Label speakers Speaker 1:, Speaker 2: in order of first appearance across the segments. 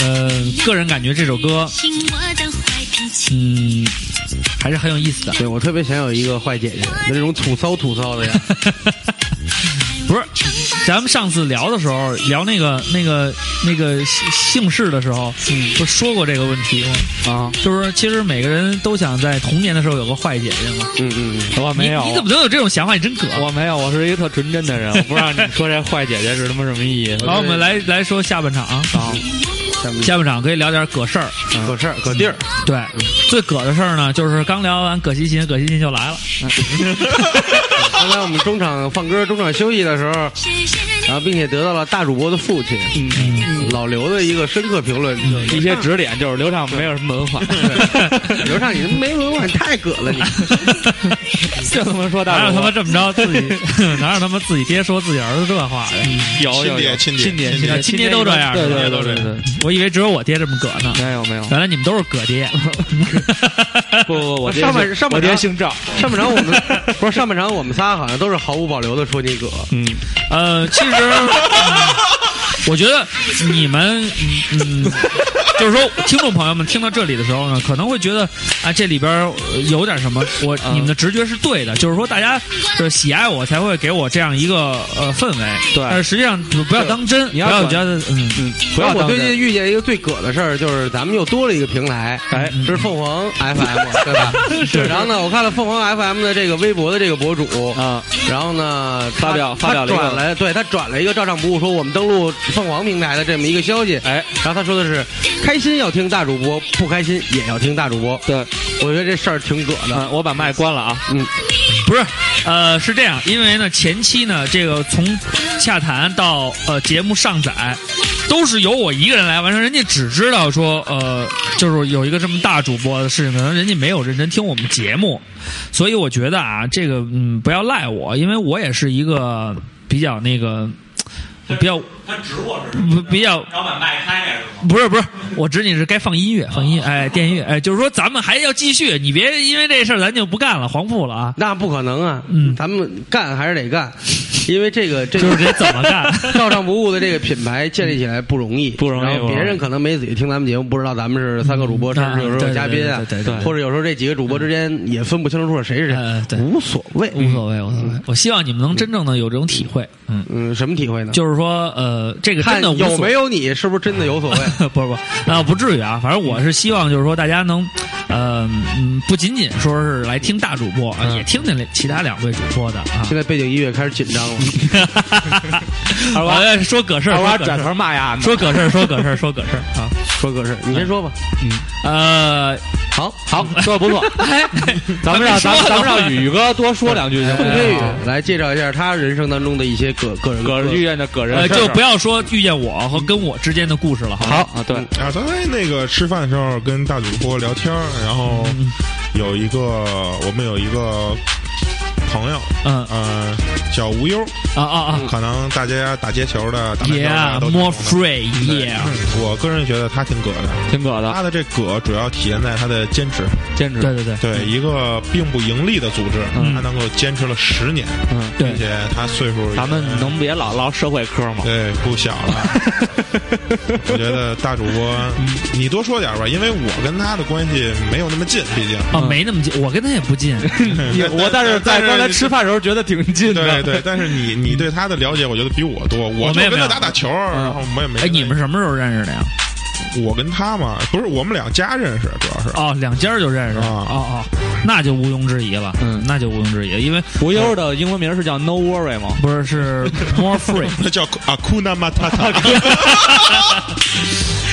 Speaker 1: 呃个人感觉这首歌，嗯，还是很有意思的。
Speaker 2: 对我特别想有一个坏姐姐，那种土骚土骚 的呀。
Speaker 1: 不是，咱们上次聊的时候，聊那个那个那个姓姓氏的时候，不是说过这个问题吗？
Speaker 2: 啊，
Speaker 1: 就是其实每个人都想在童年的时候有个坏姐姐嘛。
Speaker 2: 嗯嗯嗯，
Speaker 3: 我
Speaker 1: 你
Speaker 3: 没有，
Speaker 1: 你怎么能有这种想法？你真葛。
Speaker 3: 我没有，我是一个特纯真 的人，我不知道你说这坏姐姐是他妈什么意思。
Speaker 1: 好，我们来来说下半场啊，下半场可以聊点葛事儿。
Speaker 3: 嗯
Speaker 2: 搁事儿搁地儿，
Speaker 1: 对，最葛的事儿呢，就是刚聊完葛西琴，葛西琴就来了。
Speaker 2: 刚才我们中场放歌、中场休息的时候，
Speaker 1: 啊
Speaker 2: 然后并且得到了大主播的父亲、
Speaker 3: 嗯
Speaker 2: 老刘的一个深刻评论，
Speaker 3: 一些指点，就是刘畅没有什么文化，
Speaker 2: 刘畅，你没文化，你太葛了你。
Speaker 3: 就他妈说
Speaker 1: 哪
Speaker 3: 大
Speaker 1: 有他
Speaker 3: 主播
Speaker 1: 妈这么着自 己，哪有他妈自己爹说自己儿子这话的？
Speaker 3: 有有有
Speaker 4: 亲爹
Speaker 3: 亲
Speaker 4: 亲爹亲
Speaker 3: 亲
Speaker 4: 爹
Speaker 1: 亲爹都这样
Speaker 3: 对
Speaker 1: 是吧
Speaker 3: 对对
Speaker 4: 亲爹都这样
Speaker 3: 对对，
Speaker 1: 我以为只有我爹这么葛 呢，
Speaker 3: 没有没有，
Speaker 1: 原来你们都是葛爹。
Speaker 3: 不不，我爹
Speaker 2: 上半
Speaker 3: 姓
Speaker 2: 上半
Speaker 3: 我爹
Speaker 2: 场
Speaker 3: 姓赵，
Speaker 2: 上半场我们不是上半场我们仨好像都是毫无保留的说你葛，
Speaker 3: 嗯，
Speaker 1: 呃，其实、嗯我觉得你们，嗯，嗯就是说，听众朋友们听到这里的时候呢，可能会觉得啊，这里边呃有点什么，我、
Speaker 3: 嗯
Speaker 1: 你们的直觉是对的，就是说大家就是喜爱我才会给我这样一个呃氛围，
Speaker 3: 对
Speaker 1: 但是实际上不要当真，
Speaker 3: 你要
Speaker 1: 不要
Speaker 3: 管
Speaker 1: 觉得嗯。
Speaker 3: 不要
Speaker 2: 然后我
Speaker 3: 当
Speaker 2: 最
Speaker 3: 真
Speaker 2: 近遇见一个最葛的事儿，就是咱们又多了一个平台，
Speaker 3: 哎
Speaker 2: 是凤凰 FM 对吧？
Speaker 3: 是
Speaker 2: 然后呢，我看了凤凰 FM 的这个微博的这个博主，
Speaker 3: 啊，
Speaker 2: 然后呢，
Speaker 3: 发
Speaker 2: 他
Speaker 3: 表发表了一
Speaker 2: 他
Speaker 3: 个
Speaker 2: 转来，对他转了一个照常不误，说我们登录凤凰平台的这么一个消息。
Speaker 3: 哎，
Speaker 2: 然后他说的是，开心要听大主播，不开心也要听大主播。
Speaker 3: 对，
Speaker 2: 我觉得这事儿挺葛的。
Speaker 3: 嗯，我把麦关了啊，
Speaker 2: 嗯，
Speaker 1: 不是，呃，是这样，因为呢，前期呢，这个从洽谈到呃节目上载，都是由我一个人来完成。人家只知道说，呃，就是有一个这么大主播的事情，可能人家没有认真听我们节目，所以我觉得啊，这个嗯，不要赖我，因为我也是一个比较那个比较
Speaker 5: 他直播是
Speaker 1: 不比较
Speaker 5: 然后把麦开开是吗？
Speaker 1: 不是不是，我指你是该放音乐，放音乐，哎，电音乐，哎，就是说咱们还要继续，你别因为这事儿咱就不干了，黄铺了啊。
Speaker 2: 那不可能啊，
Speaker 1: 嗯
Speaker 2: 咱们干还是得干，因为这个这
Speaker 1: 就
Speaker 2: 个
Speaker 1: 是得怎么干？
Speaker 2: 照常不误的这个品牌建立起来不容易，
Speaker 3: 不容易
Speaker 2: 然
Speaker 3: 不
Speaker 2: 后
Speaker 3: 容易
Speaker 2: 别人可能没仔细听咱们节目，不知道咱们是三个主播，甚至有时候有嘉宾啊，
Speaker 1: 对对对对对
Speaker 2: 或者有时候这几个主播之间也分不清楚谁是
Speaker 1: 呃
Speaker 2: 谁，
Speaker 1: 对
Speaker 2: 无所谓，
Speaker 1: 无所谓，无所谓。我希望你们能真正的有这种体会，嗯，
Speaker 2: 嗯，什么体会呢？
Speaker 1: 就是说，呃，这个真
Speaker 2: 看
Speaker 1: 的无所
Speaker 2: 有没有你，是不是真的有 所谓？
Speaker 1: 不是不是，那不至于啊。反正我是希望，就是说大家能，呃，嗯，不仅仅说是来听大主播，啊，也听听其他两位主播的 啊。
Speaker 2: 现在背景音乐开始紧张了，
Speaker 1: 二娃说葛事儿，
Speaker 3: 二
Speaker 1: 说
Speaker 3: 娃
Speaker 1: 葛事
Speaker 3: 转
Speaker 1: 儿，
Speaker 3: 头骂呀，
Speaker 1: 说葛事儿，说葛事儿，说葛事儿啊。
Speaker 2: 说个事，你先说吧。
Speaker 1: 呃，
Speaker 2: 好，
Speaker 3: 好，说的不错，
Speaker 1: 哎，
Speaker 3: 咱们让咱们咱们
Speaker 1: 还没说呢
Speaker 3: 让宇哥多说两句行不
Speaker 2: 宋
Speaker 3: 行？
Speaker 2: 飞宇来介绍一下他人生当中的一些个个人
Speaker 3: 葛遇见的葛人
Speaker 1: 呃，
Speaker 3: 事儿
Speaker 1: 就不要说遇见我和跟我之间的故事了，好吗
Speaker 3: 好啊，对，
Speaker 4: 啊，刚才那个吃饭的时候跟大主播聊天儿，然后
Speaker 3: 嗯
Speaker 4: 有一个我们有一个朋友，
Speaker 1: 嗯
Speaker 4: 呃，叫无忧，
Speaker 1: 啊啊啊
Speaker 4: 可能大家打街球的、打篮球
Speaker 1: ，Yeah，more
Speaker 4: 的都挺懂的
Speaker 1: free，Yeah。
Speaker 4: 嗯我个人觉得他挺葛的，
Speaker 3: 挺葛的，
Speaker 4: 他的这葛主要体现在他的坚持，
Speaker 3: 兼职，
Speaker 1: 对对对，
Speaker 4: 对一个并不盈利的组织，
Speaker 3: 嗯
Speaker 4: 他能够坚持了十年，
Speaker 3: 嗯，
Speaker 1: 对
Speaker 4: 并，且他岁数也
Speaker 3: 咱们能别老唠社会科吗？
Speaker 4: 对不小了。我觉得大主播，你多说点吧，因为我跟他的关系没有那么近，毕竟。
Speaker 1: 啊，
Speaker 3: 嗯
Speaker 1: 没那么近，我跟他也不 近。
Speaker 3: 也我但是在刚才吃饭的时候觉得挺近的，
Speaker 4: 对对，但是你你对他的了解，我觉得比我多。我就
Speaker 1: 没有
Speaker 4: 跟
Speaker 1: 没有
Speaker 4: 他打打球，然后我也没。
Speaker 1: 哎，你们什么时候认识的呀？
Speaker 4: 我跟他嘛，不是我们两家认识，主要 是
Speaker 1: 哦，两家儿就认识。
Speaker 4: 啊
Speaker 1: 哦哦，那就毋庸置疑了。
Speaker 3: 嗯
Speaker 1: 那就毋庸置疑了，因为
Speaker 3: 无忧的英文名是叫 No Worry 吗？
Speaker 1: 不是 是 more free
Speaker 4: 那叫啊库纳马塔塔。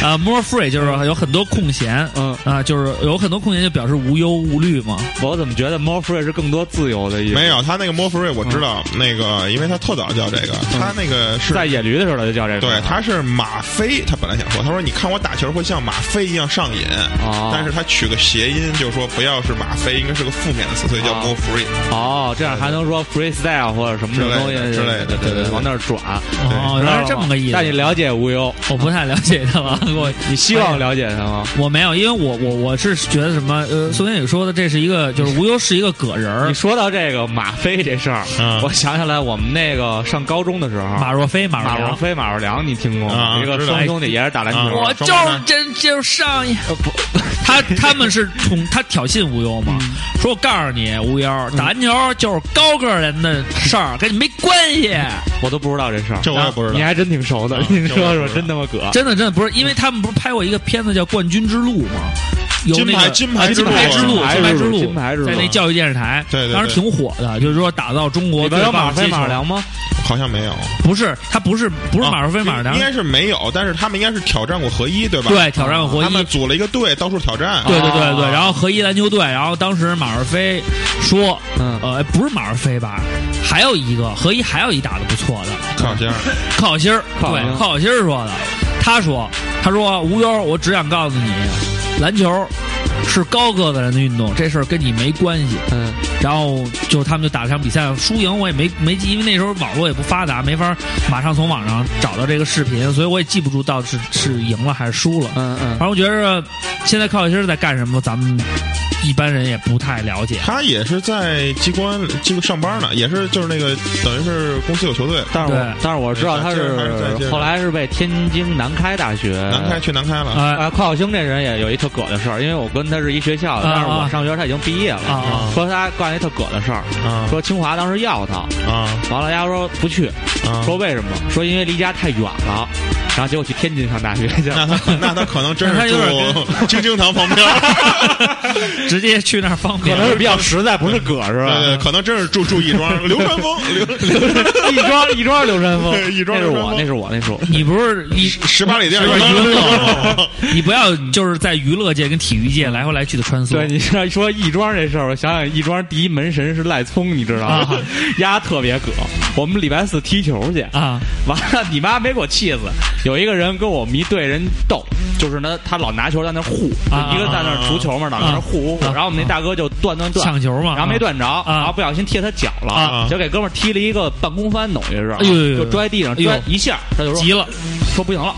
Speaker 1: 啊、m o r e free 就是有很多空闲。
Speaker 3: 嗯，
Speaker 1: 啊、就是有很多空闲，就表示无忧无虑嘛。
Speaker 3: 我怎么觉得 More Free 是更多自由的意思？
Speaker 4: 没有，他那个莫福瑞我知道，那个因为他特早叫这个，他那个是
Speaker 3: 在野驴的时候他就叫这个，
Speaker 4: 对，他是马飞，他本来想说，他说你看我打球会像马飞一样上瘾，
Speaker 3: 哦
Speaker 4: 但是他取个谐音，就是说不要是马飞，应该是个负面的词，所以叫
Speaker 3: 哦
Speaker 4: more free。
Speaker 3: 哦，这样还能说 freestyle 或者什么什么东西
Speaker 4: 之类的之类的
Speaker 3: 对对，
Speaker 4: 对对
Speaker 3: 往那儿转。嗯
Speaker 1: 哦，原来是这么个意思。
Speaker 3: 但你了解无忧，
Speaker 1: 我不太了解他了。给我，
Speaker 3: 你希望了解他吗？
Speaker 1: 我没有，因为我我我是觉得什么，呃，宋天宇说的这是一个，就是无忧是一个葛人
Speaker 3: 你
Speaker 1: 儿，
Speaker 3: 说到这个马飞这事儿，
Speaker 4: 嗯
Speaker 3: 我想起来我们那个上高中的时候，
Speaker 1: 马
Speaker 3: 啊马
Speaker 1: 若飞，马若
Speaker 3: 若
Speaker 1: 良，
Speaker 3: 飞、马若良，你听过吗？
Speaker 4: 啊
Speaker 3: 一个
Speaker 4: 知道
Speaker 3: 双兄弟也是打篮球，
Speaker 4: 啊
Speaker 1: 我就是真就是上一，呃他他们是从他挑衅无忧嘛，说我告诉你无忧，打篮球就是高个儿人的事儿，跟你没关系。
Speaker 3: 我都不知道这事儿。
Speaker 4: 这我也不知道
Speaker 3: 你还真挺熟的
Speaker 4: 啊，
Speaker 3: 您说
Speaker 4: 这我
Speaker 3: 说，
Speaker 4: 也不知道
Speaker 3: 真他妈葛。
Speaker 1: 真的真的不是，因为他们不是拍过一个片子叫《冠军之路》吗？有
Speaker 4: 金
Speaker 1: 那
Speaker 4: 牌
Speaker 1: 个
Speaker 4: 金牌
Speaker 1: 啊
Speaker 4: 之
Speaker 1: 金
Speaker 4: 路
Speaker 1: 牌之路，
Speaker 3: 金牌
Speaker 1: 金牌
Speaker 3: 之
Speaker 1: 之
Speaker 3: 路
Speaker 1: 路
Speaker 3: 金牌之路
Speaker 1: 在那教育电视台，
Speaker 4: 对对对
Speaker 1: 当时挺火的，就是说打造中国
Speaker 3: 里
Speaker 1: 最
Speaker 3: 边有马
Speaker 1: 棒的
Speaker 3: 飞、
Speaker 1: 街球
Speaker 3: 马。良吗？
Speaker 4: 好像没有，啊
Speaker 1: 不是，他不是不是马若飞、马若良
Speaker 4: 哦应，该是没有，但是他们应该是挑战过合一，对吧？哦
Speaker 1: 对，挑战过合
Speaker 4: 他
Speaker 1: 一
Speaker 4: 们。组了一个队到处挑战。
Speaker 1: 对对对对，
Speaker 3: 啊
Speaker 1: 然后合一篮球队，然后当时马若飞说，
Speaker 3: 嗯
Speaker 1: 呃，不是马若飞吧，还有一个合一还有一打的不错的，
Speaker 4: 看小先生，
Speaker 1: 寇小新儿，
Speaker 3: 寇小
Speaker 1: 对
Speaker 3: 新儿，
Speaker 1: 寇小新儿说的，他说，他说吴优，我只想告诉你，篮球是高个子人的运动，这事儿跟你没关系。
Speaker 3: 嗯，
Speaker 1: 然后就他们就打了场比赛，输赢我也没没记，因为那时候网络也不发达，没法马上从网上找到这个视频，所以我也记不住到底是是赢了还是输了。
Speaker 3: 嗯嗯
Speaker 1: 反正我觉着现在寇小新儿在干什么，咱们一般人也不太了解。
Speaker 4: 他也是在机关机上班呢，也是就是那个等于是公司有球队，
Speaker 3: 但是我
Speaker 1: 对
Speaker 3: 但是我知道他
Speaker 4: 接着还是再接
Speaker 3: 是
Speaker 4: 着
Speaker 3: 后来是被天津南开大学
Speaker 4: 南开去南开了。
Speaker 1: 哎啊
Speaker 3: 啊，邝小星这人也有一特葛的事儿，因为我跟他是一学校的，
Speaker 1: 啊
Speaker 3: 但是我
Speaker 1: 啊
Speaker 3: 上学他已经毕业了。
Speaker 1: 啊啊
Speaker 3: 说他干一特葛的事儿，
Speaker 4: 啊
Speaker 3: 说清华当时要他，
Speaker 4: 啊
Speaker 3: 完了丫说不去，
Speaker 4: 啊！
Speaker 3: 说为什么？说因为离家太远了，然后结果去天津上大学去了。
Speaker 4: 那他那他可能真
Speaker 1: 那他
Speaker 4: 是
Speaker 1: 有点
Speaker 4: 住京京堂旁 边儿，
Speaker 1: 直接去那儿方便，
Speaker 3: 比较实在，不是葛是
Speaker 4: 对对，可能真是住住亦庄，流川枫，流，
Speaker 3: 一庄一庄刘山峰
Speaker 4: 一庄
Speaker 3: 那是
Speaker 4: 流川
Speaker 3: 我
Speaker 4: 枫，
Speaker 3: 那是我那是我。
Speaker 1: 你不是你
Speaker 4: 十八里店儿
Speaker 1: 十八里店儿
Speaker 4: 有
Speaker 1: 你不要就是在娱乐界跟体育界来回来去的穿梭。
Speaker 3: 对，你知道说亦庄这事儿，我想想亦庄第一门神是赖聪，你知道吗
Speaker 1: 啊？
Speaker 3: 丫特别葛。我们礼拜四踢球去，
Speaker 1: 啊，
Speaker 3: 完了，你妈没给我气死！有一个人跟我们一队人斗，就是呢，他老拿球在那儿护，
Speaker 1: 啊
Speaker 3: 一个在那儿除球嘛，老在那儿护护护
Speaker 1: 啊。
Speaker 3: 然后我们那大哥就断断断，
Speaker 1: 抢球嘛，
Speaker 3: 然后没断着，
Speaker 1: 啊
Speaker 3: 然后不小心贴他脚
Speaker 4: 啊
Speaker 3: 了，就给哥们儿踢了一个半空翻，等于是
Speaker 1: 哎呦呦呦，
Speaker 3: 就摔地上，
Speaker 1: 哎呦
Speaker 3: 摔一下，他就说
Speaker 1: 急了
Speaker 3: 说不行了，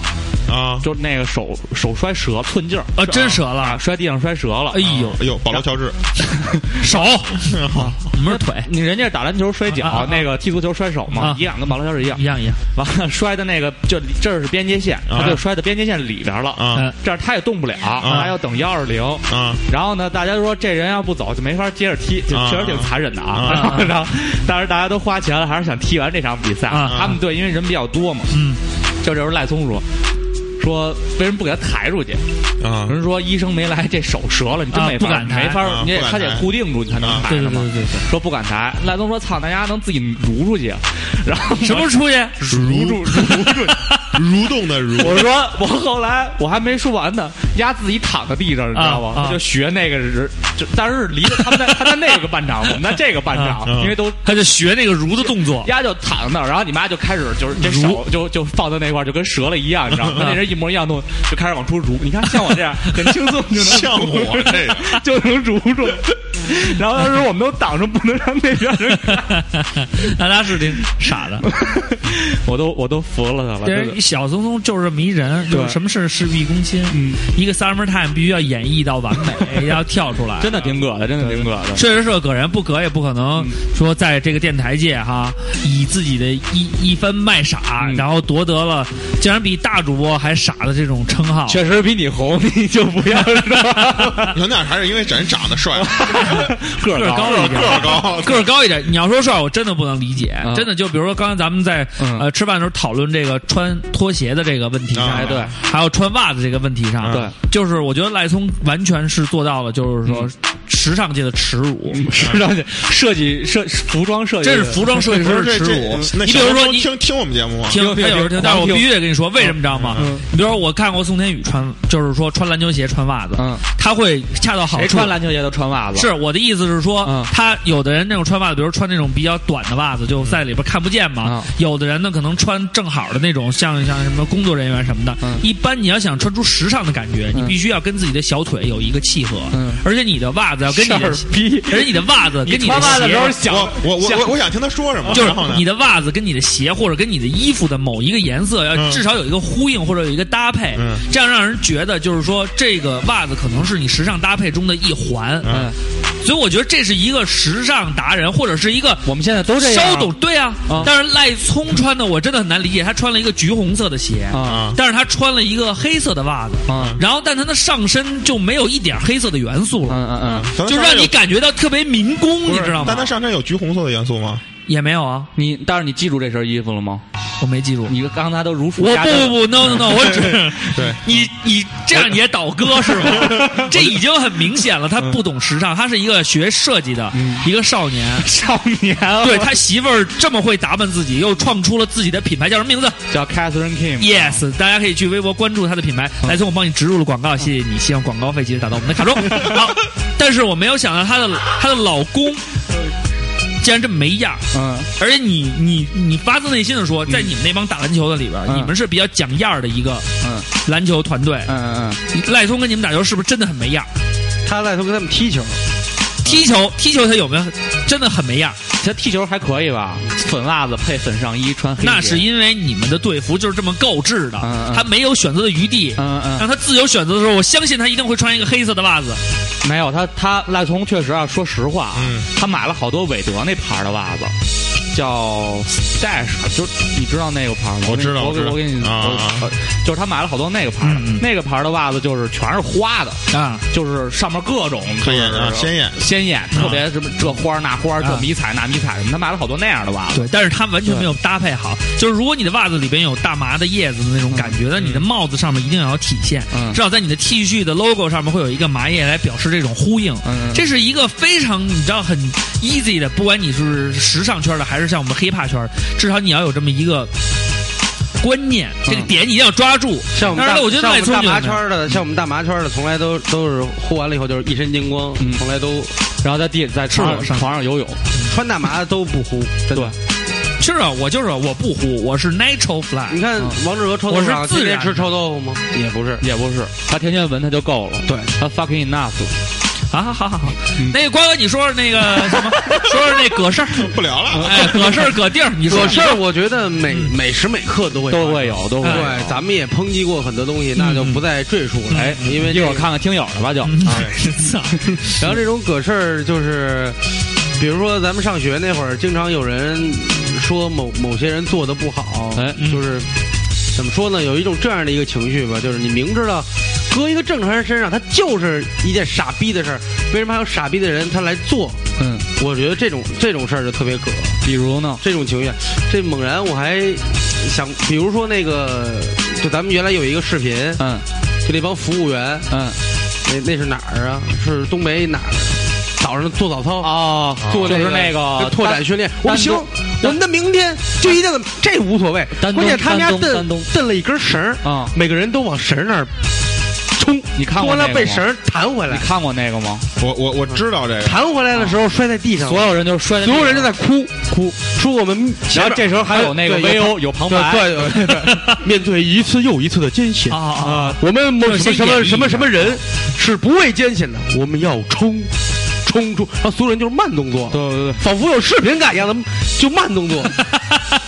Speaker 4: 啊！
Speaker 3: 就那个手手摔折了，寸劲儿
Speaker 1: 啊，真折了
Speaker 3: 啊，，摔地上摔折了
Speaker 1: 哎。呦，
Speaker 4: 哎呦，保罗乔治，
Speaker 1: 手， 不是腿，
Speaker 3: 你人家是打篮球摔
Speaker 1: 啊啊啊
Speaker 3: 脚，那个踢足球摔手嘛
Speaker 1: 啊，
Speaker 3: 一样跟马拉乔是一样
Speaker 1: 一。样一样，
Speaker 3: 完了摔的那个就这儿是边界线，
Speaker 4: 啊
Speaker 3: 他就摔到边界线里边了。
Speaker 4: 啊
Speaker 1: 嗯
Speaker 3: 这样他也动不了，他要等幺二零。
Speaker 4: 啊
Speaker 3: 然后呢，大家说这人要不走就没法接着踢，就
Speaker 4: 啊
Speaker 3: 确实挺残忍的啊。
Speaker 4: 啊
Speaker 3: 然后， 然后但是大家都花钱了，还是想踢完这场比赛。
Speaker 1: 啊
Speaker 3: 他们队因为人比较多嘛，
Speaker 1: 嗯，
Speaker 3: 就这时候赖聪说。说为什么不给他抬出去？有！
Speaker 4: 啊
Speaker 1: 嗯
Speaker 3: 人说医生没来，这手折了，你真
Speaker 1: 啊
Speaker 3: 没法
Speaker 1: 不敢抬
Speaker 3: 没法，
Speaker 4: 啊
Speaker 3: 你得
Speaker 4: 不敢
Speaker 3: 他得
Speaker 4: 抬
Speaker 3: 固定住，你才能
Speaker 4: 啊
Speaker 3: 抬
Speaker 1: 对对
Speaker 3: 着嘛。
Speaker 1: 对对对，
Speaker 3: 说不敢抬，赖聪说：“操，那丫能自己蠕出去？”啊然后
Speaker 1: 什么时候出去？
Speaker 4: 蠕动蠕 动蠕动的 蠕
Speaker 3: 我说我后来我还没说完呢，丫自己躺在地上，你知道吗？
Speaker 1: 啊啊
Speaker 3: 他就学那个人，就但是离他们在他在那个半场，我们在这个半场，
Speaker 4: 嗯
Speaker 3: 因为都。
Speaker 1: 他就学那个蠕的动 作，
Speaker 3: 丫就躺在那儿，然后你妈就开始就是这手就就放在那块儿，就跟折了一样，你知道吗？跟那人一模一样动，就开始往出蠕。你看像我这样很轻松就能
Speaker 4: 像我这个
Speaker 3: 就能蠕出。然后当时我们都挡着，不能让那边人看。
Speaker 1: 那他是挺傻的，
Speaker 3: 我都我都服了他了。
Speaker 1: 这
Speaker 3: 真的
Speaker 1: 人小松松就是迷人，就是什么事事必躬亲，
Speaker 3: 嗯，
Speaker 1: 一个 summer time 必须要演绎到完 美，要跳出来，
Speaker 3: 真的挺葛的，真的挺葛的。
Speaker 1: 确实是个葛人，不葛也不可
Speaker 4: 嗯
Speaker 1: 能说在这个电台界哈，以自己的一一番卖傻，
Speaker 3: 嗯
Speaker 1: 然后夺得了竟然比大主播还傻的这种称号。
Speaker 3: 确实比你红， 你就不要说
Speaker 4: 那还是因为人长得帅，
Speaker 1: 儿高
Speaker 3: 个
Speaker 4: 个儿高，
Speaker 1: 个儿高一点，你要说帅，我真的不能理解。
Speaker 4: 啊
Speaker 3: 嗯
Speaker 1: 真的，就比如说刚才咱们在、
Speaker 3: 嗯
Speaker 1: 呃吃饭的时候讨论这个穿拖鞋的这个问题上，
Speaker 4: 啊哎
Speaker 3: 对，
Speaker 1: 还有穿袜子这个问题上，
Speaker 3: 对，
Speaker 1: 就是我觉得赖聪完全是做到了，就是说
Speaker 4: 嗯
Speaker 1: 时尚界的耻辱。
Speaker 3: 时尚界设计设服装设计，
Speaker 1: 这是服装设计
Speaker 4: 不
Speaker 1: 师
Speaker 4: 是
Speaker 1: 的
Speaker 4: 这
Speaker 1: 耻辱
Speaker 4: 这，。那
Speaker 1: 你比如
Speaker 4: 小
Speaker 1: 说
Speaker 4: 时候
Speaker 1: 你
Speaker 4: 听听我们节目吗？
Speaker 1: 听，他
Speaker 3: 听
Speaker 1: 有时候
Speaker 3: 听
Speaker 1: 听，但是我
Speaker 3: 听嗯
Speaker 1: 必须得跟你说，为什么你知道吗？你比如说，我看过宋天宇穿，就是说穿篮球鞋、穿袜子，
Speaker 3: 嗯
Speaker 1: 他会恰到好
Speaker 3: 谁
Speaker 1: 处。
Speaker 3: 穿篮球鞋都穿袜子，
Speaker 1: 是我的意思是说，
Speaker 3: 嗯
Speaker 1: 他有的人那种穿袜子，比如穿那种比较短的袜子，就在里边看不见嘛；
Speaker 3: 嗯
Speaker 1: 有的人呢，可能穿正好的那种，像像什么工作人员什么的。
Speaker 3: 嗯
Speaker 1: 一般你要想穿出时尚的感觉，你
Speaker 3: 嗯
Speaker 1: 必须要跟自己的小腿有一个契合，
Speaker 3: 嗯
Speaker 1: 而且你的袜袜子要跟你的，
Speaker 3: 事儿逼
Speaker 1: 而且你的袜子跟的
Speaker 3: 你穿袜子的时候
Speaker 1: 鞋，
Speaker 3: 想
Speaker 4: 我我我我我想听他说什么，
Speaker 1: 就是
Speaker 4: 然后呢
Speaker 1: 你的袜子跟你的鞋或者跟你的衣服的某一个颜色要
Speaker 4: 嗯
Speaker 1: 至少有一个呼应或者有一个搭配
Speaker 4: 嗯，
Speaker 1: 这样让人觉得就是说这个袜子可能是你时尚搭配中的一环。
Speaker 4: 嗯
Speaker 1: 所以我觉得这是一个时尚达人或者是一个
Speaker 3: 我们现在都这样
Speaker 1: 稍懂对啊
Speaker 3: 啊。
Speaker 1: 但是赖聪穿的我真的很难理解，他穿了一个橘红色的鞋，
Speaker 3: 啊
Speaker 1: 但是他穿了一个黑色的袜子，
Speaker 3: 啊
Speaker 1: 然后但他的上身就没有一点黑色的元素
Speaker 3: 嗯
Speaker 1: 了，
Speaker 3: 嗯嗯，
Speaker 4: 咱们
Speaker 1: 就
Speaker 4: 上
Speaker 1: 让
Speaker 4: 身有
Speaker 1: 你感觉到特别民工，
Speaker 4: 啊不
Speaker 1: 你
Speaker 4: 是
Speaker 1: 知道
Speaker 4: 但
Speaker 1: 吗
Speaker 4: 他？上身有橘红色的元素吗？
Speaker 1: 也没有啊，
Speaker 3: 你但是你记住这身衣服了吗？
Speaker 1: 我没记住。
Speaker 3: 你刚才都如数
Speaker 1: 我
Speaker 3: 家
Speaker 1: 不
Speaker 3: 珍
Speaker 1: 不不，no no no，我只
Speaker 4: 对，
Speaker 1: 你你这样也倒戈是吧？这已经很明显了，他不懂时尚，他是一个学设计的一个少年。
Speaker 3: 少年了
Speaker 1: 对他媳妇儿这么会打扮自己，又创出了自己的品牌，叫什么名字
Speaker 3: 叫 Catherine Kim，
Speaker 1: ？Yes，大家可以去微博关注他的品牌。来从我帮你植入了广告，谢谢你。希望广告费及时打到我们的卡中。好，但是我没有想到她的她的老公竟然这么没样儿。
Speaker 3: 嗯
Speaker 1: 而且你你你发自内心的说，在你们那帮打篮球的里边儿，
Speaker 3: 嗯
Speaker 1: 你们是比较讲样儿的一个
Speaker 3: 嗯
Speaker 1: 篮球团队。
Speaker 3: 嗯嗯
Speaker 1: 赖聪跟你们打球是不是真的很没样儿？
Speaker 2: 哎他赖头跟他们踢球，
Speaker 1: 踢球踢球他有没有真的很没样儿？
Speaker 3: 嗯，其实踢球还可以吧，粉袜子配粉上衣，穿黑
Speaker 1: 那
Speaker 3: 鞋
Speaker 1: 是因为你们的队服就是这么购置的
Speaker 3: 嗯，嗯
Speaker 1: 他没有选择的余地。
Speaker 3: 嗯嗯
Speaker 1: 让他自由选择的时候，我相信他一定会穿一个黑色的袜子。
Speaker 3: 嗯，没有他他赖聪确实啊，说实话啊，
Speaker 4: 嗯
Speaker 3: 他买了好多韦德那牌儿的袜子。叫 Stash，就是你知道那个牌儿吗？
Speaker 4: 我知道
Speaker 3: 我
Speaker 4: 我
Speaker 3: 给你
Speaker 4: 知道
Speaker 3: 我给你，
Speaker 4: 啊啊
Speaker 3: 我就是他买了好多那个牌儿的，
Speaker 1: 嗯嗯
Speaker 3: 那个牌儿的袜子就是全是花的，
Speaker 1: 啊，
Speaker 3: 就是上面各种
Speaker 4: 看眼啊，
Speaker 3: 就是
Speaker 4: 鲜艳。
Speaker 3: 鲜啊艳，特别什么这花儿那花儿，这迷彩那迷彩什么，他买了好多那样的袜子。
Speaker 1: 对，但是他完全没有搭配好。就是如果你的袜子里边有大麻的叶子的那种感觉，那你的帽子上面一定要有体现，
Speaker 3: 嗯
Speaker 1: 至少在你的 T 恤的 logo 上面会有一个麻叶来表示这种呼应。
Speaker 3: 嗯嗯
Speaker 1: 这是一个非常你知道很 easy 的，不管你是时尚圈的还是像我们 hiphop 圈，至少你要有这么一个观念，这个
Speaker 3: 嗯
Speaker 1: 点你一定要抓住。
Speaker 2: 像我们
Speaker 1: 当然
Speaker 2: 大
Speaker 1: 了，我觉得
Speaker 2: 像我
Speaker 1: 赖
Speaker 2: 们
Speaker 1: 聪
Speaker 2: 大
Speaker 1: 就
Speaker 2: 麻
Speaker 1: 是
Speaker 2: 圈儿的，像我们大麻圈儿的，从来都都是呼完了以后就是一身金光，
Speaker 3: 嗯
Speaker 2: 从来都
Speaker 3: 然后在地在床
Speaker 1: 是的
Speaker 3: 上床上游泳，
Speaker 2: 穿大麻的都不呼。真的，
Speaker 1: 是啊，我就是我不呼，我是 natural fly，
Speaker 2: 你看
Speaker 3: 嗯
Speaker 2: 王志和臭豆
Speaker 1: 我
Speaker 2: 腐
Speaker 1: 是
Speaker 2: 厂
Speaker 1: 自
Speaker 2: 天天
Speaker 1: 然
Speaker 2: 吃
Speaker 1: 的
Speaker 2: 臭豆腐吗？也不是，
Speaker 3: 也不是他天天闻他就够了。
Speaker 2: 对，
Speaker 3: 他 fucking enough。
Speaker 1: 好啊好好好好
Speaker 3: 嗯。
Speaker 1: 那个瓜哥，你说说那个什 么，说说那葛事儿。
Speaker 4: 不聊了，
Speaker 1: 哎，葛事儿葛地儿，你说
Speaker 2: 有事儿我觉得每每时每刻都会哎嗯
Speaker 3: 都
Speaker 2: 发
Speaker 3: 会
Speaker 2: 生。
Speaker 3: 有，都会有。
Speaker 2: 对，咱们也抨击过很多东西，那就不再赘述了。
Speaker 3: 哎，
Speaker 2: 因为
Speaker 3: 一
Speaker 2: 这
Speaker 3: 会
Speaker 2: 个
Speaker 3: 儿看看听友去吧，就
Speaker 1: 操，
Speaker 2: 然后这种葛事儿就是，比如说咱们上学那会儿，经常有人说某某些人做的不好，
Speaker 3: 哎
Speaker 1: 嗯
Speaker 2: 就是怎么说呢？有一种这样的一个情绪吧，就是你明知道搁一个正常人身上，他就是一件傻逼的事儿，为什么还有傻逼的人他来做？
Speaker 3: 嗯，
Speaker 2: 我觉得这种这种事儿就特别葛，
Speaker 3: 比如呢，
Speaker 2: 这种情绪，这猛然我还想，比如说那个，就咱们原来有一个视频，
Speaker 3: 嗯
Speaker 2: 就那帮服务员，
Speaker 3: 嗯，
Speaker 2: 那那是哪儿啊？是东北哪儿啊？早上做早操
Speaker 3: 哦，
Speaker 2: 做
Speaker 3: 就是
Speaker 2: 那
Speaker 3: 那个
Speaker 2: 拓展训练。我
Speaker 3: 单
Speaker 2: 不行
Speaker 3: 单，
Speaker 2: 我们的明天就一定这无所谓。
Speaker 3: 丹
Speaker 2: 关
Speaker 3: 东
Speaker 2: 键他们家
Speaker 3: 丹东丹
Speaker 2: 蹬
Speaker 3: 东
Speaker 2: 蹬了一根绳儿
Speaker 3: 啊
Speaker 2: 每个人都往绳儿那儿冲，
Speaker 3: 你看过
Speaker 2: 完
Speaker 3: 那
Speaker 2: 了
Speaker 3: 个
Speaker 2: 被
Speaker 3: 吗
Speaker 2: 绳儿弹回
Speaker 3: 你
Speaker 2: 来，
Speaker 3: 看过那个吗？
Speaker 4: 我我我知道这个，
Speaker 2: 弹回来的时候摔在地上，
Speaker 3: 所有人就摔在地
Speaker 2: 所
Speaker 3: 上，
Speaker 2: 有人都在哭哭，说我们
Speaker 3: 然
Speaker 2: 前
Speaker 3: 后
Speaker 2: 面。
Speaker 3: 这时候还有那个
Speaker 2: 对
Speaker 3: VO 有旁白，
Speaker 2: 对对对对， 面对一次又一次的艰险
Speaker 1: 啊啊啊！
Speaker 2: 我们某什
Speaker 1: 这是
Speaker 2: 么什
Speaker 1: 演
Speaker 2: 么
Speaker 1: 绎
Speaker 2: 什么
Speaker 1: 的
Speaker 2: 什么人是不畏艰险的，我们要冲，冲冲，然后所有人就是慢动作，
Speaker 3: 对对对。
Speaker 2: 仿佛有视频感一样的，就慢动作，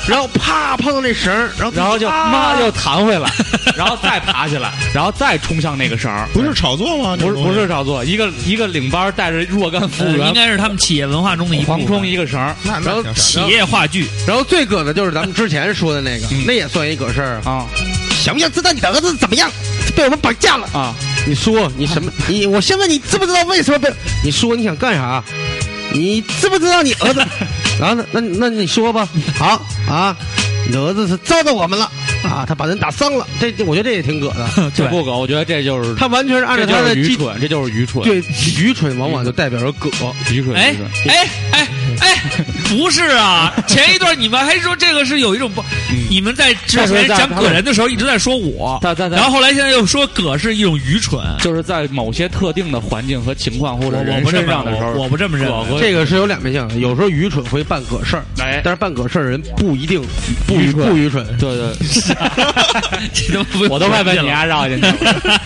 Speaker 2: 然后啪碰到那绳儿，然后
Speaker 3: 然后就
Speaker 2: 啊
Speaker 3: 妈又弹回来，然后再爬起来，然后再冲向那个绳儿。
Speaker 4: 不是炒作吗？
Speaker 3: 不
Speaker 4: 这
Speaker 3: 是
Speaker 4: 种东
Speaker 3: 不
Speaker 4: 西
Speaker 3: 是，炒作，一个一个领班带着若干服务
Speaker 2: 哎
Speaker 1: 呃应
Speaker 3: 员
Speaker 1: 该是他们企业文化中的一部
Speaker 3: 狂
Speaker 1: 分
Speaker 3: 冲一个绳儿
Speaker 4: 那
Speaker 2: 然后
Speaker 4: 那挺
Speaker 1: 企
Speaker 4: 傻的
Speaker 1: 业话剧，
Speaker 2: 然后最葛的就是咱们之前说的那个，
Speaker 3: 嗯
Speaker 2: 那也算一葛事儿啊。
Speaker 3: 啊
Speaker 2: 想不想知道你的儿子怎么样？被我们绑架了。
Speaker 3: 啊！
Speaker 2: 你说你什么？ 你我先问你知不知道为什么被？ 你说你想干啥？你知不知道你儿 子？然后呢？那那你说 吧。好啊，你的儿子是招到我们了啊，他把人打伤了。这我觉得这也挺葛的，
Speaker 3: 这不狗，我觉得这就是
Speaker 2: 他完全是按照
Speaker 3: 这
Speaker 2: 他
Speaker 3: 就
Speaker 2: 的
Speaker 3: 是愚
Speaker 2: 基
Speaker 3: 蠢，这就是愚蠢，
Speaker 2: 对愚蠢，往往就代表着葛。
Speaker 3: 愚蠢，
Speaker 1: 哎
Speaker 3: 愚蠢
Speaker 1: 哎哎哎，不是啊，前一段你们还说这个是有一种不，
Speaker 3: 嗯
Speaker 1: 你们在之
Speaker 3: 但
Speaker 1: 前
Speaker 3: 是在
Speaker 1: 讲葛人的时候一直在说我，
Speaker 3: 但但但
Speaker 1: 然后后来现在又说葛是一种愚蠢，
Speaker 3: 就是在某些特定的环境和情况或
Speaker 1: 我
Speaker 3: 者
Speaker 1: 我
Speaker 3: 人
Speaker 1: 不这
Speaker 3: 身
Speaker 1: 么
Speaker 3: 上的时
Speaker 1: 我
Speaker 3: 候，
Speaker 1: 我不这么认
Speaker 3: 葛
Speaker 1: 为
Speaker 3: 和。
Speaker 2: 这个是有两面性的，有时候愚蠢会办葛事儿，
Speaker 3: 哎
Speaker 2: 但，是办葛事儿人不一定不
Speaker 3: 愚蠢
Speaker 2: 不愚蠢。
Speaker 3: 对对，
Speaker 1: 这都不
Speaker 3: 我都快被你啊
Speaker 1: 了
Speaker 3: 丫绕进去了。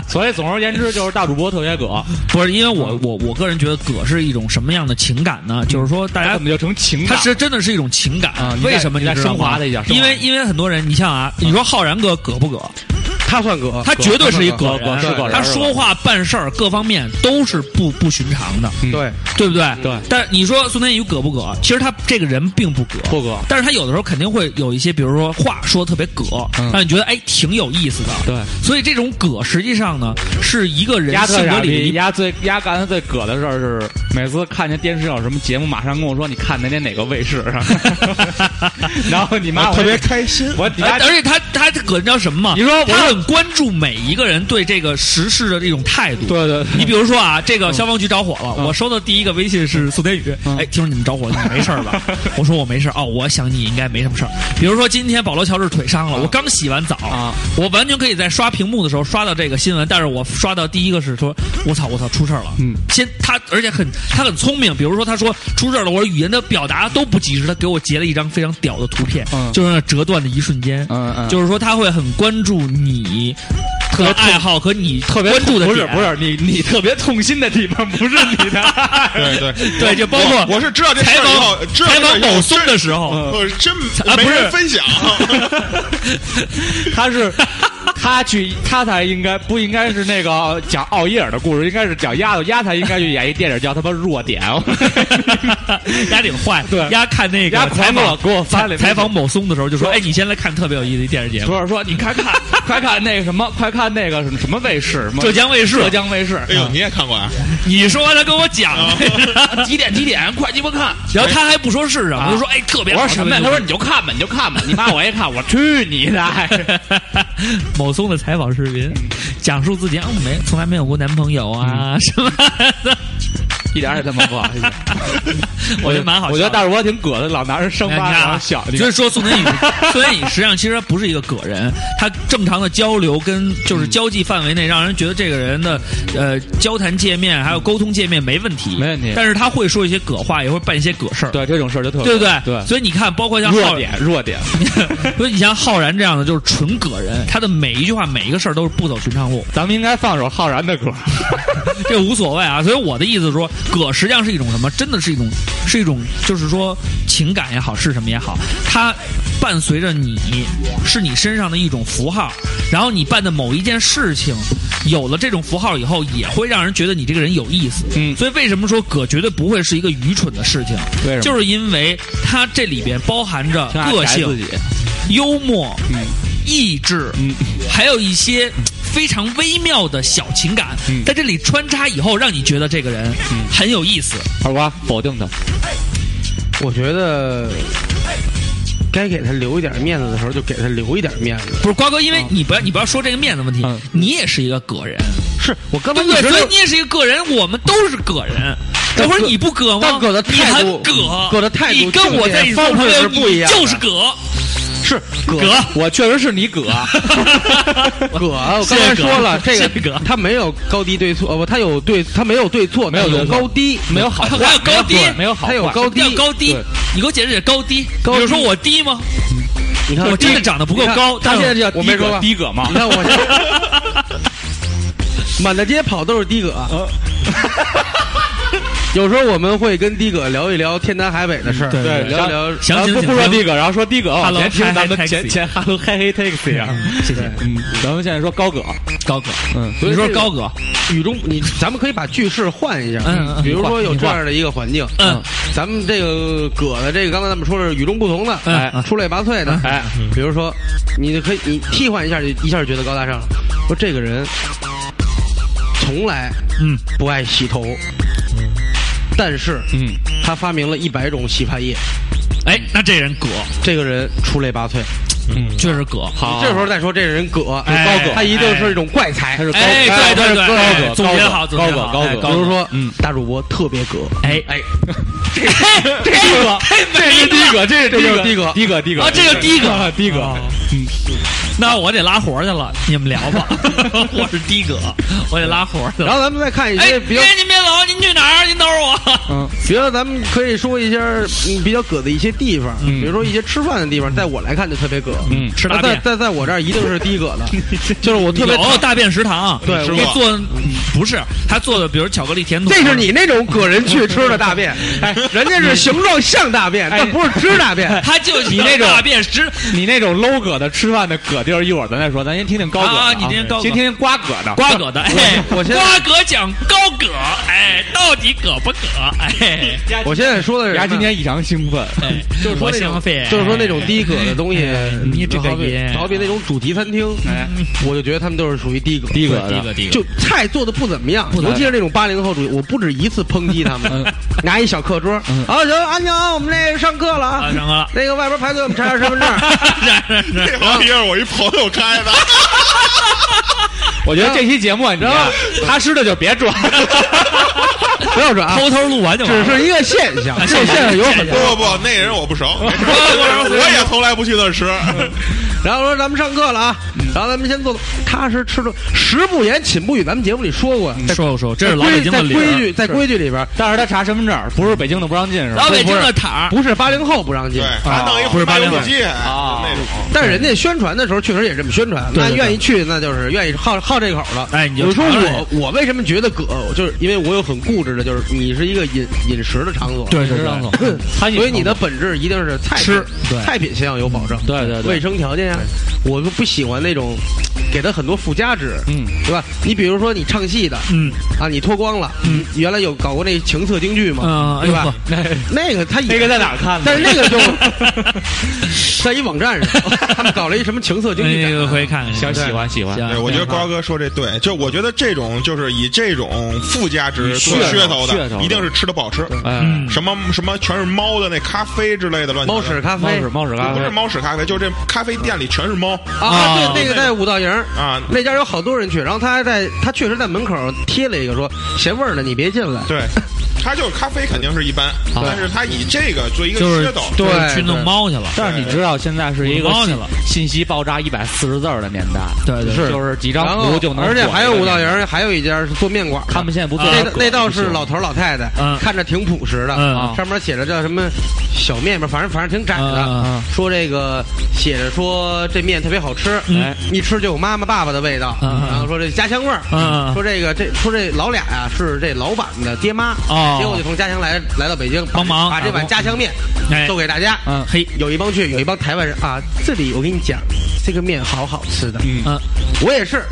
Speaker 3: 所以总而言之，就是大主播特别葛，
Speaker 1: 不是因为我我我个人觉得葛是一种什么样的情感呢？就是说大
Speaker 3: 他
Speaker 1: 家
Speaker 3: 怎么就成情
Speaker 1: 它
Speaker 3: 感？
Speaker 1: 是真的是一种情感
Speaker 3: 嗯啊你再
Speaker 1: 为什么
Speaker 3: 你再
Speaker 1: 知道吗
Speaker 3: 升华它一下升华
Speaker 1: 因为因为很多人，你像啊，你说浩然哥葛不葛？
Speaker 2: 他算葛，
Speaker 1: 他绝对是一葛
Speaker 2: 葛
Speaker 3: 葛
Speaker 1: 人，
Speaker 3: 是葛人
Speaker 1: 他说话办事儿各方面都是不不寻常的，
Speaker 3: 嗯
Speaker 2: 对，
Speaker 1: 对不对？
Speaker 3: 对。
Speaker 1: 但你说宋天宇葛不葛？其实他这个人并不葛，
Speaker 3: 不葛，
Speaker 1: 但是他有的时候肯定会有一些，比如说话说得特别葛，
Speaker 3: 嗯
Speaker 1: 让你觉得哎挺有意思的。
Speaker 3: 对，
Speaker 1: 所以这种葛实际上呢，是一个人
Speaker 3: 丫特
Speaker 1: 性格
Speaker 3: 傻
Speaker 1: 里的
Speaker 3: 逼，
Speaker 1: 一
Speaker 3: 丫最丫干的最葛的事儿是，每次看见电视上有什么节目，马上跟我说你看哪哪哪个卫视， 然后你妈
Speaker 4: 特别开心。
Speaker 3: 我你
Speaker 1: 哎
Speaker 3: 妈
Speaker 1: 而且他他他葛你知道什么吗？
Speaker 3: 你说我
Speaker 1: 他很关注每一个人对这个时事的这种态度。
Speaker 3: 对对对
Speaker 1: 你比如说啊，这个消防局着火了，
Speaker 3: 嗯
Speaker 1: 我收到第一个微信是宋天宇，
Speaker 3: 嗯
Speaker 1: 哎，听说你们着火，你没事儿 吧？我说我没事儿哦，我想你应该没什么事儿。比如说今天保罗乔治腿伤了，我刚洗完澡，
Speaker 3: 嗯啊，
Speaker 1: 我完全可以在刷屏幕的时候刷到这个新闻，但是我刷到第一个是说，我操我操出事儿了。
Speaker 3: 嗯，
Speaker 1: 先他而且很他很聪明，比如说他说出事儿了，我语言的表达都不及时，他给我截了一张非常屌的图片，
Speaker 3: 嗯
Speaker 1: 就是那折断的一瞬间，
Speaker 3: 嗯嗯，
Speaker 1: 就是说他会很关注你的爱好和你特
Speaker 3: 别
Speaker 1: 关注的
Speaker 3: 不是
Speaker 1: 点
Speaker 3: 不，是你你特别痛心的地方不是你的，
Speaker 4: 对对
Speaker 1: 对，就包括
Speaker 4: 我我是知道这事
Speaker 1: 采
Speaker 4: 儿以后，
Speaker 1: 访
Speaker 4: 知道
Speaker 1: 采
Speaker 4: 这事儿
Speaker 1: 访
Speaker 4: 以后
Speaker 1: 某松的时候，
Speaker 3: 嗯
Speaker 4: 我真
Speaker 1: 啊
Speaker 4: 没
Speaker 1: 不是
Speaker 4: 人 分享。
Speaker 3: 他 是他去他才应该不应该是那个讲奥耶尔的故事，应该是讲丫头丫才应该去演一电影叫他妈弱点，
Speaker 1: 丫挺坏，
Speaker 3: 对
Speaker 1: 丫看那个
Speaker 3: 丫
Speaker 1: 采
Speaker 3: 狂
Speaker 1: 访
Speaker 3: 给我给我发了
Speaker 1: 采访某松的时候就说，
Speaker 3: 说
Speaker 1: 哎，你先来看特别有意思的电视节目，
Speaker 3: 不是说你快看快看那个什么快看那个什么什么卫视什么
Speaker 1: 浙江卫视，
Speaker 3: 浙江卫啊视
Speaker 4: 哎呦，你也看过啊？
Speaker 1: 你说他跟我讲，
Speaker 3: 几点几点快鸡巴看。
Speaker 1: 然后他还不说是什么，
Speaker 3: 啊
Speaker 1: 就说哎特别
Speaker 3: 我
Speaker 1: 好。
Speaker 3: 说什么呀？
Speaker 1: 特
Speaker 3: 他
Speaker 1: 别
Speaker 3: 说你就看吧，你就看吧。你妈我一看，我去你的！
Speaker 1: 某松的采访视频，讲述自己啊没从来没有过男朋友啊、
Speaker 3: 嗯
Speaker 1: 什么的，
Speaker 3: 一点儿也他妈不好意思。
Speaker 1: 我觉得蛮好笑的。
Speaker 3: 我觉得大主播挺葛的，老拿人伤
Speaker 1: 你看
Speaker 3: 疤，然
Speaker 1: 啊
Speaker 3: 后笑。哎你看
Speaker 1: 所以说宋天宇， 宋天宇实际上其实不是一个葛人，他正常的交流跟就是
Speaker 3: 嗯
Speaker 1: 交际范围内，让人觉得这个人的呃交谈界面还有沟通界面没问题，
Speaker 3: 没问题
Speaker 1: 但是他会说一些葛话，也会办一些葛事儿，
Speaker 3: 对这种事儿就特
Speaker 1: 对不对？
Speaker 3: 对
Speaker 1: 所以你看，包括像
Speaker 3: 弱
Speaker 1: 浩
Speaker 3: 点弱点，
Speaker 1: 所以你像浩然这样的就是纯葛人，他的每一句话每一个事儿都是不走寻常路，
Speaker 3: 咱们应该放首浩然的歌。
Speaker 1: 这无所谓啊。所以我的意思是说，葛实际上是一种什么？真的是一种，是一种，就是说情感也好，是什么也好，它伴随着你，是你身上的一种符号。然后你办的某一件事情，有了这种符号以后，也会让人觉得你这个人有意思。
Speaker 3: 嗯
Speaker 1: 所以为什么说葛绝对不会是一个愚蠢的事情？
Speaker 3: 为什么
Speaker 1: 就是因为它这里边包含着
Speaker 3: 挺爱
Speaker 1: 个
Speaker 3: 宅
Speaker 1: 性
Speaker 3: 自、己，
Speaker 1: 幽默、
Speaker 3: 嗯
Speaker 1: 意志，
Speaker 3: 嗯，
Speaker 1: 还有一些非常微妙的小情感，
Speaker 3: 嗯
Speaker 1: 在这里穿插以后，让你觉得这个人很有意思。
Speaker 3: 二瓜否定他，
Speaker 2: 我觉得该给他留一点面子的时候，就给他留一点面子。
Speaker 1: 不是瓜哥，因为你不要你不要说这个面子问题
Speaker 3: 嗯，
Speaker 1: 你也是一个个人，
Speaker 2: 是我刚才
Speaker 1: 对
Speaker 2: 一
Speaker 1: 不对？
Speaker 2: 直
Speaker 1: 所以
Speaker 2: 就
Speaker 1: 你也是一个个人，我们都是个人。
Speaker 2: 但
Speaker 1: 等会儿
Speaker 2: 葛
Speaker 1: 你不葛吗？
Speaker 2: 但葛的
Speaker 1: 你
Speaker 2: 态
Speaker 1: 很
Speaker 2: 度
Speaker 1: 葛，
Speaker 2: 葛的态度
Speaker 1: 你跟我在一起
Speaker 2: 方式是不一样的
Speaker 1: 就是葛，
Speaker 2: 是葛
Speaker 1: 葛
Speaker 3: 我确实是你 葛，
Speaker 2: 葛，我刚才
Speaker 1: 是葛
Speaker 2: 说了，这
Speaker 1: 是葛
Speaker 2: 个他没有高低对错，呃不，他有对，他没有对错，
Speaker 3: 没有
Speaker 2: 但
Speaker 3: 对
Speaker 2: 有
Speaker 3: 错
Speaker 2: 高低，
Speaker 3: 没有好坏，
Speaker 1: 还有高低
Speaker 3: 没有对没有好坏，
Speaker 2: 他有高低
Speaker 1: 要高低
Speaker 3: 对。
Speaker 1: 你给我解释解释高低。比
Speaker 2: 高低
Speaker 1: 如说我低吗？
Speaker 2: 你看
Speaker 1: 我真的长得不够
Speaker 2: 你看
Speaker 1: 高
Speaker 2: 他
Speaker 1: 但
Speaker 2: 现在就叫嗯
Speaker 3: 我
Speaker 2: 低
Speaker 3: 没
Speaker 2: 葛
Speaker 3: 说低葛嘛
Speaker 2: 你，看我现在， 满大街跑都是的哥。
Speaker 1: 哦
Speaker 2: 有时候我们会跟的哥聊一聊天南海北的事儿，
Speaker 1: 对
Speaker 3: 对
Speaker 2: 聊一聊。
Speaker 1: 详
Speaker 3: 咱
Speaker 1: 情
Speaker 3: 不
Speaker 1: 请
Speaker 3: 不说
Speaker 1: 听
Speaker 3: 低葛，然后说低葛，往
Speaker 1: Hello，
Speaker 3: 前听
Speaker 1: hi，hi，
Speaker 3: 咱们前
Speaker 1: taxi
Speaker 3: 前 hello hi hi taxi 啊，
Speaker 1: 谢谢
Speaker 3: 嗯，咱们现在说高葛，
Speaker 1: 高葛，
Speaker 3: 嗯，
Speaker 2: 所以
Speaker 1: 你说
Speaker 2: 这个
Speaker 1: 高葛，
Speaker 2: 雨中，你咱们可以把句式换一下，
Speaker 1: 嗯嗯
Speaker 2: 比如说有
Speaker 1: 你
Speaker 2: 这
Speaker 1: 换
Speaker 2: 样的一个环境，
Speaker 1: 嗯
Speaker 2: 咱们这个葛的这个，刚才咱们说的是与众不同的，
Speaker 1: 嗯
Speaker 2: 哎
Speaker 1: 嗯
Speaker 2: 出类拔萃的，
Speaker 3: 哎，
Speaker 2: 比如说，你就可以你替换一下，就一下就觉得高大上了。说这个人从来
Speaker 1: 嗯
Speaker 2: 不爱洗头，但是
Speaker 3: 嗯，
Speaker 2: 他发明了一百种洗发液，
Speaker 1: 哎，那这人葛，
Speaker 2: 这个人出类拔萃。
Speaker 4: 嗯
Speaker 1: 确实葛。
Speaker 3: 好，
Speaker 2: 这时候再说这人葛，
Speaker 1: 啊哎
Speaker 2: 高葛，他一定是一种怪才，他是
Speaker 1: 哎，对对对，哎总结好，总结好，哎
Speaker 2: 比如说，
Speaker 3: 嗯
Speaker 2: 大主播特别葛，
Speaker 1: 哎
Speaker 2: 哎，
Speaker 3: 这是第一个，这是第一个，这是
Speaker 2: 这就
Speaker 3: 哦
Speaker 2: 是第一个
Speaker 3: 第一个，第一个
Speaker 1: 啊，这就的 哥，
Speaker 3: 第一个，
Speaker 1: 哦那我得拉活去了，你们聊吧， 我是的哥，我得拉活去
Speaker 2: 然
Speaker 1: 了。
Speaker 2: 后咱们再看一
Speaker 1: 哎，
Speaker 2: 些
Speaker 1: 哎，
Speaker 2: 比较，
Speaker 1: 您别走，您去哪儿？啊您等会儿我。
Speaker 2: 嗯，比如咱们可以说一下嗯比较葛的一些地方，比如说一些吃饭的地方，在我来看就特别葛，
Speaker 1: 嗯吃大
Speaker 2: 在
Speaker 1: 便
Speaker 2: 在在我这儿一定是第一葛的，就是我特别
Speaker 1: 有大便食堂，
Speaker 2: 对
Speaker 1: 我
Speaker 2: 我
Speaker 1: 给做嗯不是他做的，比如巧克力甜筒，啊
Speaker 2: 这是你那种葛人去吃的大便，哎，人家是形状像大便，但不是吃大便。
Speaker 1: 他就
Speaker 3: 你那种
Speaker 1: 大便食
Speaker 3: 你那种 low 哥的吃饭的葛地儿，一会儿咱再说，咱先听听高哥的
Speaker 1: 啊你听听高哥
Speaker 3: 先听听瓜葛的，
Speaker 1: 瓜 葛的，哎，
Speaker 2: 我现在
Speaker 1: 瓜葛讲高葛，哎，到底葛不葛？哎，
Speaker 2: 我现在说的是什
Speaker 3: 丫
Speaker 2: 么，
Speaker 3: 今天异常兴奋，
Speaker 1: 哎
Speaker 2: 就是说
Speaker 1: 我
Speaker 2: 那种
Speaker 1: 兴奋，
Speaker 2: 就是说那种低葛的东西，嗯
Speaker 1: 你这个
Speaker 2: 好比
Speaker 1: 也
Speaker 2: 好比那种主题餐厅，
Speaker 3: 哎，
Speaker 2: 我就觉得他们都是属于低葛。
Speaker 3: 第一个
Speaker 1: 第一个，第一个，
Speaker 2: 就菜做的不怎么样，
Speaker 3: 不怎
Speaker 2: 尤
Speaker 3: 么样
Speaker 2: 其是那种八零后主义，我不止一次抨击他们，
Speaker 1: 嗯
Speaker 2: 拿一小课桌，好行，安静啊，我们那上课了
Speaker 1: 啊，
Speaker 2: 啊，
Speaker 1: 上课了，
Speaker 2: 那个外边排队，我们查查身份证。
Speaker 1: 是是是，
Speaker 4: 这 玩意儿哎我一朋友开的，
Speaker 3: 我觉得这期节目啊你啊踏实的就别 转，
Speaker 2: 不要转 啊，
Speaker 1: 偷偷啊录完就完
Speaker 2: 只
Speaker 1: 了。
Speaker 2: 是一个现象，这个现象有很
Speaker 4: 不
Speaker 2: 多。
Speaker 4: 不不，那人我不熟，没事我也从来不去那儿吃。
Speaker 2: 然后说咱们上课了啊，
Speaker 1: 嗯
Speaker 2: 然后咱们先坐，踏实吃顿，食不言，寝不语，咱们节目里说过呀。在
Speaker 1: 嗯说我说，这是老北京的
Speaker 2: 在
Speaker 1: 理
Speaker 2: 规
Speaker 1: 儿。
Speaker 2: 矩，在规矩里边，
Speaker 3: 但是他查身份证，不是北京的不让进是吧？
Speaker 1: 老北京的塔儿，
Speaker 2: 不是八零后啊不让进
Speaker 4: 对，，还弄一
Speaker 1: 不是八
Speaker 4: 打
Speaker 1: 零
Speaker 4: 游
Speaker 1: 后
Speaker 4: 戏机
Speaker 3: 啊
Speaker 4: 哎那种。
Speaker 2: 但是人家宣传的时候确实也这么宣传。
Speaker 1: 对对
Speaker 2: 那愿意去，那就是愿意好好这口了。
Speaker 1: 哎你就
Speaker 2: 我说
Speaker 1: 尝尝
Speaker 2: 我我为什么觉得葛，就是因为我有很固执的，就是你是一个饮饮食的场所，
Speaker 1: 对对嗯
Speaker 3: 是让总
Speaker 1: 对，，
Speaker 3: 餐饮
Speaker 2: 所以你的本质一定是菜品
Speaker 1: 吃对
Speaker 2: 菜品先要有保证，
Speaker 3: 对对对
Speaker 2: 卫生条件呀，我就不喜欢那种给他很多附加值，
Speaker 3: 嗯，
Speaker 2: 对吧？你比如说你唱戏的，
Speaker 1: 嗯
Speaker 2: 啊，你脱光了，
Speaker 1: 嗯，
Speaker 2: 原来有搞过那情色京剧嘛，
Speaker 1: 嗯，
Speaker 2: 对吧？哎
Speaker 3: 那
Speaker 2: 那个他也
Speaker 3: 那个在哪儿看的？
Speaker 2: 但是那 个就在一网站上， 他们搞了一什么情色京剧
Speaker 1: 那
Speaker 2: 展
Speaker 1: 个可以看看，
Speaker 3: 行喜欢喜欢，
Speaker 1: 行
Speaker 4: 对，我觉得瓜哥说这对，就我觉得这种就是以这种附加值做
Speaker 3: 噱头
Speaker 4: 噱头
Speaker 3: 噱
Speaker 4: 的
Speaker 3: 头，的
Speaker 4: 一定是吃的不好吃。
Speaker 3: 哎，
Speaker 1: 嗯，
Speaker 4: 什么什么全是猫的那咖啡之类的乱七八
Speaker 2: 猫
Speaker 4: 糟
Speaker 2: 屎咖
Speaker 3: 猫
Speaker 2: 啡
Speaker 3: 屎猫屎咖
Speaker 4: 不
Speaker 3: 啡
Speaker 4: 是猫屎咖啡，就是这咖啡店里全是猫
Speaker 1: 啊
Speaker 2: 啊，对，那个在五道营儿
Speaker 4: 啊。
Speaker 2: 那家有好多人去，然后他还在，他确实在门口贴了一个说嫌味儿的你别进来，
Speaker 4: 对，它就是咖啡肯定是一般，但是它以这个做一个
Speaker 1: 就是
Speaker 4: 噱头，
Speaker 1: 就是去弄猫去了，
Speaker 3: 但是你知道现在是一个
Speaker 1: 我忘记
Speaker 3: 信
Speaker 1: 了
Speaker 3: 信息爆炸一百四十字儿的年代，
Speaker 1: 对对
Speaker 2: 是
Speaker 3: 就是几
Speaker 2: 然
Speaker 3: 张
Speaker 2: 后
Speaker 3: 图就能火
Speaker 2: 而
Speaker 3: 一个
Speaker 2: 且
Speaker 3: 人，
Speaker 2: 还有五道营儿还有一家是做面馆的，
Speaker 3: 他们现在不做
Speaker 1: 啊
Speaker 2: 那
Speaker 3: 葛
Speaker 2: 那倒是
Speaker 3: 不行
Speaker 2: 老头儿老太太
Speaker 1: 嗯，
Speaker 2: 看着挺朴实的，
Speaker 1: 嗯
Speaker 3: 啊
Speaker 2: 上面写着叫什么小面吧，反正反正挺窄的，
Speaker 1: 嗯
Speaker 2: 说这个写着说这面特别好吃，
Speaker 1: 嗯
Speaker 3: 哎
Speaker 2: 一吃就有妈妈爸爸的味道，
Speaker 1: 嗯嗯
Speaker 2: 然后说这家乡味儿。
Speaker 1: 嗯
Speaker 2: 说这个这说这老俩呀、是这老板的爹妈，
Speaker 1: 哦
Speaker 2: 结果就从家乡来来到北京
Speaker 1: 帮忙啊
Speaker 2: 把这碗家乡面
Speaker 1: 哎
Speaker 2: 都给大家。
Speaker 1: 嗯，嘿，
Speaker 2: 有一帮去，有一帮台湾人啊，这里我跟你讲，这个面好好吃的。
Speaker 1: 嗯，
Speaker 2: 我也是，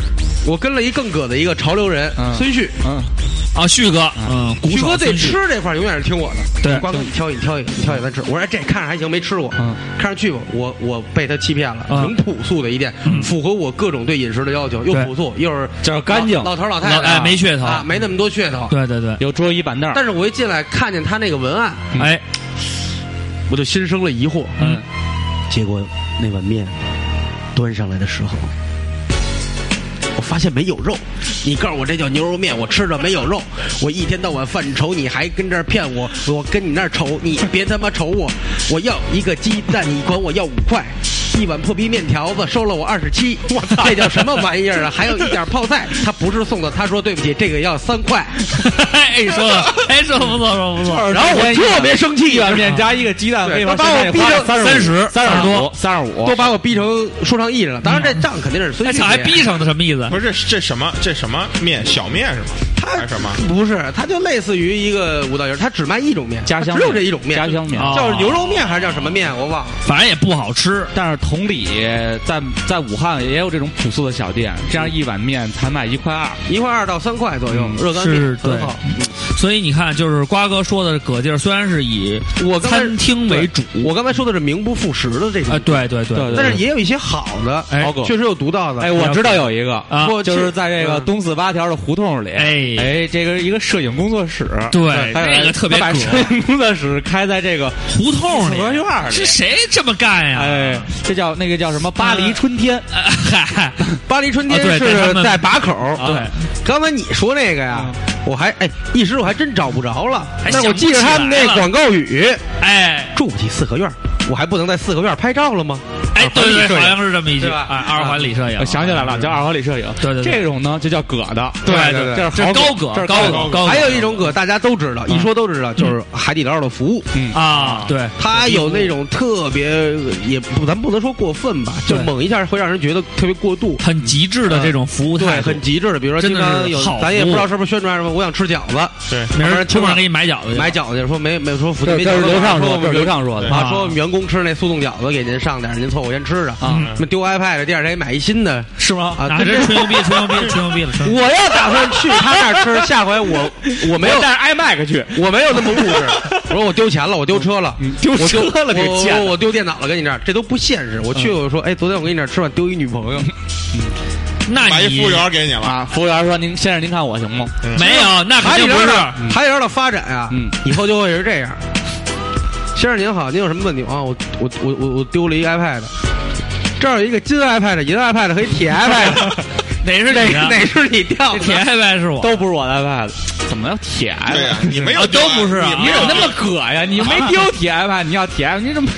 Speaker 2: 我跟了一更葛的一个潮流人、
Speaker 3: 嗯
Speaker 2: 孙旭，
Speaker 3: 嗯，
Speaker 1: 啊，旭哥，嗯，鼓
Speaker 2: 旭
Speaker 1: 手
Speaker 2: 哥对
Speaker 1: 孙旭
Speaker 2: 吃这块儿永远是听我的。
Speaker 1: 对
Speaker 2: 瓜哥你挑一，你挑一个，你挑一个咱吃。我说哎这看着还行，没吃过，
Speaker 3: 嗯
Speaker 2: 看上去吧，我我被他欺骗了。
Speaker 1: 嗯
Speaker 2: 很朴素的一店，符合我各种对饮食的要求，又
Speaker 1: 对
Speaker 2: 朴素又是
Speaker 3: 就是干净
Speaker 2: 老老头儿老太
Speaker 1: 老
Speaker 2: 太
Speaker 1: 哎
Speaker 2: 啊，
Speaker 1: 没噱头，
Speaker 2: 啊，没那么多噱头。
Speaker 1: 对对对，
Speaker 3: 有桌椅板凳儿，
Speaker 2: 但是我一进来看见他那个文案，
Speaker 1: 哎，
Speaker 2: 我就心生了疑惑。
Speaker 1: 嗯，
Speaker 2: 结果那碗面端上来的时候，我发现没有肉。你告诉我这叫牛肉面，我吃着没有肉。我一天到晚犯愁，你还跟这儿骗我，我跟你那儿愁，你别他妈愁我。我要一个鸡蛋，你管我要五块。一碗破皮面条子收了我二十七，我操，这叫什么玩意儿啊？还有一点泡菜，他不是送的，他说对不起，这个要三块。
Speaker 1: 哎，说的，哎，说得不错，说得不错，
Speaker 2: 然后我特别生气，
Speaker 3: 一碗面加一个鸡蛋，
Speaker 2: 对
Speaker 3: 可以吗
Speaker 2: 都把我逼成
Speaker 3: 三
Speaker 1: 30
Speaker 3: 三
Speaker 1: 30
Speaker 3: 十
Speaker 1: 多
Speaker 3: 多，三十五
Speaker 2: 都。把我逼成说唱艺人了。当然，这账肯定是孙
Speaker 1: 哎，
Speaker 2: 旭结。
Speaker 1: 操，还逼上的什么意思？
Speaker 4: 不是这这什么这什么面小面是吗？还
Speaker 2: 他
Speaker 4: 是什么？
Speaker 2: 不是，他就类似于一个五道营，他只卖一种面，
Speaker 3: 家乡
Speaker 2: 啊它只有这一种面，
Speaker 3: 家乡面
Speaker 1: 啊
Speaker 2: 叫牛肉面还是叫什么面？我忘了。
Speaker 1: 反正也不好吃，
Speaker 3: 但是同理，在在武汉也有这种朴素的小店，这样一碗面才卖一块二，
Speaker 2: 一块二到三块左右
Speaker 3: 嗯，
Speaker 2: 热干
Speaker 1: 是
Speaker 2: 面
Speaker 1: 对
Speaker 2: 很好。
Speaker 1: 所以你看，就是瓜哥说的葛地儿，虽然是以
Speaker 2: 我刚才
Speaker 1: 餐厅为主，
Speaker 2: 我刚才说的是名不副实的这
Speaker 1: 啊，
Speaker 2: 种，
Speaker 1: 对对对
Speaker 3: 对对
Speaker 2: 但是也有一些好的，哦
Speaker 1: 哎
Speaker 3: 好狗。哎
Speaker 2: 确实有独到的。
Speaker 3: 哎，我知道有一个
Speaker 1: 啊
Speaker 3: 就是在这个
Speaker 2: 嗯
Speaker 3: 东四八条的胡同里，
Speaker 1: 哎哎，
Speaker 3: 哎，这个是一个摄影工作室，
Speaker 1: 对
Speaker 3: 他
Speaker 1: 这个特别
Speaker 3: 他把
Speaker 1: 葛
Speaker 3: 摄影工作室开在这个
Speaker 1: 胡同
Speaker 3: 四合
Speaker 1: 里
Speaker 3: 院儿里
Speaker 1: 是，谁这么干呀？
Speaker 3: 哎，这叫那个叫什么巴黎春天，
Speaker 1: 呃嗨，
Speaker 2: 巴黎春天
Speaker 1: 啊对对他
Speaker 2: 是
Speaker 1: 们啊哎
Speaker 2: 在把口，
Speaker 1: 对，
Speaker 2: 刚才你说那个呀，我还哎一时我还真找不着了
Speaker 1: 还，
Speaker 2: 但
Speaker 1: 想
Speaker 2: 我
Speaker 1: 不
Speaker 2: 记着
Speaker 1: 起
Speaker 2: 他们
Speaker 1: 来
Speaker 2: 那
Speaker 1: 了
Speaker 2: 广告语，
Speaker 1: 哎
Speaker 2: 住不起四合院儿，我还不能在四合院儿拍照了吗？
Speaker 1: 哎，对对
Speaker 2: 环
Speaker 1: 对，好
Speaker 2: 里摄影
Speaker 1: 像是这么一句
Speaker 2: 对吧
Speaker 1: 哎，二环里摄影，
Speaker 3: 我啊想起来了，叫二环里摄影。
Speaker 1: 对对对
Speaker 3: 这种呢就叫葛的，
Speaker 2: 对
Speaker 1: 对对
Speaker 3: 这是
Speaker 1: 这
Speaker 3: 好
Speaker 1: 高葛
Speaker 3: 这是
Speaker 1: 高
Speaker 3: 高
Speaker 1: 葛
Speaker 3: 葛
Speaker 1: 高葛嗯
Speaker 2: 还有一种歌大家都知道，一说都知道，就是海底捞的服务，
Speaker 1: 啊，对，
Speaker 2: 它有那种特别也不咱不能说过分吧，就
Speaker 1: 对
Speaker 2: 猛一下会让人觉得特别过度。
Speaker 1: 很极致的这种服务
Speaker 2: 对，
Speaker 1: 态度，
Speaker 2: 很极致的，比如说
Speaker 1: 真
Speaker 2: 经
Speaker 1: 的
Speaker 2: 常
Speaker 1: 是
Speaker 2: 有
Speaker 1: 好，
Speaker 2: 咱
Speaker 1: 服
Speaker 2: 也不知
Speaker 1: 务
Speaker 2: 道是不是宣传什么，我想吃饺子，
Speaker 4: 对，
Speaker 1: 没
Speaker 2: 要
Speaker 1: 人
Speaker 2: 不然
Speaker 1: 出
Speaker 2: 出
Speaker 1: 门
Speaker 2: 门
Speaker 1: 给你买饺子去，
Speaker 2: 买饺子，说没没说福
Speaker 3: 这
Speaker 2: 没
Speaker 3: 这
Speaker 2: 饺
Speaker 3: 是
Speaker 2: 子
Speaker 3: 刘畅
Speaker 2: 说
Speaker 3: 说
Speaker 2: 我
Speaker 3: 的，这
Speaker 2: 们
Speaker 3: 是刘畅说的
Speaker 4: 对
Speaker 1: 啊
Speaker 2: 啊，说我们员工吃那速冻饺子，给您上点儿，您凑合先吃着
Speaker 3: 啊，
Speaker 2: 什么丢 iPad，第二天买一新的。
Speaker 3: 是吗？
Speaker 2: 啊
Speaker 1: 啊，这吹牛逼，吹牛逼，吹牛逼了，吹牛逼
Speaker 2: 我要打算去他那儿吃，下回我我没有
Speaker 3: 我带着 iMac 去，
Speaker 2: 我没有那么物质。我说我丢钱了，我丢车了，
Speaker 3: 丢
Speaker 2: 我
Speaker 3: 嗯车
Speaker 2: 丢
Speaker 3: 了，这嗯
Speaker 2: 我
Speaker 3: 贱
Speaker 2: 我我丢电脑了，跟你这儿，这都不现实。我去，我说，哎，昨天我跟你这儿吃饭丢一女朋友，
Speaker 1: 那
Speaker 4: 把一
Speaker 1: 你
Speaker 4: 服务员给你了，
Speaker 3: 啊！服务员说：“您先生，您看我行吗
Speaker 1: 没有，那肯
Speaker 2: 海底
Speaker 1: 定不
Speaker 2: 捞
Speaker 1: 是。
Speaker 2: 的海底捞的发展啊
Speaker 3: 嗯，
Speaker 2: 以后就会是这样。先生您好，您有什么问题啊？我我我我我丢了一个 iPad，这儿有一个金 iPad、银 iPad 和一铁 iPad，
Speaker 1: 哪是
Speaker 2: 哪
Speaker 1: 你的？
Speaker 2: 哪是你掉的？
Speaker 1: 铁呗是？”我。
Speaker 3: 都不是我的 iPad，怎么要铁
Speaker 4: 对
Speaker 3: iPad？
Speaker 4: 呀，你没
Speaker 1: 啊
Speaker 4: 有
Speaker 1: 都不是啊
Speaker 4: 你
Speaker 3: 你
Speaker 4: 没
Speaker 3: 怎
Speaker 4: 有
Speaker 3: 么那么葛呀？你没丢铁 iPad，你 要铁 iPad，你怎么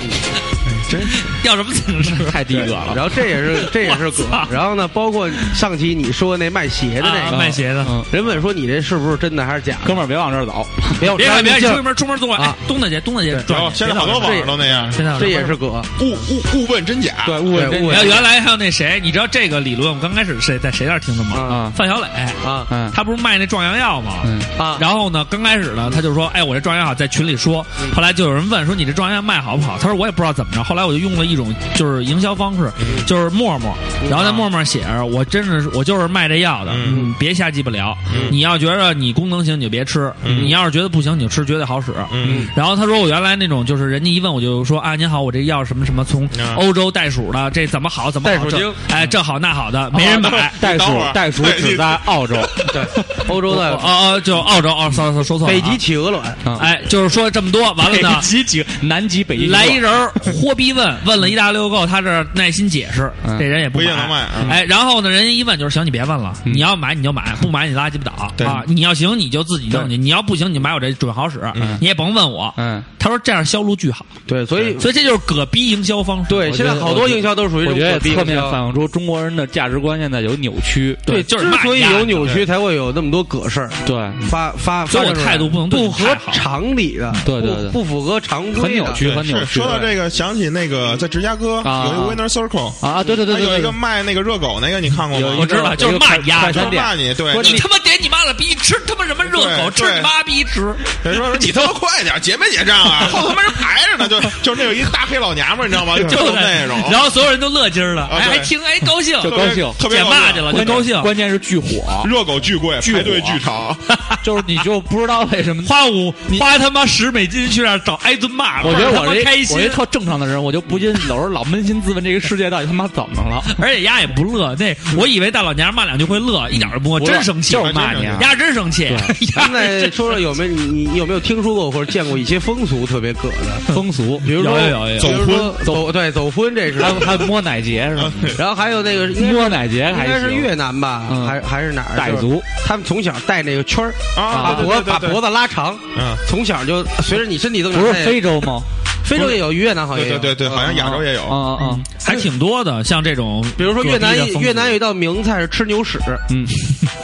Speaker 1: 要什么姿 势？
Speaker 3: 太低葛了？
Speaker 2: 然后这也是这也是葛
Speaker 1: 我操，
Speaker 2: 然后呢，包括上期你说那卖鞋的那
Speaker 1: 啊
Speaker 2: 个，
Speaker 1: 卖鞋的
Speaker 3: 嗯
Speaker 2: 人问说你这是不是真的还是假的？
Speaker 3: 哥们儿别往这儿走，
Speaker 2: 别
Speaker 1: 别看别看，
Speaker 2: 这
Speaker 1: 出门出门左拐，哎
Speaker 2: 啊
Speaker 1: 东大姐东大姐
Speaker 4: 然后
Speaker 1: 转，
Speaker 4: 现在好多网上都那样，
Speaker 1: 现在
Speaker 2: 这也是葛，
Speaker 4: 误误误问真假，
Speaker 3: 啊对，误会
Speaker 2: 对
Speaker 3: 真
Speaker 2: 误
Speaker 1: 然
Speaker 2: 会
Speaker 1: 后原来还有那谁，你知道这个理论，我刚开始谁在谁那儿听的吗？
Speaker 2: 啊
Speaker 3: 啊
Speaker 1: 范小磊，
Speaker 2: 啊
Speaker 3: 嗯
Speaker 1: 他不是卖那壮阳药吗？
Speaker 3: 嗯
Speaker 2: 啊！
Speaker 1: 然后呢，刚开始呢，他就说：“哎，我这壮阳药好在群里说。”后来就有人问说：“你这壮阳药卖好不好？”他说：“我也不知道怎么着。”后来我就用了一种就是营销方式，就是陌陌，然后在陌陌写着：“我真是我就是卖这药的，
Speaker 4: 嗯
Speaker 1: 你别瞎鸡巴聊。
Speaker 4: 嗯
Speaker 1: 你要觉着你功能行，你就别吃；
Speaker 4: 嗯
Speaker 1: 你要是觉得不行，你就吃，绝对好使。”
Speaker 4: 嗯，
Speaker 1: 然后他说我原来那种就是人家一问我就说啊您好我这药什么什么从
Speaker 4: 嗯
Speaker 1: 欧洲袋鼠的这怎么好怎么好
Speaker 2: 袋鼠
Speaker 1: 这
Speaker 2: 精
Speaker 1: 哎这好那好的没人 买
Speaker 3: 袋鼠
Speaker 4: 等会儿
Speaker 3: 袋鼠
Speaker 4: 对
Speaker 3: 只在澳洲，
Speaker 2: 对， 欧洲
Speaker 1: 哦
Speaker 2: 的
Speaker 1: 哦就澳洲哦，sorry sorry 说错了啊
Speaker 2: 北极企鹅卵，
Speaker 3: 嗯哎
Speaker 1: 哎就是说这么多完 了呢
Speaker 3: 北极几个南极北极
Speaker 1: 来一人儿豁逼问问了一大溜够他这儿耐心解释
Speaker 3: 嗯
Speaker 1: 这人也不
Speaker 4: 不一定能卖嗯
Speaker 1: 哎然后呢人家一问就是行你别问了
Speaker 3: 嗯
Speaker 1: 你要买你就买不买你拉鸡巴倒
Speaker 4: 对
Speaker 1: 啊你要行你就自己弄去你要不行你就买我这准好使你也甭问我
Speaker 3: 嗯，
Speaker 1: 他说这样销路巨好。
Speaker 2: 对，所以
Speaker 1: 所以这就是葛逼营销方式。
Speaker 2: 对，
Speaker 3: 我
Speaker 2: 现在
Speaker 3: 觉得
Speaker 2: 好多营销都是属于
Speaker 3: 我觉
Speaker 2: 这
Speaker 3: 得
Speaker 2: 种
Speaker 3: 侧
Speaker 2: 葛逼
Speaker 3: 面
Speaker 2: 营销。
Speaker 3: 反映出中国人的价值观现在有扭曲，
Speaker 1: 对就是
Speaker 2: 之
Speaker 1: 骂
Speaker 2: 所以
Speaker 1: 呀
Speaker 2: 有扭曲，才会有那么多葛事儿，
Speaker 3: 对，
Speaker 2: 发发
Speaker 1: 所
Speaker 2: 发
Speaker 1: 以我
Speaker 2: 展出来
Speaker 1: 态度不能对
Speaker 2: 不
Speaker 1: 你
Speaker 2: 合
Speaker 1: 太好
Speaker 2: 常理的，
Speaker 3: 嗯对对对
Speaker 2: 不不符合常规的，
Speaker 3: 很扭曲，
Speaker 4: 对
Speaker 3: 很扭
Speaker 4: 是
Speaker 3: 曲。
Speaker 4: 说到这个，想起那个在芝加哥有一
Speaker 3: 啊
Speaker 4: 个 Winner Circle，
Speaker 3: 啊，对对对
Speaker 4: 他
Speaker 3: 对
Speaker 4: 有
Speaker 3: 对
Speaker 4: 一个
Speaker 3: 对，
Speaker 4: 卖那个热狗那个，你看过
Speaker 3: 有一
Speaker 4: 吗？
Speaker 3: 个
Speaker 1: 我知道就是骂你啊
Speaker 3: 快餐
Speaker 4: 就
Speaker 3: 店
Speaker 4: 骂你，对，
Speaker 1: 你他妈点你妈了逼，吃他妈什么热狗，
Speaker 4: 对
Speaker 1: 吃你妈逼吃。
Speaker 4: 人说你他妈快点，结没结账啊？后他妈人排着呢，就就那有一大黑老娘们儿，你知道吗？就
Speaker 1: 就
Speaker 4: 嗯那种，
Speaker 1: 然后所有人都乐劲儿了，
Speaker 4: 啊
Speaker 1: 哎，
Speaker 4: 对
Speaker 1: 还听，哎，高兴，
Speaker 4: 特
Speaker 3: 就
Speaker 4: 别
Speaker 3: 高兴
Speaker 4: 特别
Speaker 1: 解
Speaker 4: 高兴
Speaker 1: 骂去了，就
Speaker 3: 关键
Speaker 1: 高兴。
Speaker 3: 关键是巨火，
Speaker 4: 热狗巨贵，
Speaker 3: 巨火
Speaker 4: 排队巨长，
Speaker 3: 就是你就不知道为什么。
Speaker 1: 花五花他妈十美金去那儿找挨顿骂，
Speaker 3: 我觉得
Speaker 1: 倍儿
Speaker 3: 我
Speaker 1: 他妈
Speaker 3: 这
Speaker 1: 开
Speaker 3: 我这
Speaker 1: 心，
Speaker 3: 特正常的人，我就不禁有时候老扪心自问，这个世界到底他妈怎么 了？
Speaker 1: 而且丫也不乐。那我以为大老娘骂两句会乐，一点都不乐，
Speaker 3: 不乐
Speaker 1: 真生气，
Speaker 3: 就是
Speaker 4: 骂你啊
Speaker 1: 丫真生气，
Speaker 2: 咱
Speaker 1: 丫
Speaker 2: 再
Speaker 1: 真
Speaker 2: 说说有没有你你有没有听说过或者见过一些风俗特别葛的？
Speaker 3: 风俗，
Speaker 2: 比如说
Speaker 1: 有有有有
Speaker 2: 比如说
Speaker 3: 走
Speaker 2: 走对走婚这是
Speaker 3: 还，有还有摸奶节 是吧？
Speaker 2: 然后还有那个应该是
Speaker 3: 摸奶节
Speaker 2: 应
Speaker 3: 还
Speaker 2: 该是
Speaker 3: 行
Speaker 2: 越南吧，
Speaker 3: 嗯
Speaker 2: 还还是哪儿？
Speaker 3: 傣
Speaker 2: 就是
Speaker 3: 族，
Speaker 2: 他们从小戴那个圈儿，把
Speaker 4: 啊，对
Speaker 2: 脖子
Speaker 4: 对
Speaker 2: 把
Speaker 4: 对对
Speaker 2: 脖子拉长，
Speaker 4: 嗯，
Speaker 2: 从小就随着你身体增长。
Speaker 3: 不是
Speaker 2: 那
Speaker 3: 非洲吗？
Speaker 2: 非洲也有，越南好像
Speaker 4: 对
Speaker 2: 也有嗯
Speaker 4: 对对对，好像亚洲也有，
Speaker 3: 啊啊
Speaker 2: 哦
Speaker 3: 啊！
Speaker 1: 还挺多的，像这种
Speaker 2: 比如说越南
Speaker 1: 各地的风
Speaker 2: 越南有
Speaker 1: 俗
Speaker 2: 一道名菜是吃牛屎，
Speaker 3: 嗯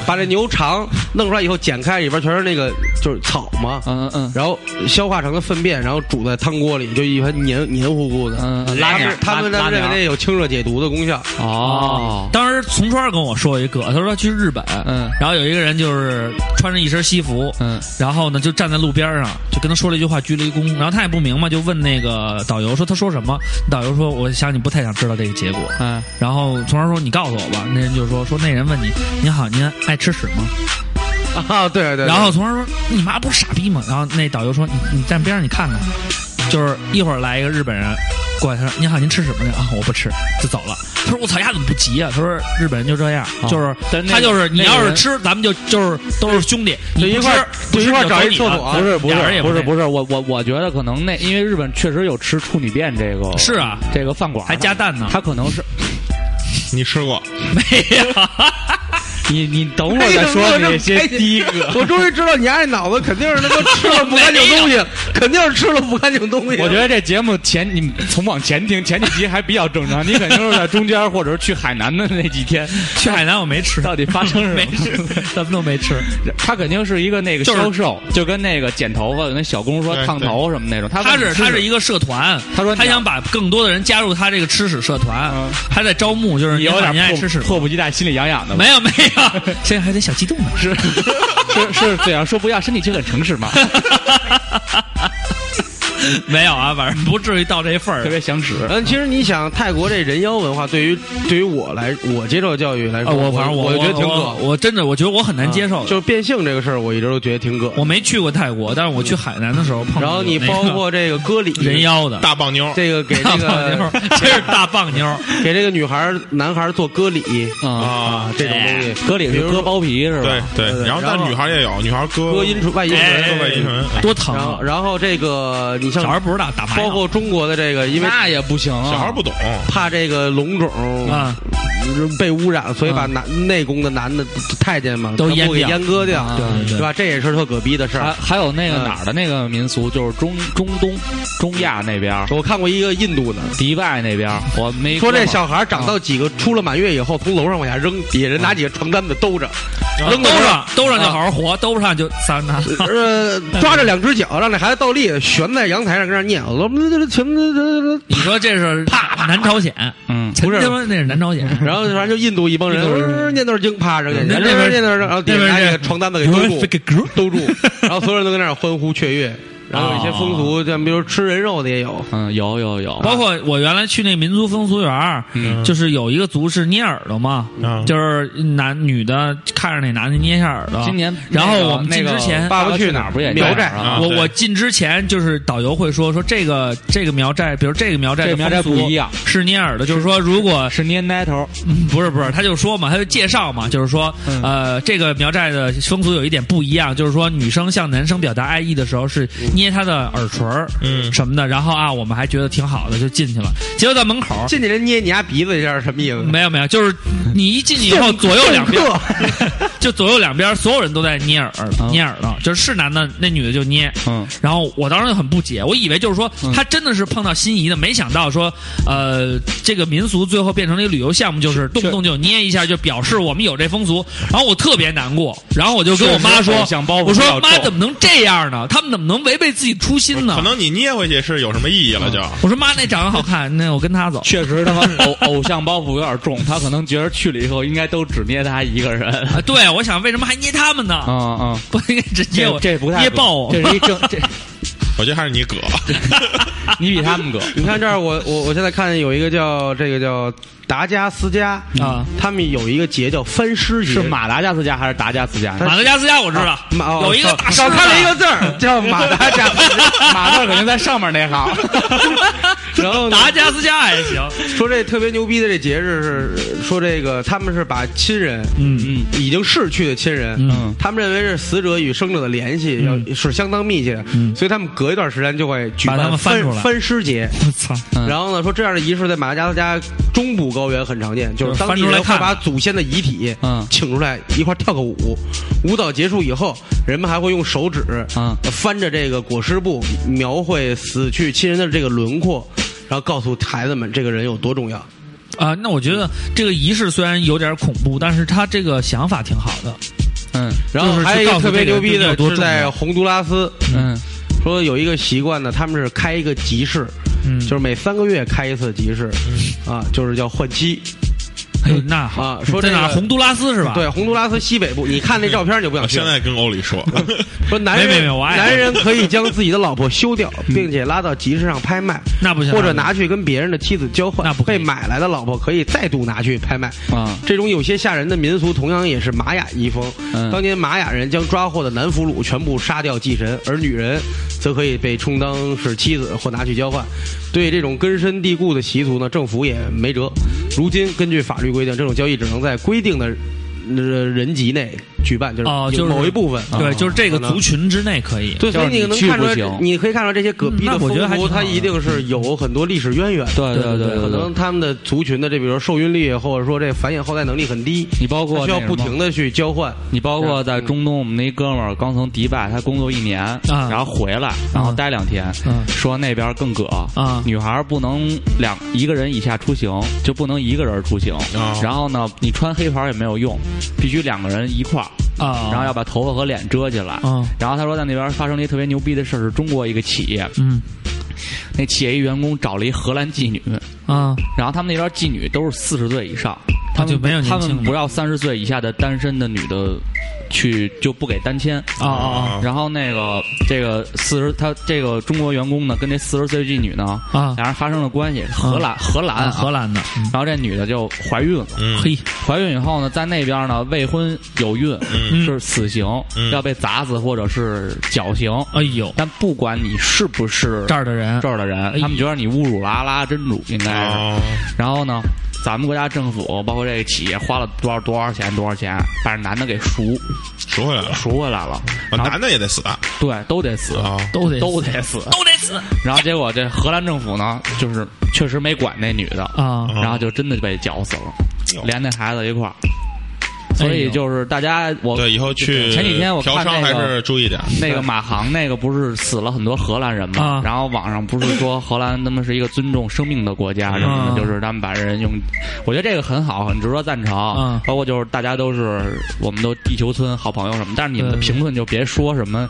Speaker 2: 把这牛肠弄出来以后剪开，里边全是那个就是草嘛，
Speaker 3: 嗯嗯
Speaker 2: 然后消化成了粪便，然后煮在汤锅里，就一盆黏黏糊糊的。
Speaker 3: 嗯嗯，
Speaker 2: 他
Speaker 3: 拉
Speaker 2: 们他们他们认为那有清热解毒的功效。
Speaker 3: 哦，
Speaker 1: 当时从川儿跟我说一个，他说他去日本，
Speaker 3: 嗯
Speaker 1: 然后有一个人就是穿着一身西服，
Speaker 3: 嗯
Speaker 1: 然后呢就站在路边上，就跟他说了一句话，鞠了一躬，然后他也不明白，就问那个导游说他说什么，导游说我想你不太想知道这个结果，
Speaker 3: 嗯，
Speaker 1: 然后从川儿说你告诉我吧，那人就说说那人问你您好您爱吃屎吗？
Speaker 2: 啊，对对对。
Speaker 1: 然后从川儿说你妈不是傻逼吗？然后那导游说你你站边上你看看，就是一会儿来一个日本人过来，他说您好您吃屎吗？啊我不吃就走了。他说我操，丫怎么不急啊？他说日本人就这样，就是
Speaker 3: 但那
Speaker 1: 他
Speaker 3: 个
Speaker 1: 就是你
Speaker 3: 那个
Speaker 1: 要是
Speaker 3: 人
Speaker 1: 吃，咱们就就是都是兄弟，
Speaker 2: 就
Speaker 1: 你
Speaker 2: 一
Speaker 1: 不
Speaker 2: 块儿
Speaker 1: 吃不
Speaker 2: 就
Speaker 1: 吃
Speaker 2: 一块儿
Speaker 1: 你
Speaker 2: 找
Speaker 1: 走
Speaker 2: 一
Speaker 1: 你
Speaker 2: 厕
Speaker 1: 的
Speaker 2: 所
Speaker 1: 啊
Speaker 2: 不
Speaker 3: 是不
Speaker 1: 俩人
Speaker 3: 是
Speaker 1: 也
Speaker 3: 不
Speaker 1: 是
Speaker 3: 是不是我我我觉得可能那因为日本确实有吃处女便这个
Speaker 1: 是啊
Speaker 3: 这个饭馆
Speaker 1: 还加蛋呢，
Speaker 3: 他可能是
Speaker 4: 你吃过？
Speaker 1: 嗯没有。
Speaker 3: 你你等
Speaker 2: 哎
Speaker 3: 会儿再说你这第一个。
Speaker 2: 我终于知道你爱脑子肯定是他妈吃了不干净东西，肯定是吃了不干净东西。
Speaker 3: 我觉得这节目前你们从往前听前几集还比较正常，你肯定是在中间或者是去海南的那几天，
Speaker 1: 去海南我没吃，
Speaker 3: 到底发生什 么
Speaker 1: 没吃， 咱们都没吃。
Speaker 3: 他肯定是一个那个
Speaker 1: 就是
Speaker 3: 销售，就跟那个剪头发，跟小工说
Speaker 4: 对
Speaker 3: 烫头什么那种。他
Speaker 1: 他
Speaker 3: 问你
Speaker 1: 是
Speaker 3: 吃
Speaker 1: 他
Speaker 3: 什
Speaker 1: 是
Speaker 3: 么
Speaker 1: 一个社团，
Speaker 3: 他说你
Speaker 1: 他想把更多的人加入他这个吃屎社团
Speaker 3: 嗯，
Speaker 1: 他在招募，就是
Speaker 3: 你
Speaker 1: 您
Speaker 3: 有
Speaker 1: 好
Speaker 3: 点
Speaker 1: 您爱吃
Speaker 3: 迫
Speaker 1: 屎吗，
Speaker 3: 迫不及待，心里痒痒的吧。
Speaker 1: 没有没有，现在还得小激动呢。
Speaker 3: 是是是这样说不要，身体就很诚实 嘛，
Speaker 1: 没有啊，反正不至于到这份儿
Speaker 3: 特。别想使。
Speaker 2: 嗯，其实你想，泰国这人妖文化对于对于我来，我接受教育来
Speaker 1: 啊，
Speaker 2: 说，
Speaker 1: 我反正
Speaker 2: 我
Speaker 1: 我
Speaker 2: 觉得挺
Speaker 1: 我
Speaker 2: 可，嗯
Speaker 1: 我真的我觉得我很难接受的。
Speaker 2: 就是变性这个事儿，我一直都觉得挺可。
Speaker 1: 我没去过泰国，但是我去海南的时候碰到
Speaker 2: 然后你
Speaker 1: 有那个
Speaker 2: 包括这个割礼
Speaker 1: 人妖的
Speaker 4: 大棒妞
Speaker 2: 这个给这
Speaker 1: 大棒 妞
Speaker 2: 个
Speaker 1: 儿，这是大棒妞儿，
Speaker 2: 给这个女孩儿男孩儿做割礼
Speaker 3: 啊，
Speaker 4: 啊，
Speaker 2: 这种
Speaker 1: 哎
Speaker 2: 东西，
Speaker 3: 割里
Speaker 2: 比
Speaker 3: 是
Speaker 2: 如
Speaker 3: 割
Speaker 2: 说
Speaker 3: 包皮是吧？
Speaker 4: 对
Speaker 2: 对
Speaker 4: 对。然后
Speaker 2: 然后
Speaker 4: 但女孩也有，女孩割
Speaker 2: 割阴唇、外阴
Speaker 1: 哎
Speaker 4: 割外阴
Speaker 2: 唇，
Speaker 4: 唇，
Speaker 1: 多疼
Speaker 2: 然
Speaker 1: 啊
Speaker 2: 后！然后这个你像
Speaker 1: 小孩不知道打麻
Speaker 2: 包
Speaker 1: 药
Speaker 2: 括中国的这个，因为
Speaker 3: 那也不行啊，
Speaker 4: 小孩不懂，
Speaker 2: 怕这个龙种
Speaker 1: 啊，
Speaker 2: 被污染，所以把男内宫的男的太监嘛
Speaker 1: 都
Speaker 2: 全部给
Speaker 1: 阉掉
Speaker 2: 阉割掉
Speaker 3: 啊，
Speaker 1: 对对啊
Speaker 2: 是吧？这也是特可逼的事
Speaker 3: 还
Speaker 2: 儿。
Speaker 3: 还有那个
Speaker 2: 嗯
Speaker 3: 哪儿的那个民俗，就是中中东、中亚那边儿，
Speaker 2: 我看过一个印度的，
Speaker 3: 迪拜那边儿，我没
Speaker 2: 说这
Speaker 3: 过嘛
Speaker 2: 小孩长到几个出了满月以后，从楼上往下扔，底下人拿几个床单子兜着，
Speaker 1: 啊
Speaker 2: 扔
Speaker 1: 兜
Speaker 2: 到这儿
Speaker 1: 上兜上就好好活，兜不上就三拿。
Speaker 2: 呃，抓着两只脚，让那孩子倒立，悬在阳台上，跟那儿念，我们这这什么这这
Speaker 1: 你说这是啪南朝鲜？
Speaker 3: 嗯，
Speaker 1: 不
Speaker 2: 是
Speaker 1: 他妈那是南朝鲜。
Speaker 2: 这，然后反正就印度一帮人，呃念叨经，啪扔下去，
Speaker 1: 那
Speaker 2: 那
Speaker 1: 边
Speaker 2: 边念叨，然后底下拿一个床单子给兜住，兜住，然后所有人都跟那儿欢呼雀跃，然后有一些风俗，像比如吃人肉的也有，
Speaker 3: 嗯，有有有，
Speaker 1: 包括我原来去那民族风俗园儿，
Speaker 4: 嗯
Speaker 1: 就是有一个族是捏耳朵嘛，
Speaker 4: 嗯
Speaker 1: 就是男女的看着哪男的捏一下耳朵。
Speaker 3: 今年
Speaker 1: 然后
Speaker 3: 那个
Speaker 1: 我们进
Speaker 3: 那个
Speaker 1: 之前
Speaker 2: 爸爸去
Speaker 3: 哪儿不也
Speaker 2: 苗
Speaker 3: 这样
Speaker 2: 寨
Speaker 3: 啊？
Speaker 4: 啊
Speaker 1: 我
Speaker 4: 对
Speaker 1: 我进之前就是导游会说说这个这个苗寨，比如这个苗寨
Speaker 3: 这
Speaker 1: 的
Speaker 3: 个苗寨
Speaker 1: 风俗
Speaker 3: 不一样
Speaker 1: 是捏耳的，就是说如果
Speaker 3: 是捏奶头，
Speaker 1: 嗯不是不是，他就说嘛，他就介绍嘛，就是说
Speaker 3: 嗯
Speaker 1: 呃这个苗寨的风俗有一点不一样，就是说女生向男生表达爱意的时候是捏他的耳垂儿
Speaker 4: 嗯
Speaker 1: 什么的，然后啊我们还觉得挺好的就进去了，结果在门口。
Speaker 2: 进去人捏你家鼻子一下是什么意思？
Speaker 1: 没有没有，就是你一进去以 后，左右两边
Speaker 2: 送客
Speaker 1: 就左右两边所有人都在捏耳
Speaker 3: 嗯
Speaker 1: 捏耳朵，就是是男的那女的就捏，
Speaker 3: 嗯，
Speaker 1: 然后我当时就很不解，我以为就是说
Speaker 3: 嗯
Speaker 1: 他真的是碰到心仪的，没想到说，呃，这个民俗最后变成了一个旅游项目，就是动不动就捏一下，就表示我们有这风俗。然后我特别难过，然后我就跟我妈说
Speaker 3: 确实偶像包袱：“
Speaker 1: 我
Speaker 3: 比较
Speaker 1: 说
Speaker 3: 重
Speaker 1: 妈怎么能这样呢？他们怎么能违背自己初心呢
Speaker 4: 可？”能你捏回去是有什么意义了就。
Speaker 1: 我说妈，那长得好看，那我跟他走。
Speaker 3: 确实他妈偶偶像包袱有点重，他可能觉得去了以后应该都只捏他一个人，
Speaker 1: 啊，对，我想为什么还捏他们呢？
Speaker 3: 嗯嗯，
Speaker 1: 不应该直接
Speaker 3: 这
Speaker 1: 我
Speaker 3: 这不太
Speaker 1: 捏
Speaker 3: 对
Speaker 1: 爆我。
Speaker 3: 这是一正，这
Speaker 4: 我觉得还是你葛，
Speaker 3: 你比他们 哥，
Speaker 2: 你看这儿，我我我现在看有一个叫这个叫达加斯加
Speaker 1: 啊，
Speaker 2: 他们有一个节叫翻尸节，
Speaker 3: 是马达加斯加还是达加斯加？
Speaker 1: 马达加斯加我知道，
Speaker 2: 马哦
Speaker 1: 有一个大狮
Speaker 2: 少
Speaker 1: 子
Speaker 2: 看了一个字儿叫马达加斯加。
Speaker 3: 马字儿肯定在上面那 行，
Speaker 2: 然后呢
Speaker 1: 达加斯加还 行，
Speaker 2: 说这特别牛逼的这节日是说这个他们是把亲人
Speaker 1: 嗯
Speaker 2: 已经逝去的亲人，
Speaker 1: 嗯
Speaker 2: 他们认为是死者与生者的联系要
Speaker 1: 嗯
Speaker 2: 是相当密切的，
Speaker 1: 嗯
Speaker 2: 所以他们隔一段时间就会举
Speaker 1: 把他
Speaker 2: 办
Speaker 1: 们翻
Speaker 2: 翻
Speaker 1: 出来
Speaker 2: 翻尸节。
Speaker 1: 我操，
Speaker 3: 嗯
Speaker 2: 然后呢，说这样的仪式在马达加斯加中部高原很常见，就是当
Speaker 1: 嗯
Speaker 2: 地
Speaker 1: 翻出来
Speaker 2: 人
Speaker 1: 看
Speaker 2: 会把祖先的遗体
Speaker 3: 嗯
Speaker 2: 请出来一块儿跳个舞，舞蹈结束以后，人们还会用手指
Speaker 3: 嗯
Speaker 2: 翻着这个裹尸布描绘死去亲人的这个轮廓，然后告诉孩子们这个人有多重要。
Speaker 1: 啊、那我觉得这个仪式虽然有点恐怖，但是他这个想法挺好的。
Speaker 3: 嗯
Speaker 2: 然后
Speaker 1: 就是
Speaker 2: 还有一
Speaker 1: 告
Speaker 2: 个
Speaker 1: 诉
Speaker 2: 特别
Speaker 1: 这个
Speaker 2: 牛逼
Speaker 1: 人有
Speaker 2: 的
Speaker 1: 多
Speaker 2: 是
Speaker 1: 重
Speaker 2: 在
Speaker 1: 要
Speaker 2: 洪都拉斯，
Speaker 3: 嗯
Speaker 2: 说有一个习惯呢，他们是开一个集市，
Speaker 1: 嗯，
Speaker 2: 就是每三个月开一次集市，啊，就是叫换妻。
Speaker 1: 哎呦，那好
Speaker 2: 啊说
Speaker 1: 在
Speaker 2: 这个
Speaker 1: 哪儿？洪都拉斯是吧？
Speaker 2: 对，，洪都拉斯西北部，你看那照片你就不想
Speaker 4: 我
Speaker 2: 去
Speaker 4: 啊现
Speaker 2: 了。
Speaker 4: 在跟欧 里说，
Speaker 2: 说男人
Speaker 1: 没没没我爱嗯
Speaker 2: 男人可以将自己的老婆休掉，并且拉到集市上拍卖，
Speaker 1: 那不行，
Speaker 2: 或者
Speaker 1: 那不行
Speaker 2: 拿去跟别人的妻子交换
Speaker 1: 那。不可以
Speaker 2: 被买来的老婆可以再度拿去拍卖。
Speaker 3: 啊，
Speaker 2: 这种有些吓人的民俗，同样也是玛雅遗风。
Speaker 3: 嗯
Speaker 2: 当年玛雅人将抓获的男俘虏全部杀掉祭神，而女人则可以被充当是妻子或拿去交换。对这种根深蒂固的习俗呢，政府也没辙。如今根据法律规定，这种交易只能在规定的呃人级内举办，就是
Speaker 1: 哦就是
Speaker 2: 某一部分。啊
Speaker 1: 对，就是这个
Speaker 2: 可能
Speaker 1: 族群之内可以。
Speaker 2: 对，所以
Speaker 3: 就是你
Speaker 2: 能
Speaker 3: 去
Speaker 2: 看出
Speaker 3: 不
Speaker 2: 来
Speaker 3: 行，
Speaker 2: 你可以看出来这些戈壁
Speaker 1: 嗯
Speaker 2: 的
Speaker 1: 那我觉得还
Speaker 2: 风俗，
Speaker 1: 挺好
Speaker 2: 它
Speaker 1: 的
Speaker 2: 一定是有很多历史渊源的。
Speaker 3: 对对对
Speaker 2: 可
Speaker 3: 对对
Speaker 2: 能，他们的族群的这，比如说受孕率，或者说这繁衍后代能力很低，
Speaker 3: 你包括
Speaker 2: 它需要
Speaker 3: 那什
Speaker 2: 不
Speaker 3: 么
Speaker 2: 停的去交换。
Speaker 3: 你包括在中东，我们那哥们儿刚从迪拜，他工作一年，
Speaker 1: 啊
Speaker 3: 然后回来，然后待两天，
Speaker 1: 嗯
Speaker 3: 说那边更葛，
Speaker 1: 啊
Speaker 3: 女孩不能两一个人以下出行，就不能一个人出行。
Speaker 1: 啊
Speaker 4: 哦
Speaker 3: 然后呢，你穿黑袍也没有用，必须两个人一块儿。
Speaker 1: 啊，
Speaker 3: 然后要把头发和脸遮起来。
Speaker 1: 嗯
Speaker 3: 然后他说在那边发生了一特别牛逼的事儿，是中国一个企业，
Speaker 1: 嗯
Speaker 3: 那企业一员工找了一荷兰妓女，
Speaker 1: 啊，
Speaker 3: 然后他们那边妓女都是四十岁以上，他
Speaker 1: 他啊
Speaker 3: 们
Speaker 1: 就没有
Speaker 3: 他
Speaker 1: 年轻
Speaker 3: 们
Speaker 1: 的
Speaker 3: 不要三十岁以下的单身的女的去就不给单签。
Speaker 1: 啊啊
Speaker 3: 然后那个这个四十，他这个中国员工呢，跟这四十岁妓女呢，
Speaker 1: 啊啊
Speaker 3: 俩人发生了关系。荷兰，荷兰啊，
Speaker 1: 啊，荷兰的，嗯
Speaker 3: 然后这女的就怀孕了，
Speaker 4: 嗯
Speaker 1: 嘿，
Speaker 3: 怀孕以后呢，在那边呢，未婚有孕、
Speaker 1: 嗯
Speaker 3: 是死刑，
Speaker 4: 嗯
Speaker 3: 要被砸死或者是绞刑。
Speaker 1: 哎呦，
Speaker 3: 但不管你是不是
Speaker 1: 这儿的哎人
Speaker 3: 这儿的人，
Speaker 1: 呦
Speaker 3: 他们觉得你侮辱了阿拉真主，应
Speaker 1: 哎
Speaker 3: 该是。
Speaker 4: 哦，
Speaker 3: 然后呢，咱们国家政府包括这个企业花了多少多少钱多少钱，把这男的给赎
Speaker 4: 说回来了，
Speaker 3: 赎回来了，
Speaker 4: 啊
Speaker 3: 然后
Speaker 4: 男的也得死啊，
Speaker 3: 对都得死，
Speaker 1: 都得
Speaker 3: 都得死，
Speaker 1: 都得死啊
Speaker 3: 然后结果这荷兰政府呢，就是确实没管那女的，
Speaker 1: 啊
Speaker 4: 嗯
Speaker 3: 然后就真的被绞死了，
Speaker 4: 哟
Speaker 3: 连那孩子一块儿。所
Speaker 1: 哎
Speaker 3: 以
Speaker 1: 呦
Speaker 3: 就是大家，我
Speaker 4: 哦对，以后去
Speaker 3: 前几天我
Speaker 4: 嫖
Speaker 3: 看
Speaker 4: 娼
Speaker 3: 那
Speaker 4: 还
Speaker 3: 个
Speaker 4: 是注意点。
Speaker 3: 那个马航那个不是死了很多荷兰人嘛
Speaker 1: 啊？
Speaker 3: 然后网上不是说荷兰他们是一个尊重生命的国家什么
Speaker 1: 啊
Speaker 3: 的，就是他们把人用，我觉得这个很好，很值得赞成
Speaker 1: 啊。
Speaker 3: 包括就是大家都是我们都地球村好朋友什么，但是你们的
Speaker 1: 对
Speaker 3: 评论就别说什么，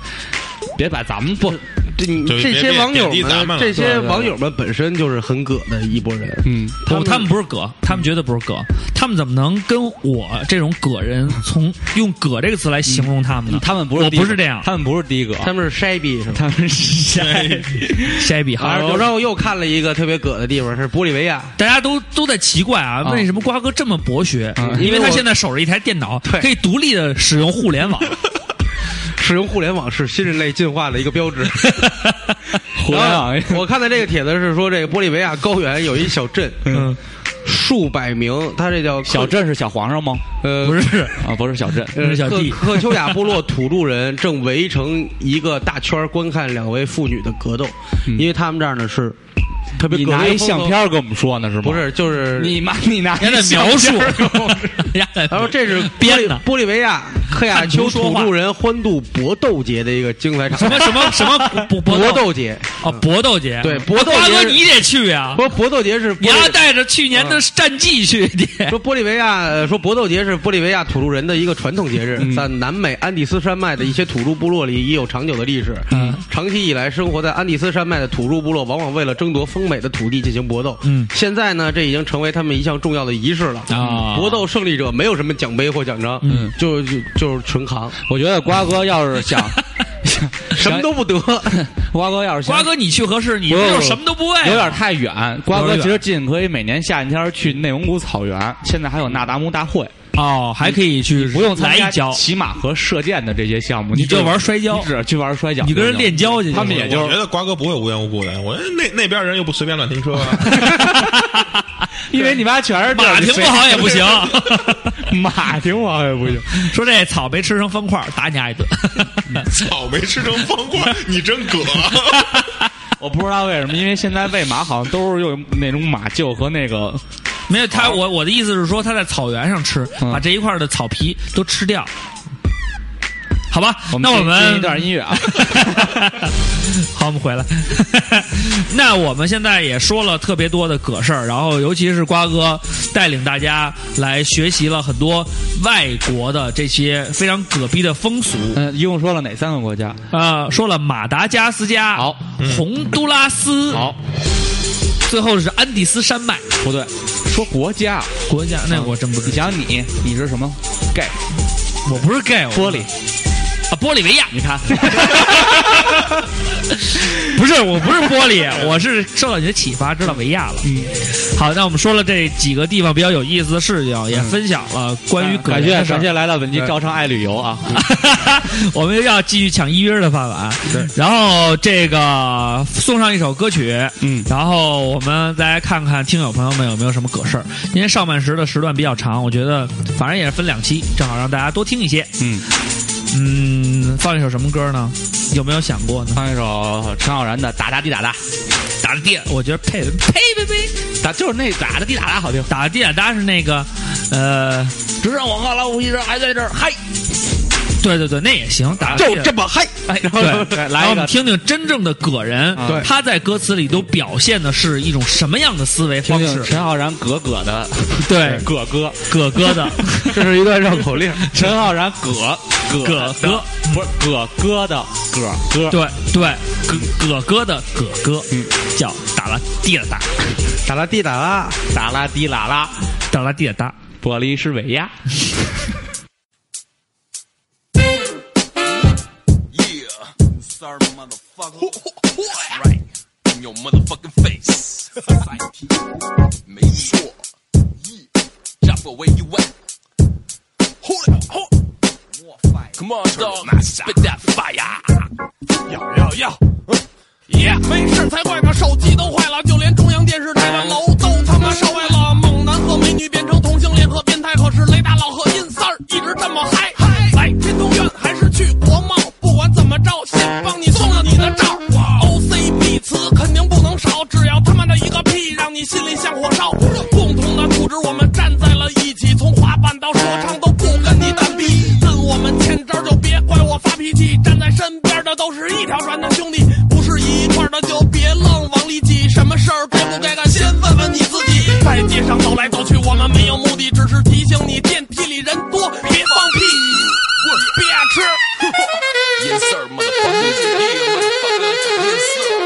Speaker 3: 别把咱们不
Speaker 2: 这你
Speaker 4: 就是
Speaker 2: 这
Speaker 4: 别
Speaker 2: 些
Speaker 4: 别
Speaker 2: 网友
Speaker 4: 贬低咱们
Speaker 2: 们，
Speaker 4: 了
Speaker 2: 这
Speaker 3: 对
Speaker 2: 些
Speaker 3: 对对
Speaker 2: 网友们本身就是很葛的一拨人。
Speaker 3: 嗯
Speaker 1: 不，
Speaker 2: 他
Speaker 1: 哦他
Speaker 2: 们
Speaker 1: 们不是葛，他们绝对不是葛，他们怎么能跟我这种葛人从用“葛”这个词来形容他们呢？
Speaker 3: 嗯他们不是
Speaker 1: 我
Speaker 3: 第一
Speaker 1: 不是这样
Speaker 3: 他们不是第一个，
Speaker 2: 他们是筛逼是吧？
Speaker 3: 他们是
Speaker 1: 瞎 比哈，
Speaker 2: 啊，然后又看了一个特别葛的地方是玻利维亚，
Speaker 1: 大家都都在奇怪啊，
Speaker 3: 啊
Speaker 1: 为什么瓜哥这么博学？
Speaker 3: 嗯
Speaker 1: 因
Speaker 2: 因
Speaker 1: 为
Speaker 2: 为
Speaker 1: 他
Speaker 2: 我
Speaker 1: 现在守着一台电脑，
Speaker 2: 对
Speaker 1: 可以独立的使用互联网。
Speaker 2: 使用互联网是新人类进化的一个标志。
Speaker 3: 互联网
Speaker 2: 然后我看的这个帖子是说，这个玻利维亚高原有一小镇，
Speaker 1: 嗯，
Speaker 2: 数百名，他这叫克
Speaker 3: 小，镇是小皇上吗？
Speaker 2: 呃，
Speaker 1: 不是，
Speaker 3: 啊，不是小镇，
Speaker 1: 不
Speaker 2: 呃，
Speaker 1: 是小
Speaker 2: 克
Speaker 1: 弟
Speaker 2: 克丘雅部落土著人正围成一个大圈儿观看两位妇女的格斗，因为他们这儿呢是特别
Speaker 3: 你
Speaker 2: 格
Speaker 3: 拿
Speaker 2: 斗
Speaker 3: 一相片，儿跟我们说呢是吗？
Speaker 2: 不是就是
Speaker 3: 你拿你拿
Speaker 1: 人家在
Speaker 3: 一相
Speaker 1: 描述
Speaker 3: 片儿跟我们，
Speaker 1: 人家在
Speaker 2: 然后这 是玻利
Speaker 1: 编的
Speaker 2: 玻利维亚克雅丘土著人欢度搏斗节的一个精彩场
Speaker 1: 什
Speaker 2: 面
Speaker 1: 么。什么什么搏
Speaker 2: 搏
Speaker 1: 斗
Speaker 2: 斗节，
Speaker 1: 啊，搏斗节
Speaker 2: 对搏斗节
Speaker 1: 瓜哥
Speaker 2: 是
Speaker 1: 你得去啊，
Speaker 2: 说搏斗节是玻
Speaker 1: 你要
Speaker 2: 利
Speaker 1: 带着去
Speaker 3: 啊
Speaker 1: 年的战绩去的。
Speaker 2: 说玻利维亚呃说搏斗节是玻利维亚土著人的一个传统节日，
Speaker 3: 嗯
Speaker 2: 在南美安第斯山脉的一些土著部落里已有长久的历史。
Speaker 1: 嗯
Speaker 2: 长期以来，生活在安第斯山脉的土著部落往往为了争夺丰美的土地进行搏斗。
Speaker 1: 嗯
Speaker 2: 现在呢，这已经成为他们一项重要的仪式了。
Speaker 3: 啊
Speaker 2: 搏斗胜利者没有什么奖杯或奖章，
Speaker 1: 嗯
Speaker 2: 就就就是纯扛，
Speaker 3: 我觉得瓜哥要是想，想
Speaker 2: 什么都不得。
Speaker 3: 瓜哥要是想
Speaker 1: 瓜哥你去合适，你
Speaker 3: 不
Speaker 1: 这
Speaker 3: 不
Speaker 1: 就
Speaker 3: 不
Speaker 1: 什么都不会啊，
Speaker 3: 有点太远，瓜
Speaker 1: 有
Speaker 3: 哥
Speaker 1: 点远
Speaker 3: 其实近可以每年夏天去内蒙古草原，现在还有那达慕大会，
Speaker 1: 哦，还可以去
Speaker 3: 不用参
Speaker 1: 来
Speaker 3: 加
Speaker 1: 一跤，
Speaker 3: 骑马和射箭的这些项目，
Speaker 1: 你
Speaker 3: 你只
Speaker 1: 就玩摔跤
Speaker 3: 你，只去玩摔跤，
Speaker 1: 你跟人练。跤去，
Speaker 3: 他们也就
Speaker 4: 我觉得瓜哥不会无缘无故的，我那那边人又不随便乱停车啊，
Speaker 3: 因为你妈全是
Speaker 1: 马停不好也不 行。
Speaker 3: 马挺不好 也不行。
Speaker 1: 说这草没吃成方块，打你丫一顿。
Speaker 3: 嗯
Speaker 4: 草莓吃成方块，你真葛。啊
Speaker 3: 我不知道为什么，因为现在喂马好像都是用那种马厩和那个
Speaker 1: 没有他，我我的意思是说，他在草原上吃，
Speaker 3: 嗯
Speaker 1: 把这一块的草皮都吃掉，好吧？
Speaker 3: 我们
Speaker 1: 那我
Speaker 3: 听听
Speaker 1: 们
Speaker 3: 一段音乐 啊，
Speaker 1: 好，我们回来。 那我们现在也说了特别多的葛事儿，然后尤其是瓜哥带领大家来学习了很多外国的这些非常葛逼的风俗。
Speaker 3: 嗯，一共说了哪三个国家？
Speaker 1: 呃，说了马达加斯加，
Speaker 3: 好，
Speaker 1: 洪都拉斯，
Speaker 3: 好，
Speaker 1: 最后是安第斯山脉，
Speaker 3: 不对，说国家，
Speaker 1: 国家那我真不知
Speaker 3: 你
Speaker 1: 道，
Speaker 3: 想你，你是什么？gay，
Speaker 1: 我不是 gay，我
Speaker 3: 玻璃，
Speaker 1: 啊，玻利维亚，
Speaker 3: 你看，
Speaker 1: 不是，我不是玻璃，我是受到你的启发，知道维亚了。嗯，好，那我们说了这几个地方比较有意思的事情，也分享了关于葛
Speaker 3: 感
Speaker 1: 人
Speaker 3: 谢
Speaker 1: 的事儿
Speaker 3: 感谢来到本期招商爱旅游啊，
Speaker 1: 我们要继续抢一约的饭碗。
Speaker 4: 对
Speaker 1: 然后这个送上一首歌曲，
Speaker 3: 嗯
Speaker 1: 然后我们再看看听友朋友们有没有什么葛事儿。因为上半时的时段比较长，我觉得反正也是分两期，正好让大家多听一些。
Speaker 3: 嗯，
Speaker 1: 嗯，放一首什么歌呢？有没有想过呢？
Speaker 3: 唱一首陈浩然的《打打滴打打》，
Speaker 1: 打的，我觉得配配呗呗。
Speaker 3: 打就是那打的滴打打好听，
Speaker 1: 打地胆大是那个，呃，
Speaker 3: 只剩我和老虎一直还在这儿，嗨，
Speaker 1: 对对对，那也行，打地
Speaker 2: 就
Speaker 1: 胆
Speaker 2: 这么嗨，
Speaker 3: 哎，然后
Speaker 1: 对，
Speaker 3: 来
Speaker 1: 我
Speaker 3: 一
Speaker 1: 们
Speaker 3: 个
Speaker 1: 听听真正的葛人
Speaker 3: 啊对，
Speaker 1: 他在歌词里都表现的是一种什么样的思维
Speaker 3: 听
Speaker 1: 方
Speaker 3: 听
Speaker 1: 式？
Speaker 3: 陈浩然葛葛 的
Speaker 1: 对，
Speaker 3: 葛哥，
Speaker 1: 葛哥的，
Speaker 2: 这是一段绕口令。
Speaker 3: 陈浩然葛葛
Speaker 1: 葛
Speaker 3: 的
Speaker 1: 哥
Speaker 3: 不是葛哥的葛哥，
Speaker 1: 对对，葛葛哥的葛哥
Speaker 3: 嗯，
Speaker 1: 叫打拉地了哒，
Speaker 2: 打啦滴打啦，
Speaker 3: 打拉滴啦啦，
Speaker 1: 打拉地了哒。
Speaker 3: 玻璃是尾鸭。
Speaker 6: Yeah, sorry, motherfucker. right in your motherfucking face. Make sure. Yeah. Drop it where you at. Hold it, hold it. Come on, dog. Spit that fire. 要要要！耶，没事才怪，把手机都坏了，就连中央电视台的楼都他妈烧歪了。猛男和美女变成同性恋和变态，可是雷大佬和阴三儿一直这么嗨。来天通苑还是去国贸，不管怎么着，先帮你送上你的照。OCB 词肯定不能少，只要他妈的一个屁，让你心里像火烧。共同的组织，我们站在了一起，从滑板到说唱都不跟你单逼。跟我们欠招就别怪我发脾气，站在身边的都是一条船的兄弟，不是一块儿的就别愣往里挤。什么事儿该不该干，先问问你自己。在街上走来走去，我们没有目的，只是提醒你电梯里人多，别放屁，别吃。Yes sir, motherfuckers. Yeah, motherfuckers. Yes sir.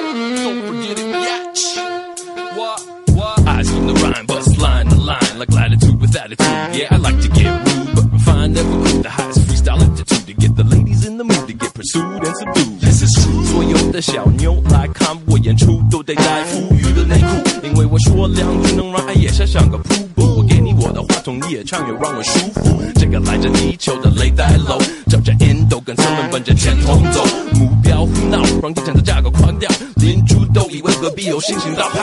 Speaker 6: Don't forget it, bitch. What? What? Eyes from the rhyme, bust line to line like latitude with attitude. Yeah, I like to get rude, but refined never cool. The highest freestyle attitude to get the ladies in the mood to get pursued and subdued. This is true. 所有的小牛来看我演出，都得带富裕的内裤，因为我说两句能让爱夜下像个瀑布。我给你我的话筒，你也唱也让我舒服。这个来自地球的雷带楼，照着 Indo 跟生们奔着前头走，目标胡闹，让地产的价格狂掉，邻居都以为隔壁有星星大炮。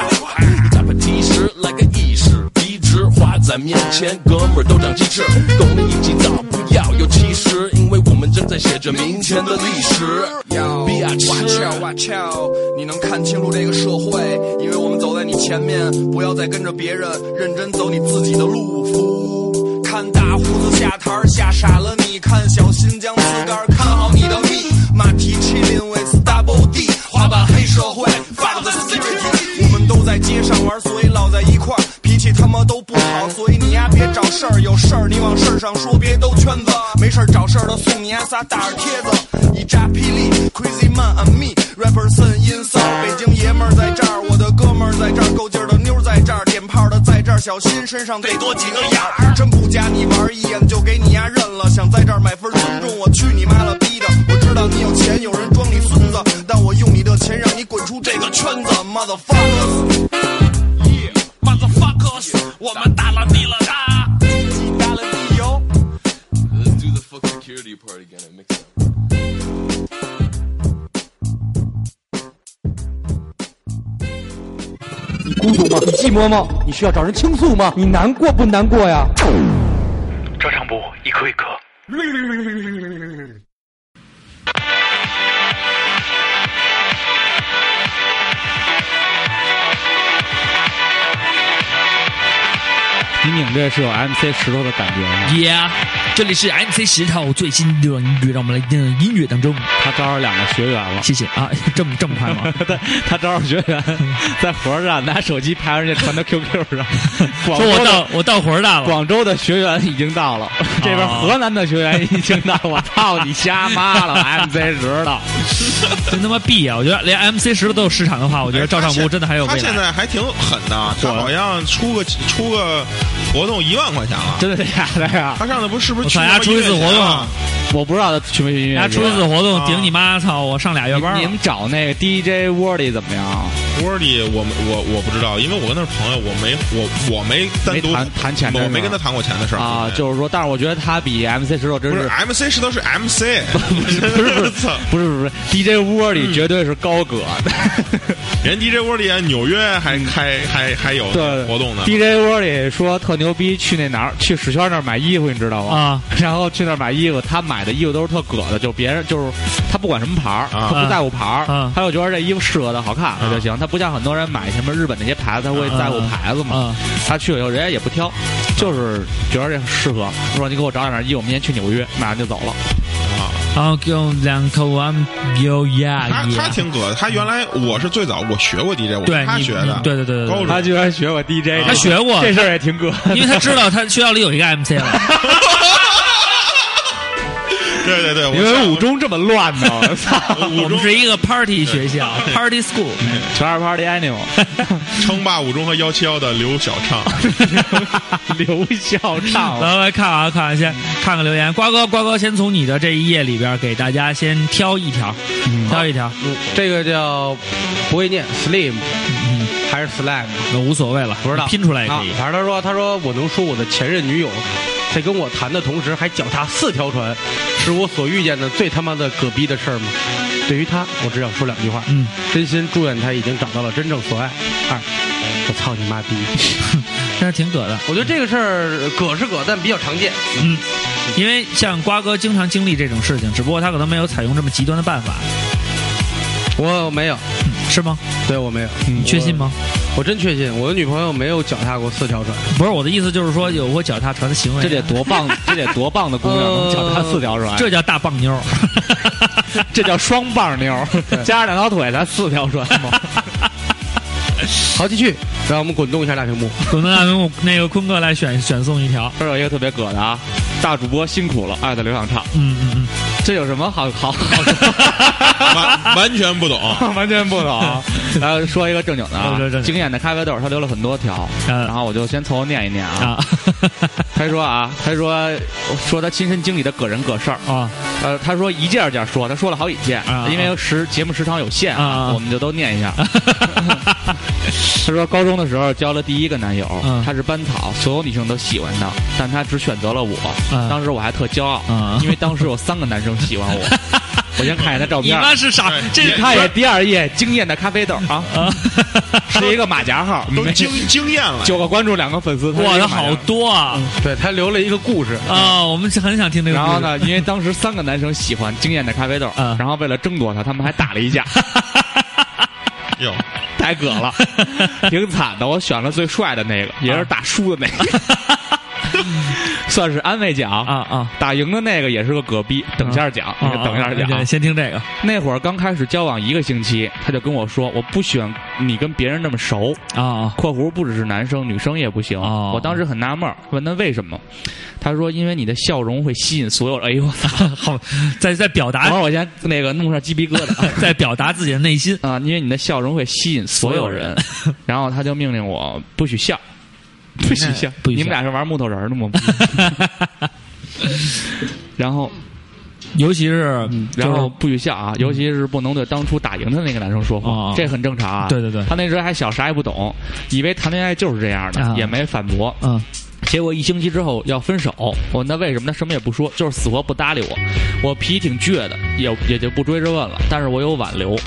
Speaker 6: 一打喷嚏时来个意识，鼻直花在面前，哥们儿都长鸡翅，跟我们一起造，不要有歧视，因为我们正在写着明天的历史。
Speaker 7: Yo,
Speaker 6: 比
Speaker 7: watch
Speaker 6: 亚
Speaker 7: out,
Speaker 6: 吃。
Speaker 7: watch out！你能看清楚这个社会，因为我们走在你前面，不要再跟着别人，认真走你自己的路。服看大胡子下台儿吓傻了你，看小新疆自个儿看好你的命。马蹄七林为 double D，滑板黑社会 fuck the security。我们都在街上玩，所以老在一块儿，脾气他妈都不好，所以你呀别找事儿，有事儿你往事儿上说，别兜圈子。没事儿找事儿的送你呀仨大耳贴子，一扎霹雳，Crazy Man and me，rapper s o n 阴骚，北京爷们儿在这儿，我的哥们儿在这儿，够劲儿的妞儿在这儿，点炮的在这儿，小心身上得多几个眼儿，真不加你玩儿一眼就给你丫认了，想在这儿买份尊重，我去你妈了逼的！我知道你有钱，有人装你孙子，但我用你的钱让你滚出这个圈子，motherfuckers。
Speaker 6: Motherfuckers，我们打了地了他。
Speaker 7: 打了地油。
Speaker 6: Let's do the fuck security part again and mix it up.
Speaker 3: 你拧这是有 MC 石头的感觉吗？
Speaker 1: Yeah，这里是 MC 石头最新的音乐，让我们来进入音乐当中。
Speaker 3: 他招着两个学员了。
Speaker 1: 谢谢啊，这么这么快吗？
Speaker 3: 他 他招着学员，在火车站拿手机拍人家传到 QQ 上。
Speaker 1: 说
Speaker 3: 广州
Speaker 1: 我
Speaker 3: 的
Speaker 1: 到我到火车站了，
Speaker 3: 广州的学员已经到了，这边河南的学员已经到了。我操你瞎妈了！MC 石头，
Speaker 1: 真他妈逼啊！我觉得连 MC 石头都有市场的话，我觉得照
Speaker 4: 照
Speaker 1: 上不误真的还有
Speaker 4: 他
Speaker 1: 未
Speaker 4: 现
Speaker 1: 来。
Speaker 4: 在还挺狠的，啊他好像出个出个活动一万块钱了。
Speaker 3: 真的假的呀？
Speaker 4: 他上次不是是不是
Speaker 1: 我
Speaker 4: 去
Speaker 1: 操人家出一次活动
Speaker 4: 啊？
Speaker 3: 我不知道他去没去音
Speaker 1: 人
Speaker 3: 乐
Speaker 1: 家
Speaker 3: 节
Speaker 1: 出一次活动，
Speaker 4: 啊
Speaker 1: 顶你妈！操，我上俩月班
Speaker 3: 你你
Speaker 1: 了。
Speaker 3: 们找那个 DJ Wordy 怎么样？
Speaker 4: 窝里我们我我不知道，因为我跟他是朋友，我没我我没单独
Speaker 3: 没谈谈钱的事儿
Speaker 4: 我没跟他谈过钱的事儿
Speaker 3: 啊，就是说，但是我觉得他比 MC 石头真
Speaker 4: 不是
Speaker 3: 是
Speaker 4: MC 石头是 MC，
Speaker 3: 不 是不是不是
Speaker 4: 操
Speaker 3: 不是不是 DJ Wordy 绝对是高葛。
Speaker 4: 人 DJ 窝里啊，纽约还开还还有
Speaker 3: 对
Speaker 4: 活动呢。
Speaker 3: DJ Wordy 说特牛逼，去那哪儿去史轩那儿买衣服，你知道吗？
Speaker 1: 啊，
Speaker 3: 然后去那儿买衣服，他买的衣服都是特葛的，就别人就是他不管什么牌儿，
Speaker 4: 啊
Speaker 3: 他不在乎牌儿，
Speaker 1: 啊
Speaker 3: 他就觉得这衣服适合他好看他就行。他不像很多人买什么日本那些牌子，他会在乎牌子嘛。
Speaker 1: 啊，
Speaker 3: 他去了以后，人家也不挑，就是觉得这适合。说你给我找点衣服，我明天去纽约，马上就走了。
Speaker 1: 然后给我们两口啊，有呀
Speaker 4: 他他
Speaker 1: 呀。
Speaker 4: 挺葛的，他原来我是最早我学过 DJ，我
Speaker 1: 啊对，
Speaker 4: 是他
Speaker 1: 你
Speaker 4: 学的
Speaker 1: 你，对对对对
Speaker 4: 高
Speaker 1: 对
Speaker 4: 中
Speaker 3: 居然学过 DJ，
Speaker 1: 他学过，
Speaker 3: 这事儿也挺葛。
Speaker 1: 因为他知道他学校里有一个 MC 了。
Speaker 4: 对对对，我
Speaker 3: 因为五中这么乱呢，我操！
Speaker 1: 我
Speaker 4: 五
Speaker 1: 们
Speaker 4: 中
Speaker 1: 是一个 party 学校，party school。
Speaker 3: 全是 Party Animal，
Speaker 4: 称霸五中和幺七幺的刘小畅，
Speaker 3: 刘校唱
Speaker 1: 然后来看啊，看啊，先看看留言。瓜哥，瓜哥，先从你的这一页里边给大家先挑一条，
Speaker 4: 嗯
Speaker 1: 挑一条，
Speaker 2: 这个叫不会念 slim 还是 slam？
Speaker 1: 那无所谓了，
Speaker 2: 不知道
Speaker 1: 拼出来也
Speaker 2: 啊
Speaker 1: 可以。
Speaker 2: 反正他说，他说我能说我的前任女友，在跟我谈的同时还脚踏四条船，是我所遇见的最他妈的葛逼的事儿吗？对于他，我只想说两句话。
Speaker 1: 嗯，
Speaker 2: 真心祝愿他已经找到了真正所爱。二，我操你妈逼！
Speaker 1: 但是挺葛
Speaker 4: 嗯
Speaker 1: 的，
Speaker 2: 我觉得这个事儿葛是葛，但比较常见。
Speaker 1: 嗯，因为像瓜哥经常经历这种事情，只不过他可能没有采用这么极端的办法，
Speaker 2: 我没有，
Speaker 1: 是吗？
Speaker 4: 嗯
Speaker 2: 对我没有，
Speaker 1: 你确信吗？
Speaker 2: 我真确信我的女朋友没有脚踏过四条船。
Speaker 1: 不是我的意思，就是说有过脚踏船的行为，
Speaker 3: 这得多 棒，这得多棒的姑娘，能脚踏四条船，
Speaker 1: 这叫大棒妞儿。
Speaker 3: 呃这叫双棒妞， 加上两条腿，咱四条船嘛。
Speaker 2: 好，继续，让我们滚动一下大屏幕。
Speaker 1: 滚动大屏幕，那个坤哥来选选送一条，
Speaker 3: 这儿有一个特别葛的啊，大主播辛苦了，爱的刘想唱，
Speaker 1: 嗯嗯嗯，
Speaker 3: 这有什么好好好 说？
Speaker 4: 完完全不懂。
Speaker 3: 完全不 懂。然后说一个正经的啊
Speaker 1: 说正经，
Speaker 3: 经验的咖啡豆，他留了很多条，
Speaker 1: 嗯
Speaker 3: 然后我就先凑合念一念啊。
Speaker 1: 啊
Speaker 3: 他说啊，他说说他亲身经历的葛人葛事儿，
Speaker 1: 啊
Speaker 3: 呃，他说一件一件说，他说了好几件，
Speaker 1: 啊
Speaker 3: 因为时节目时长有限
Speaker 1: 啊啊
Speaker 3: 我们就都念一 下。他说高中的时候交了第一个男友，
Speaker 1: 嗯
Speaker 3: 他是班草，所有女生都喜欢他，但他只选择了我。
Speaker 1: 嗯
Speaker 3: 当时我还特骄傲，
Speaker 1: 啊
Speaker 3: 因为当时有三个男生喜 欢我。我先看一下他照
Speaker 1: 你
Speaker 3: 片，
Speaker 1: 妈是傻，这
Speaker 3: 你
Speaker 1: 是
Speaker 3: 看一下第二页惊艳的咖啡豆啊，
Speaker 1: 啊！
Speaker 3: 是一个马甲 号，
Speaker 4: 都
Speaker 3: 没
Speaker 4: 惊惊艳了，
Speaker 3: 九个关注，两个粉丝，他是一个
Speaker 1: 哇，有
Speaker 3: 马甲
Speaker 1: 好 多啊！
Speaker 2: 对他留了一个故事，
Speaker 1: 啊，我们很想听这个。
Speaker 3: 嗯然后？呢，因为当时三个男生喜欢惊艳的咖啡豆，
Speaker 1: 嗯
Speaker 3: 然后为了争夺他，他们还打了一架，
Speaker 4: 哟，
Speaker 3: 太 葛了，挺惨的。我选了最帅的那个，
Speaker 1: 啊
Speaker 3: 也是打输的那 个，算是安慰奖
Speaker 1: 啊。啊！
Speaker 3: 打赢的那个也是个葛逼，等下讲，
Speaker 1: 啊
Speaker 3: 等一下
Speaker 1: 啊啊
Speaker 3: 讲。
Speaker 1: 先听这个
Speaker 3: 那会儿刚开始交往一个星期，他就跟我说：“我不喜欢你跟别人那么熟。”
Speaker 1: 啊
Speaker 3: 括弧不只是男生，女生也不行。
Speaker 1: 哦
Speaker 3: 我当时很纳闷儿，问他为什么，他说：“因为你的笑容会吸引所有。”哎呦我操！
Speaker 1: 啊！好，在在表
Speaker 3: 等会
Speaker 1: 达，
Speaker 3: 儿我先那个弄上鸡皮疙瘩。
Speaker 1: 在表达自己的内 心。
Speaker 3: 啊，因为你的笑容会吸引所有人。 然后他就命令我不许笑， 不许笑。
Speaker 1: 不许笑
Speaker 3: 你们俩是玩木头人儿的 吗？然后，
Speaker 1: 尤其是，
Speaker 3: 嗯然后
Speaker 1: 就
Speaker 3: 不许笑啊！尤其是不能对当初打赢的那个男生说
Speaker 1: 哦
Speaker 3: 话，这很正常啊。
Speaker 1: 对对对
Speaker 3: 他那时候还小，啥也不懂，以为谈恋爱就是这样
Speaker 1: 啊
Speaker 3: 的，也没反驳。
Speaker 1: 嗯
Speaker 3: 结果一星期之后要分手，我问他为什么，他什么也不说，就是死活不搭理我。我脾气挺倔的，也也就不追着问了，但是我有挽留。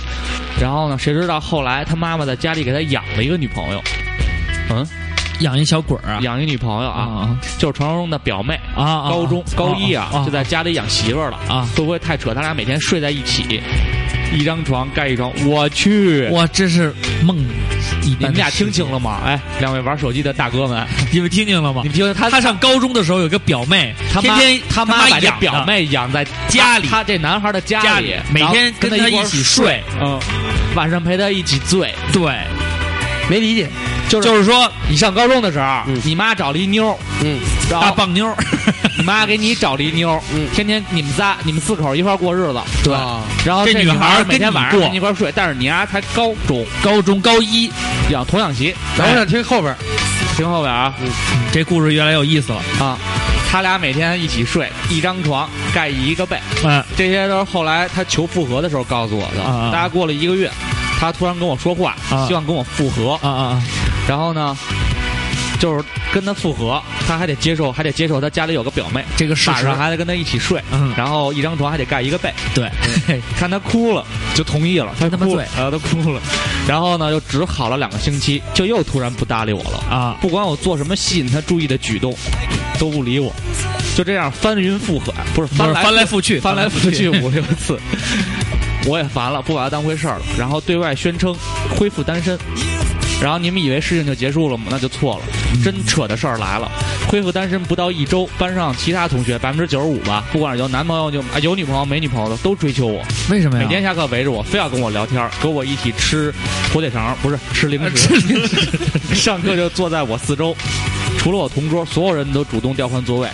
Speaker 3: 然后呢，谁知道后来他妈妈在家里给他养了一个女朋友，嗯，
Speaker 1: 养一小鬼儿啊
Speaker 3: 养一女朋友啊，
Speaker 1: 啊
Speaker 3: 就是传说中的表妹。
Speaker 1: 啊啊！
Speaker 3: 高中
Speaker 1: 啊
Speaker 3: 高一啊，就在
Speaker 1: 啊
Speaker 3: 家里养媳妇儿了
Speaker 1: 啊
Speaker 3: 会不会太扯？他俩每天睡在一起，一张床盖一床，我去，
Speaker 1: 哇，这是梦一
Speaker 3: 你
Speaker 1: 般
Speaker 3: 们
Speaker 1: 的
Speaker 3: 俩
Speaker 1: 世界
Speaker 3: 听清了吗？哎，两位玩手机的大哥们，
Speaker 1: 你们听见了吗
Speaker 3: 你？们听他
Speaker 1: 他上高中的时候有个表妹，
Speaker 3: 他
Speaker 1: 天
Speaker 3: 妈
Speaker 1: 天
Speaker 3: 他
Speaker 1: 妈
Speaker 3: 把这
Speaker 1: 养的
Speaker 3: 表妹养在
Speaker 1: 家里
Speaker 3: 他这男孩的
Speaker 1: 家
Speaker 3: 里
Speaker 1: 里，每天跟
Speaker 3: 跟他
Speaker 1: 他
Speaker 3: 块
Speaker 1: 一
Speaker 3: 儿
Speaker 1: 起，睡，
Speaker 3: 嗯，晚上陪他一起醉。
Speaker 1: 对，
Speaker 2: 没理解，
Speaker 3: 就是
Speaker 1: 就是说
Speaker 3: 你上高中的时候，
Speaker 2: 嗯
Speaker 3: 你妈找了一妞儿，
Speaker 2: 嗯，
Speaker 3: 然
Speaker 1: 大
Speaker 3: 后
Speaker 1: 棒妞 儿，
Speaker 3: 你妈给你找了一妞儿，
Speaker 2: 嗯
Speaker 3: 天天你们仨你们四口一块儿过日子，对。
Speaker 2: 啊
Speaker 3: 然后
Speaker 1: 这
Speaker 3: 女
Speaker 1: 女孩儿
Speaker 3: 每天
Speaker 1: 跟你
Speaker 3: 晚上
Speaker 1: 过
Speaker 3: 跟你一块儿睡，但是你丫才高中，
Speaker 1: 高中高一，
Speaker 3: 养童养媳，
Speaker 2: 咱们想听后边儿，
Speaker 3: 听后边啊
Speaker 1: 这故事越来越有意思了，
Speaker 3: 啊，他俩每天一起睡，一张床盖一个被，
Speaker 1: 嗯，
Speaker 3: 这些都是后来他求复合的时候告诉我的。
Speaker 1: 啊
Speaker 3: 大概过了一个月，他突然跟我说话，
Speaker 1: 啊
Speaker 3: 希望跟我复合。
Speaker 1: 啊啊
Speaker 3: 然后呢，就是跟他复合，他还得接受，还得接受他家里有个表妹，
Speaker 1: 这个事实
Speaker 3: 晚上还得跟他一起睡，
Speaker 1: 嗯
Speaker 3: 然后一张床还得盖一个被。
Speaker 1: 对，
Speaker 3: 看他哭了，就同意了。他
Speaker 1: 真他妈
Speaker 3: 哭
Speaker 1: 醉
Speaker 3: 了，呃，他哭了。然后呢，就只好了两个星期，就又突然不搭理我了。
Speaker 1: 啊
Speaker 3: 不管我做什么吸引他注意的举动，都不理我。就这样翻云覆雨，不是
Speaker 1: 不
Speaker 3: 翻
Speaker 1: 是
Speaker 3: 来
Speaker 1: 翻来覆去，，
Speaker 3: 翻来覆去五六次， 我也烦了，不把他当回事儿了。然后对外宣称恢复单身，然后你们以为事情就结束了吗？那就错了，真扯的事儿来了。恢复单身不到一周，班上其他同学百分之九十五吧，不管是有男朋友就啊有女朋友没女朋友的都追求我，
Speaker 1: 为什么呀？
Speaker 3: 每天下课围着我，非要跟我聊天儿，跟我一起吃火腿肠儿，不是 吃零食。上课就坐在我四周，除了我同桌，所有人都主动调换座位，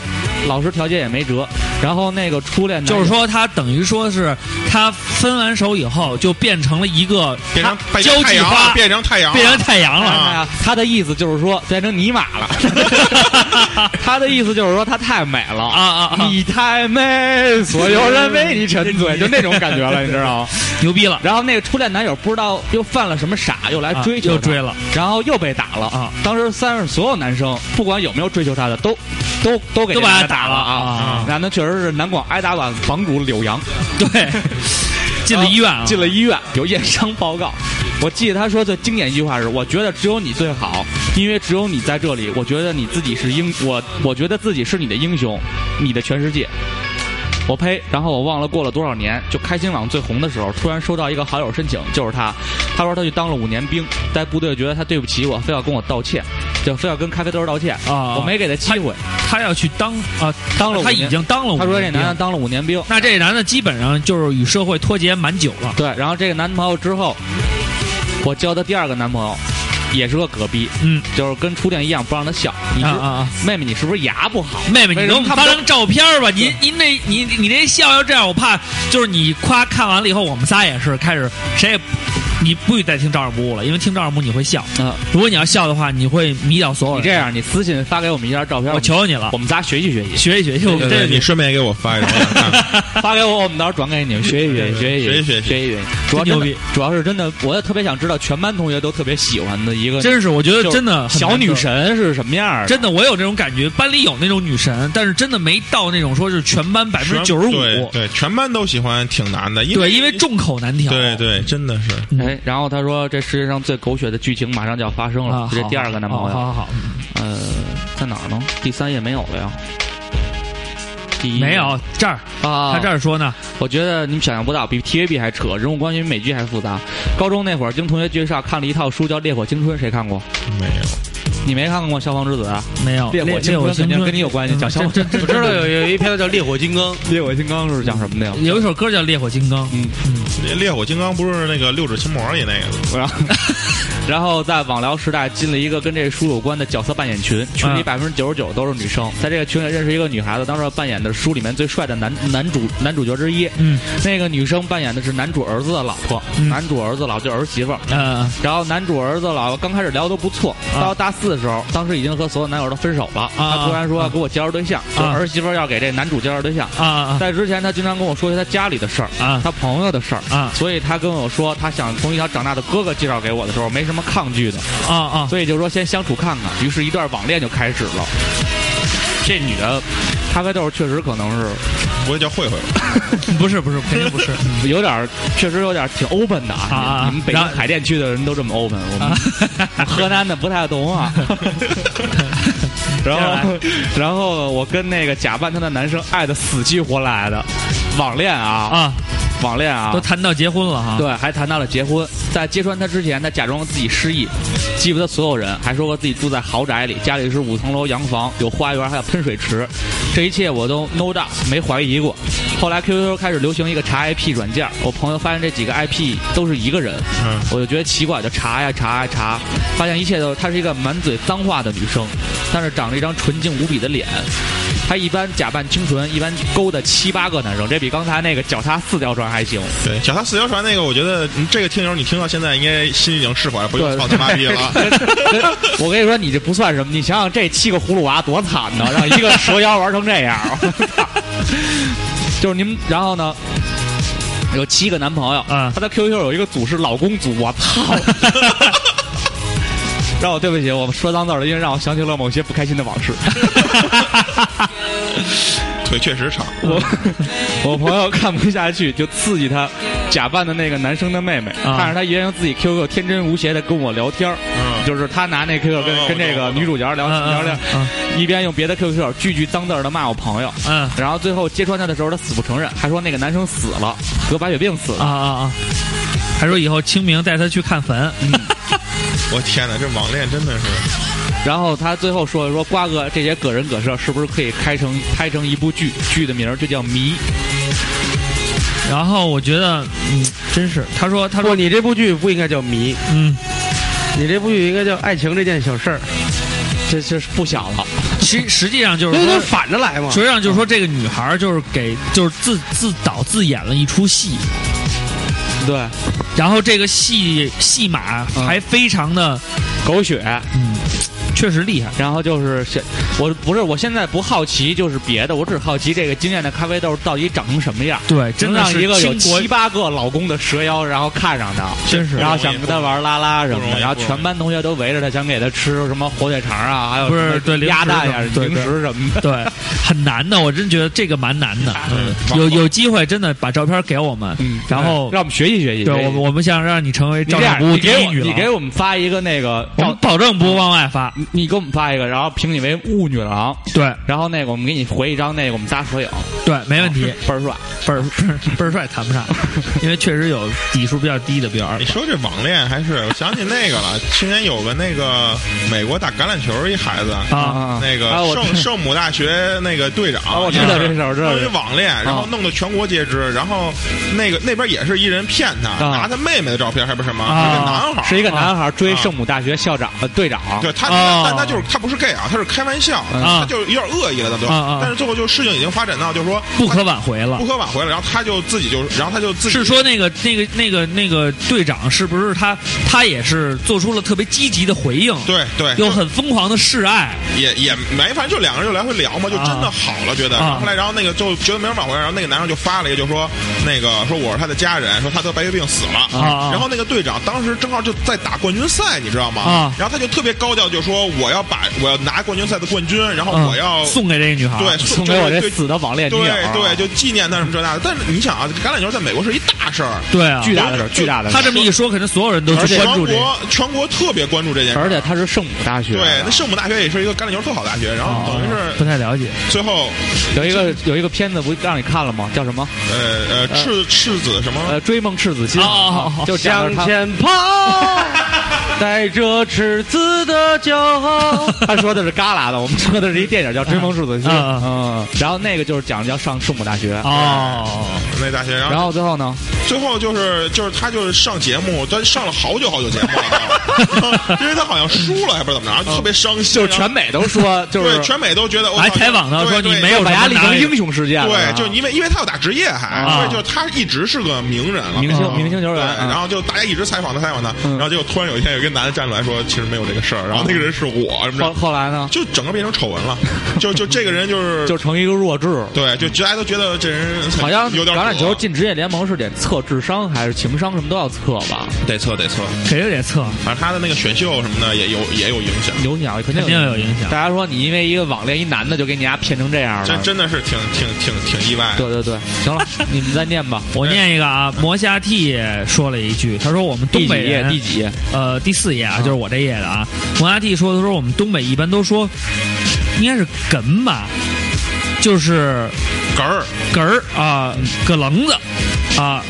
Speaker 3: 老师调节也没辙。然后那个初恋男友
Speaker 1: 就是说，他等于说是他分完手以后，就变成了一个
Speaker 4: 变成
Speaker 1: 他
Speaker 4: 变
Speaker 1: 交
Speaker 4: 成太
Speaker 1: 际
Speaker 4: 阳
Speaker 1: 花，
Speaker 4: 了，变成太阳了，啊
Speaker 1: 变成太阳
Speaker 3: 看
Speaker 1: 了。
Speaker 3: 看哎呀，他的意思就是说变成尼玛 了。他的意思就是说他太美了
Speaker 1: 啊啊啊
Speaker 3: 你太美， 所有人为 你沉醉，就那种感觉了，你知道吗？
Speaker 1: 牛逼了
Speaker 3: 然后那个初恋男友不知道又犯了什么傻，又来
Speaker 1: 啊
Speaker 3: 追求、
Speaker 1: 又追了，
Speaker 3: 然后又被打了
Speaker 1: 啊！
Speaker 3: 当时三十所有男生，不管有没有追求她的，都都都给
Speaker 1: 都把
Speaker 3: 她
Speaker 1: 她打了
Speaker 3: 了
Speaker 1: 啊！
Speaker 3: 男的确实是南广挨打版房主柳阳，
Speaker 1: 对，进了医院啊，
Speaker 3: 嗯哦进了医院有验伤报告。我记得他说最经典一句话是：“我觉得只有你最好，因为只有你在这里，我觉得你自己是英，我我觉得自己是你的英雄，你的全世界。”我呸！然后我忘了过了多少年，就开心网最红的时候，突然收到一个好友申请，就是他。他说他去当了五年兵，在部队觉得他对不起我，非要跟我道歉，就非要跟咖啡豆道歉。
Speaker 1: 啊
Speaker 3: 我没给他机会。
Speaker 1: 他要去当啊，
Speaker 3: 当了五
Speaker 1: 他
Speaker 3: 年
Speaker 1: 已经当了五
Speaker 3: 他
Speaker 1: 年兵。
Speaker 3: 说这男的当了五年兵，
Speaker 1: 那这男的基本上就是与社会脱节蛮久了。
Speaker 3: 对，然后这个男朋友之后，我交的第二个男朋友，也是个葛逼，
Speaker 1: 嗯，
Speaker 3: 就是跟初恋一样不让他笑。你是、
Speaker 1: 啊啊啊！
Speaker 3: 妹妹，你是不是牙不好？
Speaker 1: 妹妹，你给
Speaker 3: 为什
Speaker 1: 我
Speaker 3: 么
Speaker 1: 们
Speaker 3: 他
Speaker 1: 发
Speaker 3: 们
Speaker 1: 张照片吧。您您那你你这笑要这样，我怕就是你夸看完了以后，我们仨也是开始谁也你不许再听照样不误了，因为听照样不误你会笑。
Speaker 3: 啊、
Speaker 1: 如果你要笑的话，你会迷倒所有
Speaker 3: 你
Speaker 1: 人。
Speaker 3: 这样，你私信发给我们一张照片，
Speaker 1: 我求求你了
Speaker 3: 我，们仨学习学 习，
Speaker 1: 学一学，就
Speaker 4: 对
Speaker 1: 这
Speaker 4: 对
Speaker 1: 是
Speaker 4: 对你顺便给我发一张，我想看看。
Speaker 3: 发给我，我们到时候转给你们学习学习学习习
Speaker 4: 学习学
Speaker 3: 习
Speaker 4: 习
Speaker 3: 学习学习。主
Speaker 1: 真
Speaker 3: 要
Speaker 1: 牛
Speaker 3: 真的
Speaker 1: 逼，
Speaker 3: 主要是真的，我也特别想知道全班同学都特别喜欢的一个，
Speaker 1: 真是我觉得
Speaker 3: 就是
Speaker 1: 真的很
Speaker 3: 小
Speaker 1: 难
Speaker 3: 女
Speaker 1: 得。
Speaker 3: 神是什么样儿的？
Speaker 1: 真的，我有这种感觉，班里有那种女神，但是真的没到那种说是全班百分之九十
Speaker 4: 对
Speaker 1: 五。
Speaker 4: 对，全班都喜欢，挺难的，因为
Speaker 1: 对，因为众口难调。
Speaker 4: 对对，真的是
Speaker 3: 哎，然后他说这世界上最狗血的剧情马上就要发生了，
Speaker 1: 啊，
Speaker 3: 这
Speaker 1: 好
Speaker 3: 第二个男朋友。
Speaker 1: 好好好好，
Speaker 3: 呃，在哪儿呢？第三页没有了呀？第一页
Speaker 1: 没有这儿，
Speaker 3: 嗯啊，
Speaker 1: 他这儿说呢，
Speaker 3: 我觉得你们想象不到，比 TVB 还扯，人物关系比美剧还复杂。高中那会儿，经同学介绍看了一套书叫《烈火青春》，谁看过？
Speaker 4: 没有。
Speaker 3: 你没看过《消防之子》啊？
Speaker 1: 没有
Speaker 3: 烈火青春肯定跟你有关系，讲消防。
Speaker 1: 真真
Speaker 2: 我知道有有一片子叫《烈火金刚》，
Speaker 3: 烈火金
Speaker 1: 嗯
Speaker 3: 刚是讲什么的呀？
Speaker 1: 有一首歌叫《烈火金刚》，
Speaker 3: 嗯，
Speaker 4: 烈烈火金刚不是那个六指琴魔里那个吗
Speaker 3: 然后，然后在网聊时代进了一个跟这书有关的角色扮演群，群里
Speaker 1: 嗯
Speaker 3: 百分之九十九都是女生。在这个群里认识一个女孩子，当时扮演的是书里面最帅的男男主男主角之一。
Speaker 1: 嗯，
Speaker 3: 那个女生扮演的是男主儿子的老婆，
Speaker 1: 嗯
Speaker 3: 男主儿子老就儿媳妇儿。
Speaker 1: 呃，
Speaker 3: 然后男主儿子老刚开始聊得都不错，
Speaker 1: 啊
Speaker 3: 到大四的时候，当时已经和所有男友都分手了。他突然说要给我介绍对象，就儿媳妇儿要给这男主介绍对象。
Speaker 1: 啊啊
Speaker 3: 在之前，他经常跟我说一些他家里的事儿，
Speaker 1: 啊
Speaker 3: 他朋友的事儿，
Speaker 1: 啊
Speaker 3: 所以他跟我说他想从一条长大的哥哥介绍给我的时候，没什么抗拒的，
Speaker 1: 啊啊！
Speaker 3: 所以就说先相处看看。于是，一段网恋就开始了。这女的，咖啡豆确实可能是
Speaker 4: 不会叫慧慧吧？
Speaker 1: 不是不是，肯定不是。
Speaker 3: 有点儿，确实有点儿挺 open 的
Speaker 1: 啊啊
Speaker 3: 啊。你们你们北京
Speaker 1: 然后
Speaker 3: 海淀区的人都这么 open，我们 河南的不太懂啊。然后，然 后我跟那个假扮他的男生爱的死去活来的，网恋啊
Speaker 1: 啊，
Speaker 3: 网恋啊
Speaker 1: 都，谈到结婚了哈。
Speaker 3: 对，还谈到了结婚。在揭穿他之前，他假装自己失忆，欺负他所有人，还说过自己住在豪宅里，家里是五层楼洋房，有花园，还有喷水池。这一切我都 no doubt 没怀疑过。后来 QQ 开始流行一个查 IP 软件，我朋友发现这几个 IP 都是一个人，
Speaker 4: 嗯
Speaker 3: 我就觉得奇怪，就查呀查呀查，发现一切都她是一个满嘴脏话的女生，但是长着一张纯净无比的脸。她一般假扮清纯，一般勾搭七八个男生，这比刚才那个脚踏四条船还行。
Speaker 4: 对，脚踏四条船那个，我觉得嗯这个听友你听到现在应该心已经释怀了，不用
Speaker 3: 对
Speaker 4: 操他妈逼了。
Speaker 3: 我跟你说，你这不算什么，你想想这七个葫芦娃多惨 呢，让一个蛇妖玩成这样，我操 就是您，然后呢？有七个男朋友，
Speaker 1: 啊
Speaker 3: 她的 QQ 有一个组是老公组，我 操！让我对不起，我说脏字儿了，因为让我想起了某些不开心的 往事。
Speaker 4: 腿确实长，
Speaker 3: 我我朋友看不下去，就刺激他假扮的那个男生的妹妹，
Speaker 1: 啊
Speaker 3: 看着他一个人用自己 QQ 天真无邪的跟我聊天儿，
Speaker 4: 嗯
Speaker 3: 就是他拿那 QQ 跟、
Speaker 4: 哦
Speaker 3: 跟这
Speaker 4: 我懂
Speaker 3: 个
Speaker 4: 我懂
Speaker 3: 女主角聊、
Speaker 1: 嗯
Speaker 3: 聊
Speaker 1: 嗯
Speaker 3: 聊，
Speaker 1: 嗯
Speaker 3: 一边用别的 QQ 句句脏字儿的骂我朋友。
Speaker 1: 嗯
Speaker 3: 然后最后揭穿他的时候，他死不承认，还说那个男生死了，得白血病死
Speaker 1: 啊
Speaker 3: 了。
Speaker 1: 啊啊！还说以后清明带他去看坟，
Speaker 3: 嗯
Speaker 4: 我天哪，这网恋真的是，
Speaker 3: 然后他最后说说瓜哥这些个人葛事儿是不是可以开成拍成一部剧？剧的名儿就叫《迷
Speaker 1: 然后我觉得，嗯，真是，他说，他
Speaker 2: 不，
Speaker 1: 说，
Speaker 2: 你这部剧不应该叫迷，
Speaker 1: 嗯，
Speaker 2: 你这部剧应该叫爱情这件小事儿，》，
Speaker 3: 这这是不小了。
Speaker 1: 实实际上就
Speaker 2: 因
Speaker 1: 是
Speaker 2: 为都
Speaker 3: 哎
Speaker 1: 说
Speaker 2: 是，反着来嘛
Speaker 1: 实。际上就是说，这个女孩儿就是给就是自自导自演了一出戏，
Speaker 3: 对，
Speaker 1: 然后这个戏戏码
Speaker 3: 嗯
Speaker 1: 还非常的，
Speaker 3: 狗血。
Speaker 1: 嗯，确实厉害。
Speaker 3: 然后就是现，我不是我现在不好奇就是别的，我只好奇这个惊艳的咖啡豆到底长成什么样。
Speaker 1: 对，真
Speaker 3: 能
Speaker 1: 的
Speaker 3: 让
Speaker 1: 是
Speaker 3: 一个有
Speaker 1: 倾国
Speaker 3: 七八个老公的蛇妖，然后看上他，
Speaker 1: 真是
Speaker 3: 然后想跟他玩拉拉什
Speaker 4: 不
Speaker 3: 么
Speaker 4: 容
Speaker 3: 的，
Speaker 4: 易
Speaker 3: 然后
Speaker 4: 不容易
Speaker 3: 全班同学都围着他，想给他吃什么火腿肠啊，还有
Speaker 1: 不是
Speaker 3: 什么
Speaker 1: 对零
Speaker 3: 鸭
Speaker 1: 食
Speaker 3: 蛋
Speaker 1: 什
Speaker 3: 呀、
Speaker 1: 么对
Speaker 3: 零
Speaker 1: 对
Speaker 3: 食什么 的。
Speaker 1: 对，很难的，我真觉得这个蛮难的。嗯
Speaker 4: 对
Speaker 1: 有
Speaker 4: 网络
Speaker 1: 有机会真的把照片给我们，
Speaker 3: 嗯，
Speaker 1: 然后
Speaker 3: 让我们学习学习。
Speaker 1: 对
Speaker 3: 学习
Speaker 1: 我们我们想让你成为
Speaker 3: 你
Speaker 1: 照
Speaker 3: 这
Speaker 1: 相
Speaker 3: 样，
Speaker 1: 不误
Speaker 3: 你
Speaker 1: 第
Speaker 3: 给
Speaker 1: 一
Speaker 3: 我
Speaker 1: 女
Speaker 3: 你给
Speaker 1: 郎，
Speaker 3: 我们发一个那个
Speaker 1: 我
Speaker 3: 照
Speaker 1: 们，保证不往外发。
Speaker 3: 你你给我们发一个，然后评你为雾女郎，
Speaker 1: 对
Speaker 3: 然后那个我们给你回一张那个我们仨合影，
Speaker 1: 对，没问题，
Speaker 3: 倍儿帅。
Speaker 1: 倍儿 倍儿倍儿帅谈不上，因为确实有底数比较低的比较二
Speaker 4: 你。说这网恋还是我想起那个了，去年有个那个美国打橄榄球一孩子。
Speaker 1: 啊，
Speaker 4: 那个
Speaker 3: 啊我
Speaker 4: 圣圣母大学那个队长，
Speaker 3: 啊
Speaker 4: 啊
Speaker 3: 我知道这事儿我知道
Speaker 4: 他们是网恋，然
Speaker 1: 啊
Speaker 4: 后弄得全国皆知，然后那个那边也是一人骗他，
Speaker 3: 啊
Speaker 4: 拿他妹妹的照片，还不是什么，
Speaker 1: 啊
Speaker 4: 是个男孩儿，
Speaker 3: 是一个男孩追
Speaker 4: 啊
Speaker 3: 圣母大学校长呃队长，
Speaker 4: 对他，
Speaker 1: 哦
Speaker 4: 但他就是他不是 gay 啊，他是开玩笑，
Speaker 1: 啊
Speaker 4: 他就有点恶意了，他都
Speaker 1: 啊啊。
Speaker 4: 但是最后就事情已经发展到就是说
Speaker 1: 不可挽回了
Speaker 4: 不。可挽回了，然后他就自己就，然后他就自己
Speaker 1: 是说那个那个那个那个队长是不是他？他也是做出了特别积极的回应，
Speaker 4: 对对，
Speaker 1: 又很疯狂的示爱，
Speaker 4: 也也没，反正就两个人就来回聊嘛，就真的好了，觉得。
Speaker 1: 啊
Speaker 4: 然后后来，然后那个就觉得没人挽回，然后那个男生就发了一个，就说那个说我是他的家人，说他得白血病死了。
Speaker 1: 啊
Speaker 4: 然后那个队长当时正好就在打冠军赛，你知道吗？
Speaker 1: 啊
Speaker 4: 然后他就特别高调，就说我要把我要拿冠军赛的冠军，然后
Speaker 1: 嗯
Speaker 4: 我要、
Speaker 1: 送啊给这个女孩。
Speaker 4: 对
Speaker 3: 送给我这
Speaker 4: 对
Speaker 3: 死的网恋女
Speaker 4: 对
Speaker 3: 友，
Speaker 4: 对，就纪念他什么这那的。但是你想啊，橄榄球在美国是一大事儿，
Speaker 1: 对啊，
Speaker 3: 巨大的事儿，巨大的事儿。
Speaker 1: 他这么一说，可能所有人都
Speaker 4: 而
Speaker 1: 去
Speaker 4: 且
Speaker 1: 关
Speaker 4: 全
Speaker 1: 注这个。啊
Speaker 4: 国全国特别关注这件事儿。
Speaker 3: 而且他是圣母大学，
Speaker 4: 对，那圣母大学也是一个橄榄球特好大学，然后等于
Speaker 1: 哦
Speaker 4: 是
Speaker 1: 不太了解。
Speaker 4: 最后
Speaker 3: 有一个有一个片子不让你看了吗？叫什么？
Speaker 4: 呃呃，赤赤子什么？
Speaker 3: 呃，追梦赤子心，啊
Speaker 1: 哦哦哦哦
Speaker 3: 就讲
Speaker 2: 向
Speaker 3: 着他。
Speaker 2: 前跑， 带着赤子的骄傲。
Speaker 3: 他说的是旮旯的，我们说的是一电影叫《追梦赤子心》，
Speaker 1: 啊啊
Speaker 3: 嗯，然后那个就是讲要上圣母大学，
Speaker 1: 哦，
Speaker 4: 那大学，然
Speaker 3: 然
Speaker 4: 后
Speaker 3: 后最后呢，
Speaker 4: 最后就是就是他就是上节目，他上了好久好久节目了，因为他好像输了，还不知道怎么着，然后特别伤
Speaker 3: 嗯
Speaker 4: 心，
Speaker 3: 就是全美都说就
Speaker 4: 然后对
Speaker 3: 是
Speaker 4: 全美都觉得我
Speaker 1: 还
Speaker 4: 操
Speaker 1: 采访他
Speaker 4: 对
Speaker 1: 说
Speaker 4: 对
Speaker 1: 你没有
Speaker 3: 把
Speaker 1: 什
Speaker 3: 他
Speaker 1: 么
Speaker 3: 立成英雄事件了，啊
Speaker 4: 对，就因为因为他要打职业还，
Speaker 1: 啊
Speaker 4: 所以就是他一直是个名人了，
Speaker 3: 明
Speaker 1: 啊
Speaker 3: 星明星球
Speaker 4: 对，
Speaker 3: 员，啊
Speaker 4: 然后就大家一直采访他，采访他，
Speaker 3: 嗯
Speaker 4: 然后结果突然有一天有一个男的站出来说，其实没有这个事儿，然后那个人是我，什么
Speaker 3: 后
Speaker 4: 的，
Speaker 3: 后来呢，
Speaker 4: 就整个变成丑闻了，就就这个人就是
Speaker 3: 就成一个弱智了。
Speaker 4: 对，就大家都觉得这人
Speaker 3: 好像
Speaker 4: 有点
Speaker 3: 橄榄
Speaker 4: 恶
Speaker 3: 球进职业联盟是得测智商还是情商，什么都要测吧？
Speaker 4: 得测得测，
Speaker 1: 谁都得测，
Speaker 4: 反正他的那个选秀什么的也有也有影响，
Speaker 3: 有影响，肯
Speaker 1: 肯
Speaker 3: 定
Speaker 1: 定有影响
Speaker 3: 大。家说你因为一个网恋一男的就给你家骗成这样
Speaker 4: 这
Speaker 3: 了，
Speaker 4: 真的是挺挺挺挺意外的。
Speaker 3: 对对对，行 了，你们再念吧。
Speaker 1: 我念一个啊，磨虾 T 说了一句，他说我们东
Speaker 3: 第
Speaker 1: 北
Speaker 3: 几页？
Speaker 1: 人
Speaker 3: 第几页？
Speaker 1: 呃，第四页啊，
Speaker 3: 嗯
Speaker 1: 就是我这页的啊。蒙阿蒂说的说，我们东北一般都说应该是哏吧，就是
Speaker 4: 嗝儿，
Speaker 1: 哏儿啊，葛棱子啊，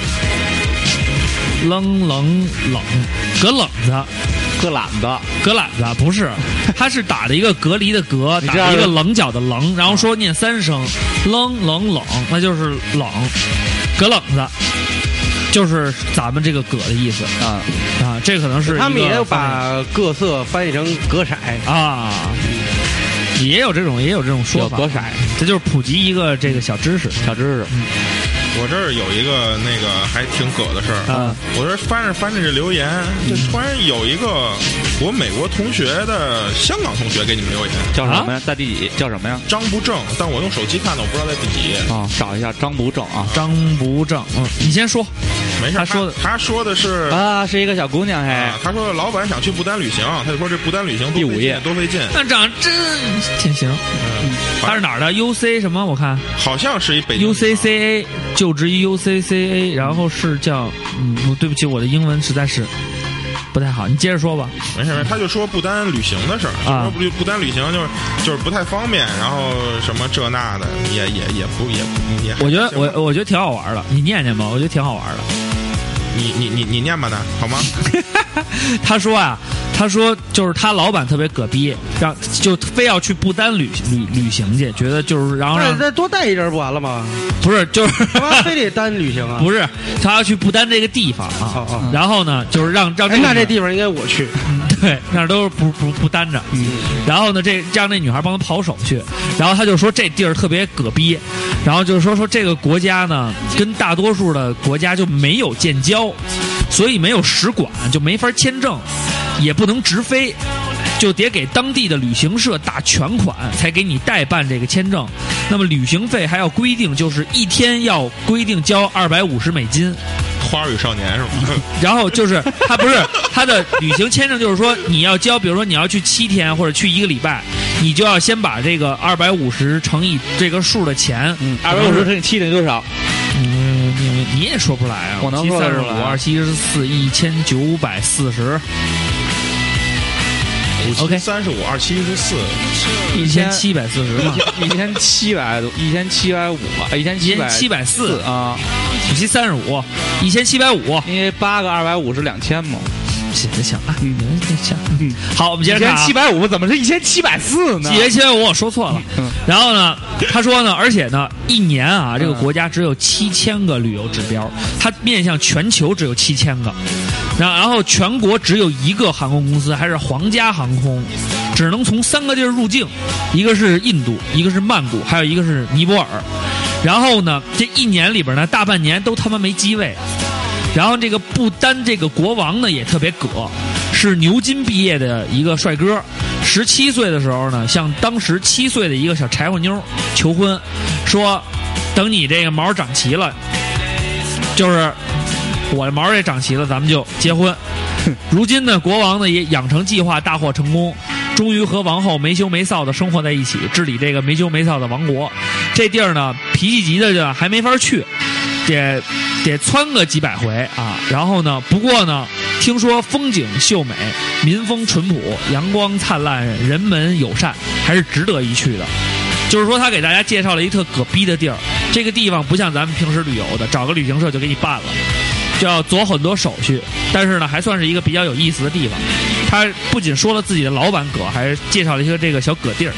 Speaker 1: 冷冷冷，隔冷子。
Speaker 3: 个懒子，
Speaker 1: 隔懒子不 是，他是打的一个隔离的隔，
Speaker 3: 你
Speaker 1: 打
Speaker 3: 知道
Speaker 1: 了一个棱角的棱，然后说念三声，冷冷冷，那就是冷，隔冷子，就是咱们这个“葛”的意思
Speaker 3: 啊，
Speaker 1: 啊。这可能是
Speaker 2: 他们
Speaker 1: 一个
Speaker 2: 也有
Speaker 1: 方
Speaker 2: 把各色翻译成格色，
Speaker 1: 面啊，也有这种也有这种说
Speaker 3: 有
Speaker 1: 法
Speaker 3: 格，色，
Speaker 1: 这就是普及一个这个小知识
Speaker 3: 小知识，
Speaker 4: 我这儿有一个那个还挺葛的事儿，
Speaker 3: 嗯
Speaker 1: 啊
Speaker 4: 我这翻着翻着这留言，就突然有一个我美国同学的香港同学给你们留言，
Speaker 3: 叫
Speaker 1: 啊
Speaker 3: 什么呀？在第几？叫什么呀？
Speaker 4: 张不正，但我用手机看的，我不知道在第几页。
Speaker 3: 啊，找一下张不正啊。
Speaker 1: 张不正，嗯，你先说
Speaker 4: 没事，
Speaker 1: 他
Speaker 4: 他
Speaker 1: 说的
Speaker 4: 他说的是
Speaker 3: 啊，是一个小姑娘嘿
Speaker 4: 啊，，他说老板想去不丹旅行，他就说这不丹旅行
Speaker 3: 第
Speaker 4: 多
Speaker 3: 五
Speaker 4: 费
Speaker 3: 页
Speaker 4: 劲，多 费劲。
Speaker 1: 那长得真挺行，嗯他是哪儿的？UC 什么？我看
Speaker 4: 好像是一北京
Speaker 1: UCCA 就职于 UCCA，然后是叫嗯，不对不起，我的英文实在是不太好，你接着说吧。
Speaker 4: 没事没事，他就说不丹旅行的事儿，
Speaker 1: 啊
Speaker 4: 就说不不丹旅行就是就是不太方便，然后什么这那的，也也也不也也还行吧。
Speaker 1: 我觉得我我觉得挺好玩的，你念念吧，我觉得挺好玩的。
Speaker 4: 你你你你念吧，那好 吗？
Speaker 1: 他说啊，他说就是他老板特别葛逼，让就非要去不丹旅旅旅行去，觉得就是然后
Speaker 2: 那
Speaker 1: 让
Speaker 2: 再多带一人不完了吗？
Speaker 1: 不是就是
Speaker 2: 干嘛非得单旅行啊？
Speaker 1: 不是他要去不丹这个地方
Speaker 2: 哦
Speaker 1: 啊，
Speaker 2: 哦，
Speaker 1: 然后呢就是让让
Speaker 2: 哎
Speaker 1: 这个
Speaker 2: 那
Speaker 1: 女
Speaker 2: 这地方应该我去，
Speaker 1: 对，那儿都是不不不单着。
Speaker 3: 嗯
Speaker 1: 然后呢，这让那女孩帮他跑手续，然后他就说这地儿特别葛逼，然后就是说说这个国家呢，跟大多数的国家就没有建交，所以没有使馆，啊就没法签证，也不能直飞。就得给当地的旅行社打全款，才给你代办这个签证。那么旅行费还要规定，就是一天要规定交二百五十美金。
Speaker 4: 花儿与 少年是吗？
Speaker 1: 然后就是 他不是他的旅行签证，就是说你要交，比如说你要去七天或者去一个礼拜，你就要先把这个二百五十乘以这个数的钱，
Speaker 3: 嗯，二百五十乘以七等于多少？
Speaker 1: 嗯，你你也说不出来啊，
Speaker 3: 我能说
Speaker 1: 三
Speaker 3: 得
Speaker 1: 十
Speaker 3: 出来
Speaker 1: 五、二七十四、一千九百四十、OK
Speaker 4: 三十五二七十四，
Speaker 1: 一千七百四十嘛，
Speaker 3: 一千七百多，一千七百五吧，一 千
Speaker 1: 一
Speaker 3: 七
Speaker 1: 千
Speaker 3: 百
Speaker 1: 七百四，
Speaker 3: 啊，
Speaker 1: 取其三十五，一千七百五，
Speaker 3: 因为八个二百五是两千嘛，
Speaker 1: 行行啊，你们行，好，我们
Speaker 3: 一
Speaker 1: 接着看
Speaker 3: 千
Speaker 1: 啊
Speaker 3: 七。百五怎么是一千七百四呢
Speaker 1: 几？元千万我说错了
Speaker 3: 嗯。
Speaker 1: 然后呢，他说呢，而且呢，一年 啊，这个
Speaker 3: 嗯
Speaker 1: 国家只有七千个旅游指标，它面向全球只有七千个，然然后全国只有一个航空公司，还是皇家航空，只能从三个地儿入境，一个是印度，一个是曼谷，还有一个是尼泊尔。然后呢，这一年里边呢，大半年都他妈没机位。然后这个不丹这个国王呢也特别葛，是牛津毕业的一个帅哥，十七岁的时候呢，向当时七岁的一个小柴火妞求婚，说等你这个毛长齐了，就是我的毛也长齐了，咱们就结婚。如今呢，国王呢也养成计划大获成功，终于和王后没羞没臊的生活在一起，治理这个没羞没臊的王国。这地儿呢，脾气急的就还没法去，得得窜个几百回啊。然后呢，不过呢，听说风景秀美，民风淳朴，阳光灿烂，人们友善，还是值得一去的。就是说，他给大家介绍了一特葛逼的地儿，这个地方不像咱们平时旅游的，找个旅行社就给你办了。就要走很多手续，但是呢，还算是一个比较有意思的地方。他不仅说了自己的老板葛，还介绍了一个这个小葛地儿。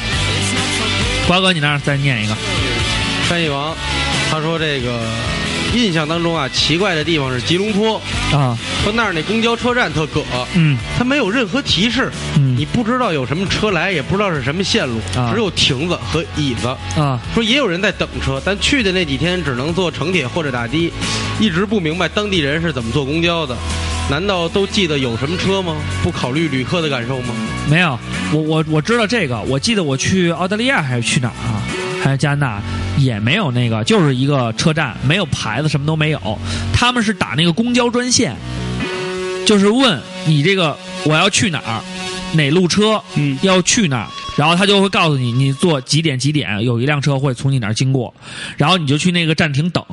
Speaker 1: 瓜哥，你那儿再念一个
Speaker 2: 翻译王，他说这个印象当中啊，奇怪的地方是吉隆坡，
Speaker 1: 啊？
Speaker 2: 说那儿那公交车站特葛，
Speaker 1: 嗯
Speaker 2: 它没有任何提示，
Speaker 1: 嗯
Speaker 2: 你不知道有什么车来，也不知道是什么线路，
Speaker 1: 啊
Speaker 2: 只有亭子和椅子。
Speaker 1: 啊
Speaker 2: 说也有人在等车，但去的那几天只能坐城铁或者打的，一直不明白当地人是怎么坐公交的。难道都记得有什么车吗？不考虑旅客的感受吗？
Speaker 1: 没有，我我我知道这个，我记得我去澳大利亚还是去哪儿啊？还是加拿大也没有那个，就是一个车站，没有牌子，什么都没有。他们是打那个公交专线，就是问你这个我要去哪儿，哪路车，
Speaker 3: 嗯
Speaker 1: 要去哪儿，然后他就会告诉你，你坐几点几点，有一辆车会从你那儿经过，然后你就去那个站停等，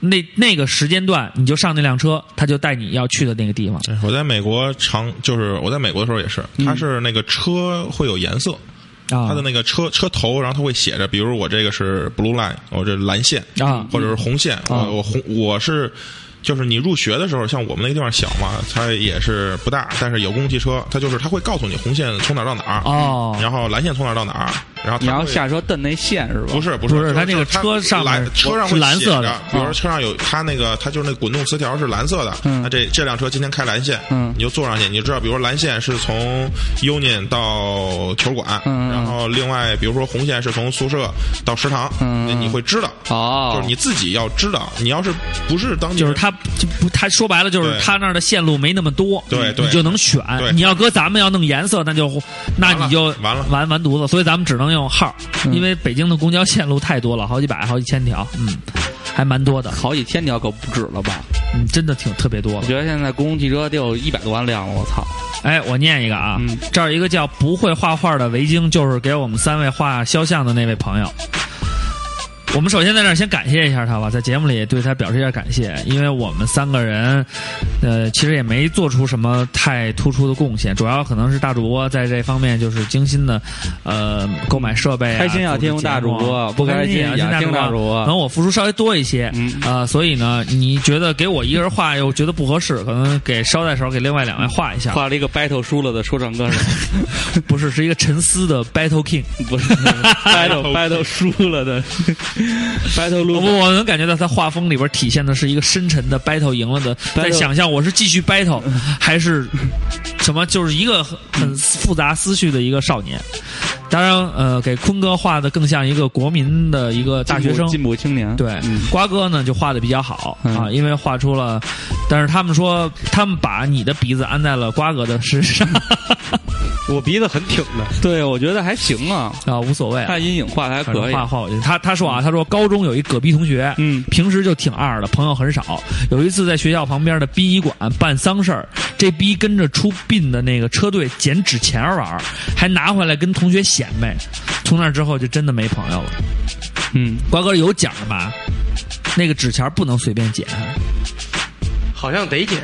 Speaker 1: 那那个时间段你就上那辆车，他就带你要去的那个地方。
Speaker 4: 哎
Speaker 1: 嗯
Speaker 4: 我在美国常就是我在美国的时候也是，它是那个车会有颜色，
Speaker 1: 啊
Speaker 4: 它的那个车车头，然后它会写着，比如我这个是 blue line，我这蓝线
Speaker 1: 啊
Speaker 4: 或者是红线，
Speaker 1: 啊
Speaker 4: 我我红我是。就是你入学的时候，像我们那个地方小嘛，它也是不大，但是有公共汽车，它就是它会告诉你红线从哪儿到哪儿，
Speaker 1: 哦
Speaker 4: 然后蓝线从哪儿到哪儿，然后它
Speaker 3: 你要
Speaker 4: 会
Speaker 3: 下车蹬那线是吧？
Speaker 4: 不，是不是
Speaker 1: 不是
Speaker 4: 就
Speaker 1: 它那
Speaker 4: 就
Speaker 1: 个
Speaker 4: 它
Speaker 1: 车上
Speaker 4: 蓝
Speaker 1: 面
Speaker 4: 车上
Speaker 1: 是
Speaker 4: 会
Speaker 1: 蓝
Speaker 4: 写
Speaker 1: 色
Speaker 4: 着
Speaker 1: 的
Speaker 4: 比如说
Speaker 1: 啊
Speaker 4: 车上有它那个它就是那滚动词条是蓝色的，
Speaker 3: 嗯
Speaker 4: 那这这辆车今天开蓝线，
Speaker 3: 嗯
Speaker 4: 你就坐上去，你就知道，比如说蓝线是从 Union 到球馆，
Speaker 3: 嗯嗯嗯
Speaker 4: 然后另外比如说红线是从宿舍到食堂，
Speaker 3: 嗯嗯
Speaker 4: 那你会知道，
Speaker 3: 哦，
Speaker 4: 就是你自己要知道，你要是不是当地
Speaker 1: 就是
Speaker 4: 人
Speaker 1: 他就不，他说白了就是
Speaker 4: 对
Speaker 1: 他那儿的线路没那么多，
Speaker 4: 对对
Speaker 1: 哦你就能选
Speaker 4: 对。
Speaker 1: 你要搁咱们要弄颜色，那就那你就
Speaker 4: 完了
Speaker 1: 完完犊子。所以咱们只能用号，
Speaker 3: 嗯
Speaker 1: 因为北京的公交线路太多了，好几百、好几千条，嗯，还蛮多的，
Speaker 3: 好几千条可不止了吧？
Speaker 1: 嗯，真的挺特别多
Speaker 3: 我
Speaker 1: 了。
Speaker 3: 觉得现在公共汽车得有一百多万辆了，我操！
Speaker 1: 哎，我念一个啊，
Speaker 3: 嗯
Speaker 1: 这儿有一个叫不会画画的维京，就是给我们三位画肖像的那位朋友。我们首先在这儿先感谢一下他吧，在节目里对他表示一下感谢，因为我们三个人，呃，其实也没做出什么太突出的贡献，主要可能是大主播在这方面就是精心的，呃，购买设备啊、
Speaker 3: 开心要听大主播
Speaker 1: 组织节目啊
Speaker 3: 不开心也要听大主播
Speaker 1: 可能我付出稍微多一些，
Speaker 3: 嗯
Speaker 1: 呃，所以呢，你觉得给我一个人画又觉得不合适，可能给捎带手给另外两位画一下，
Speaker 3: 画了一个 battle 输了的说唱歌手，
Speaker 1: 不是，是一个沉思的 Battle King。
Speaker 3: 不是 battle battle 输了 的 battle
Speaker 1: 我
Speaker 3: loser。
Speaker 1: 我能感觉到他画风里边体现的是一个深沉的 battle 赢了的，在想象我是继续 battle 还是什么，就是一个很很复杂思绪的一个少年。当然，呃，给坤哥画的更像一个国民的一个大学生。
Speaker 3: 进步青年，
Speaker 1: 对
Speaker 3: 嗯，
Speaker 1: 瓜哥呢就画的比较好
Speaker 3: 嗯
Speaker 1: 啊，因为画出了，但是他们说他们把你的鼻子安在了瓜哥的身上
Speaker 2: 我鼻子很挺的，
Speaker 3: 对，我觉得还行啊，
Speaker 1: 啊，无所谓啊，
Speaker 3: 看阴影画的还
Speaker 1: 反正
Speaker 3: 可以。
Speaker 1: 画画我觉得他他说啊，他说高中有一隔壁同学，
Speaker 3: 嗯
Speaker 1: 平时就挺二的，朋友很少。有一次在学校旁边的殡仪馆办丧事儿，这逼跟着出殡的那个车队捡纸钱玩儿，还拿回来跟同学显摆。从那之后就真的没朋友了。
Speaker 3: 嗯，
Speaker 1: 瓜哥有讲的吧？那个纸钱不能随便捡，
Speaker 2: 好像得减。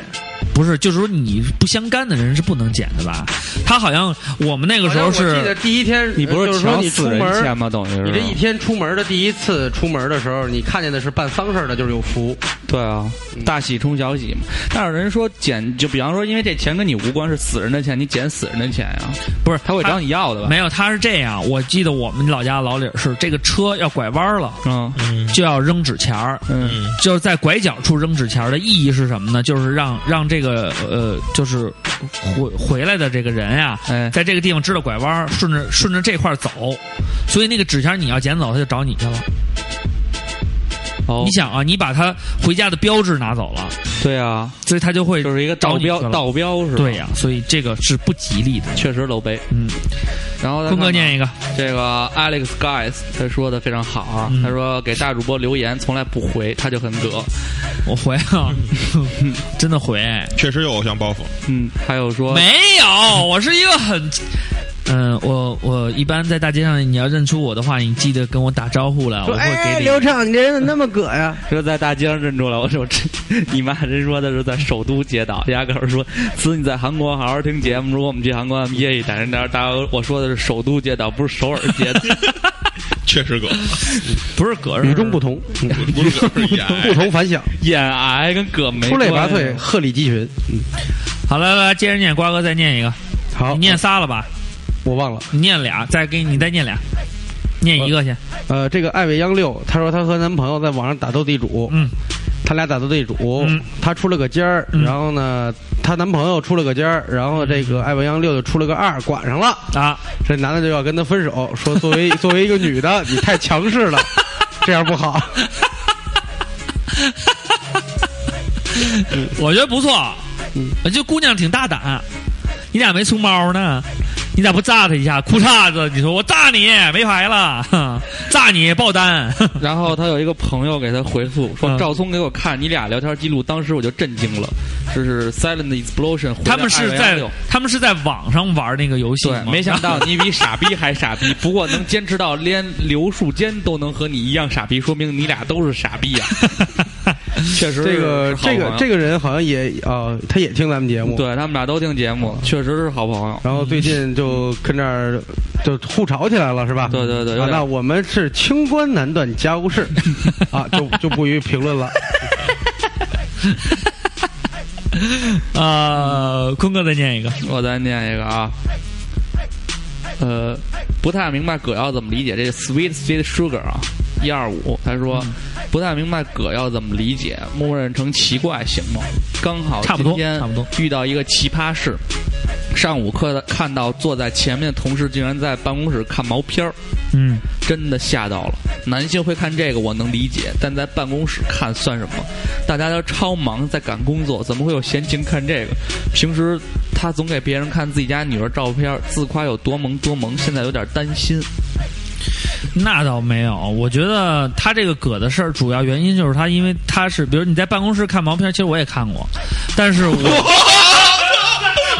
Speaker 1: 不是，就是说你不相干的人是不能捡的吧？他好像我们那个时候
Speaker 2: 好像我记得
Speaker 1: 是
Speaker 2: 第一天，
Speaker 3: 你不
Speaker 2: 就是是说
Speaker 3: 抢
Speaker 2: 你出
Speaker 3: 死人
Speaker 2: 门
Speaker 3: 钱吗？等于是
Speaker 2: 你这一天出门的第一次出门的时候，你看见的是办丧事儿的，就是有福。
Speaker 3: 对啊，大喜冲小喜嘛。但是人说捡，就比方说，因为这钱跟你无关，是死人的钱，你捡死人的钱呀、
Speaker 1: 不是
Speaker 3: 他会找你要的吧？
Speaker 1: 没有，他是这样。我记得我们老家老李儿是这个车要拐弯了。
Speaker 3: 嗯
Speaker 4: 嗯
Speaker 1: 就要扔纸钱儿，
Speaker 3: 嗯
Speaker 4: 嗯
Speaker 1: 就是在拐角处扔纸钱儿的意义是什么呢？就是让让这个呃，就是回回来的这个人呀、
Speaker 3: 哎
Speaker 1: 在这个地方知道拐弯儿，顺着顺着这块儿走，所以那个纸钱儿你要捡走，他就找你去了。
Speaker 3: 哦
Speaker 1: 你，想啊，你把他回家的标志拿走了，
Speaker 3: 对啊，
Speaker 1: 所以他就会
Speaker 3: 就是一个
Speaker 1: 找
Speaker 3: 倒
Speaker 1: 你去
Speaker 3: 标，
Speaker 1: 了
Speaker 3: 倒标是吧？
Speaker 1: 对呀、所以这个是不吉利的。
Speaker 3: 确实 low 杯。
Speaker 1: 嗯，
Speaker 3: 然后再
Speaker 1: 坤哥
Speaker 3: 看看
Speaker 1: 念一个，
Speaker 3: 这个 Alex Guys，他说的非常好啊，
Speaker 1: 嗯
Speaker 3: 他说给大主播留言从来不回，他就很得。
Speaker 1: 我回啊， 真的回。
Speaker 4: 确实有偶像包袱，
Speaker 3: 嗯，还有说
Speaker 1: 没有，我是一个很，嗯，我我一般在大街上，你要认出我的话，你记得跟我打招呼了，我
Speaker 3: 哎
Speaker 1: 会给你。
Speaker 2: 哎畅，你这人怎么那么葛呀？
Speaker 3: 说在大街上认出来，我说这你妈真说的是在首都街道，压根儿说子你在韩国好好听节目，如果我们去韩国，我们夜一打人打打，我说的是首都街道，不是首尔街 道。
Speaker 4: 确实葛，
Speaker 1: 不是葛，
Speaker 2: 与众不同，
Speaker 1: 嗯
Speaker 4: 不是葛是演
Speaker 2: 不同凡响，
Speaker 3: 眼癌跟葛没
Speaker 2: 出类拔
Speaker 3: 关系
Speaker 2: 萃，鹤立鸡群。嗯
Speaker 1: 好了，来来，接着念，瓜哥再念一个，
Speaker 2: 好
Speaker 1: 你，念仨了吧？
Speaker 2: 我忘了。
Speaker 1: 你念俩，再给你你再念俩，念一个先。
Speaker 2: 呃，这个艾未央六，她说她和男朋友在网上打斗地主，
Speaker 1: 嗯，
Speaker 2: 他俩打斗地主
Speaker 1: 嗯，
Speaker 2: 她出了个尖儿，
Speaker 1: 嗯
Speaker 2: 然后呢，她男朋友出了个尖儿，然后这个艾未央六就出了个二，管上了。
Speaker 1: 啊，
Speaker 2: 这男的就要跟她分手，说作 为作为一个女的，你太强势了，这样不好。
Speaker 1: 我觉得不错，
Speaker 3: 嗯
Speaker 1: 就姑娘挺大胆，你俩没出猫呢。你咋不炸他一下？裤衩子，你说我炸你没牌了， 哼炸你爆单。
Speaker 3: 然后他有一个朋友给他回复说：“
Speaker 1: 嗯
Speaker 3: 赵聪给我看你俩聊天记录，当时我就震惊了，这是 Silent Explosion 回来
Speaker 1: 他们是在
Speaker 3: 206
Speaker 1: 他们是在网上玩那个游戏
Speaker 3: 对，
Speaker 1: 吗？
Speaker 3: 没想到你比傻逼还傻逼。不过能坚持啊到连刘树坚都能和你一样傻逼，说明你俩都是傻逼呀、 确实
Speaker 2: 这个
Speaker 3: 是好
Speaker 2: 这个
Speaker 3: 朋友
Speaker 2: 这个人好像也啊、他也听咱们节目，
Speaker 3: 对他们俩都听节目，确实是好朋友。
Speaker 2: 然后最近就跟这儿就互吵起来了，是吧？
Speaker 3: 对对对有
Speaker 2: 啊
Speaker 3: 点
Speaker 2: 那我们是清官难断家务 事啊，就就不予评论了。
Speaker 1: 呃，坤哥再念一个，
Speaker 3: 我再念一个啊，呃，不太明白葛要怎么理解这个 sweet sweet sugar 啊，一二五，他说
Speaker 1: 嗯
Speaker 3: 不太明白葛要怎么理解，默认成奇怪行吗？刚好
Speaker 1: 差不
Speaker 3: 今
Speaker 1: 多
Speaker 3: 天
Speaker 1: 差不多
Speaker 3: 遇到一个奇葩事，上午课的看到坐在前面的同事竟然在办公室看毛片儿，
Speaker 1: 嗯，
Speaker 3: 真的吓到了。男性会看这个我能理解，但在办公室看算什么？大家都超忙，在赶工作，怎么会有闲情看这个？平时他总给别人看自己家女儿照片，自夸有多萌多萌，现在有点担心。
Speaker 1: 那倒没有，我觉得他这个葛的事儿，主要原因就是他，因为他是，比如你在办公室看毛片，其实我也看过，但 是我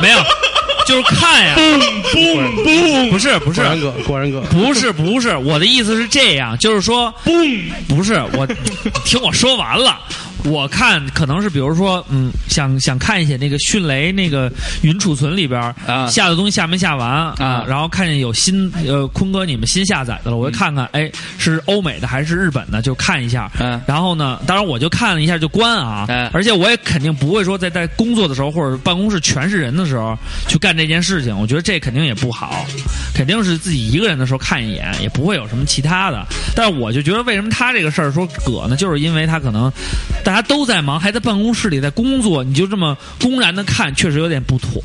Speaker 1: 没有，就是看 呀，不是不是
Speaker 2: 果然哥，果然哥，
Speaker 1: 不是不是，我的意思是这样，就是说，不是我，听我说完了。我看可能是比如说，嗯，想想看一些那个迅雷那个云储存里边儿
Speaker 3: 啊
Speaker 1: 下的东西下没下完
Speaker 3: 啊
Speaker 1: 然后看见有新呃坤哥你们新下载的了，我就看看，哎，是欧美的还是日本的，就看一下。
Speaker 3: 嗯
Speaker 1: 然后呢，当然我就看了一下就关啊，
Speaker 3: 嗯
Speaker 1: 而且我也肯定不会说在在工作的时候或者办公室全是人的时候去干这件事情，我觉得这肯定也不好，肯定是自己一个人的时候看一眼，也不会有什么其他的。但是我就觉得为什么他这个事儿说葛呢，就是因为他可能大家都在忙，还在办公室里在工作，你就这么公然的看，确实有点不妥。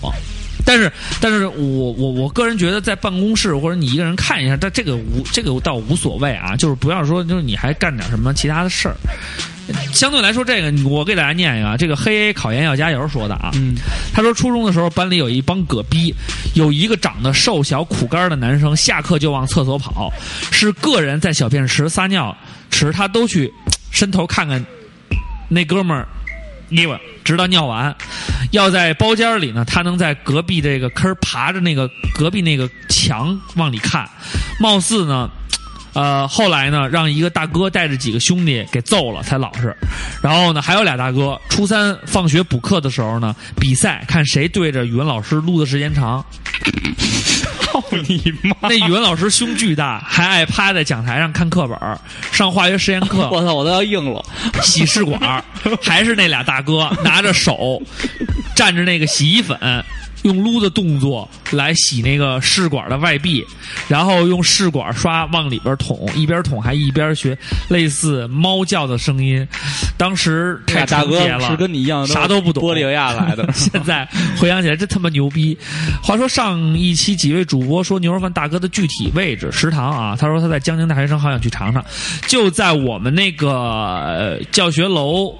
Speaker 1: 但是，但是我我我个人觉得，在办公室或者你一个人看一下，但这个无这个倒无所谓啊，就是不要说就是你还干点什么其他的事儿。相对来说，这个我给大家念一个，啊，这个黑 A 考研要加油说的啊，
Speaker 3: 嗯，
Speaker 1: 他说初中的时候班里有一帮葛逼，有一个长得瘦小苦干的男生，下课就往厕所跑，是个人在小便池撒尿池，他都去伸头看看那哥们儿腻歪，直到尿完。要在包间里呢，他能在隔壁这个坑儿爬着那个隔壁那个墙往里看，貌似呢。呃，后来呢，让一个大哥带着几个兄弟给揍了才老实。然后呢，还有俩大哥，初三放学补课的时候呢，比赛看谁对着语文老师撸的时间 长。
Speaker 3: 操哦你妈！
Speaker 1: 那语文老师胸巨大，还爱趴在讲台上看课本儿，上化学实验课
Speaker 3: 我操，我都要硬了。
Speaker 1: 洗试管儿，还是那俩大哥拿着手蘸着那个洗衣粉，用撸的动作来洗那个试管的外壁，然后用试管刷往里边捅，一边捅还一边学类似猫叫的声音。当时
Speaker 3: 那
Speaker 1: 太
Speaker 3: 大
Speaker 1: 纯
Speaker 3: 哥
Speaker 1: 洁了，
Speaker 3: 是跟你一样，
Speaker 1: 啥都不懂，。
Speaker 3: 玻利维亚来的
Speaker 1: 现在回想起来，真他妈牛逼！话说上一期几位主播说牛肉饭大哥的具体位置食堂啊，他说他在江宁大学生，好想去尝尝，就在我们那个、呃教学楼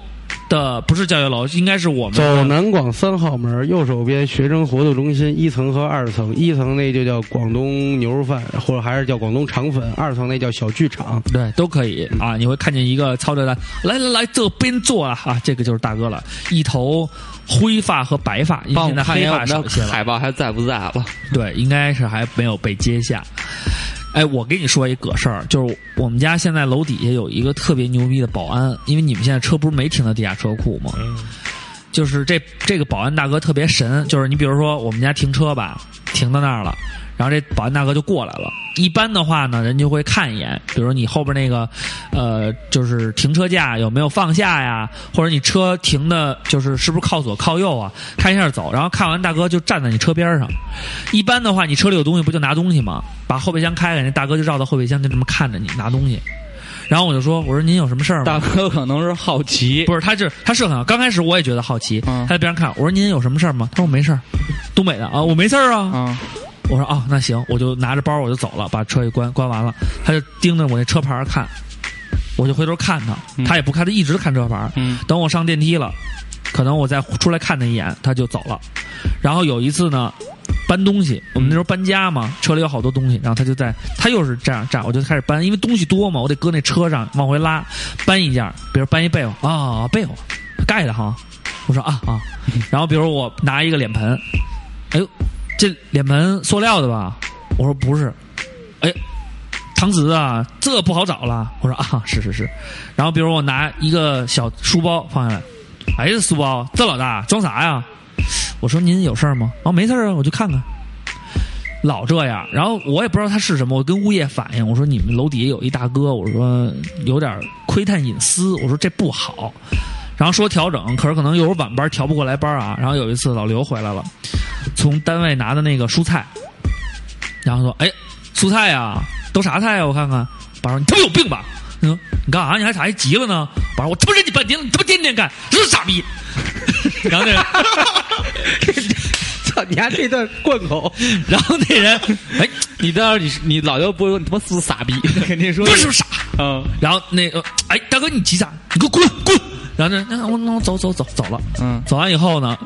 Speaker 1: 的，不是教学楼，应该是我们
Speaker 2: 走
Speaker 1: 的
Speaker 2: 南广三号门，右手边学生活动中心一层和二层，一层那就叫广东牛肉饭，或者还是叫广东肠粉；二层那叫小剧场。
Speaker 1: 对，都可以啊！你会看见一个操着的，来来来，这边坐啊！啊，这个就是大哥了，一头灰发和白发，因为
Speaker 3: 帮我
Speaker 1: 现在
Speaker 3: 们看一
Speaker 1: 黑
Speaker 3: 眼我
Speaker 1: 发
Speaker 3: 们
Speaker 1: 少一些
Speaker 3: 的
Speaker 1: 了。
Speaker 3: 海报还在不在了？
Speaker 1: 对，应该是还没有被接下。哎，我跟你说一葛事儿，就是我们家现在楼底下有一个特别牛逼的保安，因为你们现在车不是没停到地下车库吗？就是这这个保安大哥特别神，就是你比如说我们家停车吧，停到那儿了，然后这保安大哥就过来了。一般的话呢，人就会看一眼，比如你后边那个，呃，就是停车架有没有放下呀，或者你车停的，就是是不是靠左靠右啊，看一下走。然后看完大哥就站在你车边上。一般的话，你车里有东西不就拿东西吗？把后备箱开开，那大哥就绕到后备箱就这么看着你拿东西。然后我就说，我说您有什么事儿吗？
Speaker 3: 大哥可能是好奇，
Speaker 1: 不是，他是他是很好。刚开始我也觉得好奇，
Speaker 3: 嗯
Speaker 1: 他在边上看，我说您有什么事儿吗？他说我没事儿， 东北的啊，我没事儿啊。
Speaker 3: 啊，
Speaker 1: 我说哦，那行，我就拿着包我就走了，把车一关，关完了，他就盯着我那车牌儿看，我就回头看他，
Speaker 3: 嗯
Speaker 1: 他也不看，他一直看车牌儿。
Speaker 3: 嗯
Speaker 1: 等我上电梯了，可能我再出来看他一眼，他就走了。然后有一次呢，搬东西，我们那时候搬家嘛，车里有好多东西，然后他就在，他又是这样站，我就开始搬，因为东西多嘛，我得搁那车上往回拉，搬一件儿，比如搬一被窝啊，被窝盖的哈，我说啊 啊，然后比如我拿一个脸盆，哎呦，这脸盆塑料的吧？我说不是，哎，搪瓷啊，这不好找了。我说啊，是是是。然后比如我拿一个小书包放下来，哎呀，这书包这老大装啥呀？我说您有事儿吗？哦，没事儿啊，我就看看。老这样，然后我也不知道他是什么，我跟物业反映，我说你们楼底下有一大哥，我说有点窥探隐私，我说这不好。然后说调整，可是可能又有晚班调不过来班啊。然后有一次老刘回来了，从单位拿的那个蔬菜，然后说：“哎，蔬菜呀、都啥菜呀、啊我看看。”爸说：“你他妈有病吧？”你说：“你干啥？你还咋还急了呢？”爸说：“我他妈认你半天了，你他妈天天干，真是傻逼。”然后那人。
Speaker 2: 操，你还这段贯口，
Speaker 1: 然后那人，哎，
Speaker 3: 你到时候你你老刘不会说你他妈是傻逼，肯定说
Speaker 1: 不是不是傻。
Speaker 3: 嗯
Speaker 1: 然后那个，哎，大哥你急啥？你给我滚滚！然后那那我那我走走走走了，
Speaker 3: 嗯
Speaker 1: 走完以后呢，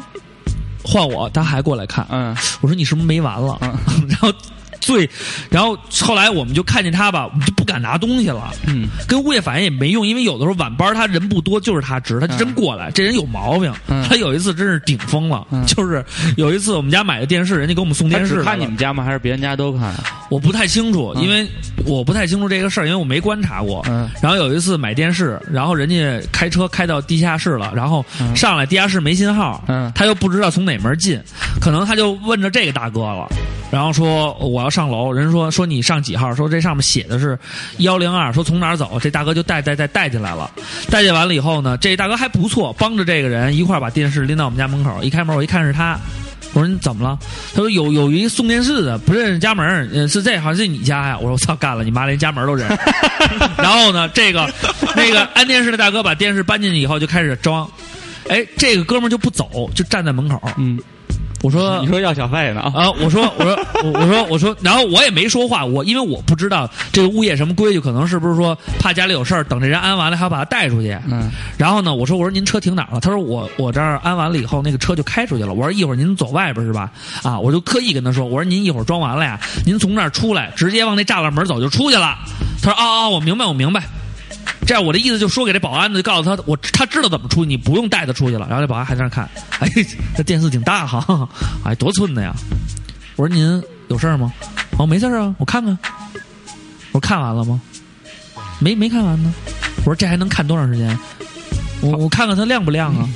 Speaker 1: 换我，他还过来看，
Speaker 3: 嗯
Speaker 1: 我说你是不是没完了？
Speaker 3: 嗯
Speaker 1: 然后最，然后后来我们就看见他吧，我们就不敢拿东西了。
Speaker 3: 嗯，
Speaker 1: 跟物业反映也没用，因为有的时候晚班他人不多，就是他值，他就真过来。这人有毛病，
Speaker 3: 嗯
Speaker 1: 他有一次真是顶疯了，
Speaker 3: 嗯
Speaker 1: 就是有一次我们家买的电视，人家给我们送
Speaker 3: 他
Speaker 1: 电视来
Speaker 3: 只
Speaker 1: 了，
Speaker 3: 看你们家吗？还是别人家都看？啊
Speaker 1: 我不太清楚，
Speaker 3: 嗯
Speaker 1: 因为我不太清楚这个事儿，因为我没观察过。
Speaker 3: 嗯
Speaker 1: 然后有一次买电视，然后人家开车开到地下室了，然后
Speaker 3: 嗯
Speaker 1: 上来地下室没信号，
Speaker 3: 嗯
Speaker 1: 他又不知道从哪门进，可能他就问着这个大哥了，然后说我要上楼，人说说你上几号，说这上面写的是幺零二，说从哪儿走，这大哥就带带带带进来了，带进完了以后呢，这大哥还不错，帮着这个人一块儿把电视拎到我们家门口，一开门我一看是他，我说你怎么了？他说有有一送电视的不认识家门儿，呃是这好像是你家呀。我说我操，干了，你妈连家门儿都认识。然后呢，这个那个安电视的大哥把电视搬进去以后就开始装，哎，这个哥们儿就不走，就站在门口。
Speaker 3: 嗯，
Speaker 1: 我说
Speaker 3: 你说要小费呢啊？
Speaker 1: 啊，我说，我说，我我说，我说，然后我也没说话，我因为我不知道这个物业什么规矩，可能是不是说怕家里有事儿，等这人安完了还要把他带出去。
Speaker 3: 嗯，
Speaker 1: 然后呢，我说我说您车停哪儿了？他说我我这儿安完了以后，那个车就开出去了。我说一会儿您走外边是吧？啊，我就刻意跟他说，我说您一会儿装完了呀，您从那儿出来，直接往那栅栏门走就出去了。他说哦哦，我明白，我明白。这样我的意思就说给这保安的，就告诉他我他知道怎么出，你不用带他出去了。然后这保安还在那看，哎，这电视挺大哈， 哎，多寸的呀！我说您有事儿吗？哦，没事儿啊，我看看。我说看完了吗？没没看完呢。我说这还能看多长时间？我我看看它亮不亮啊？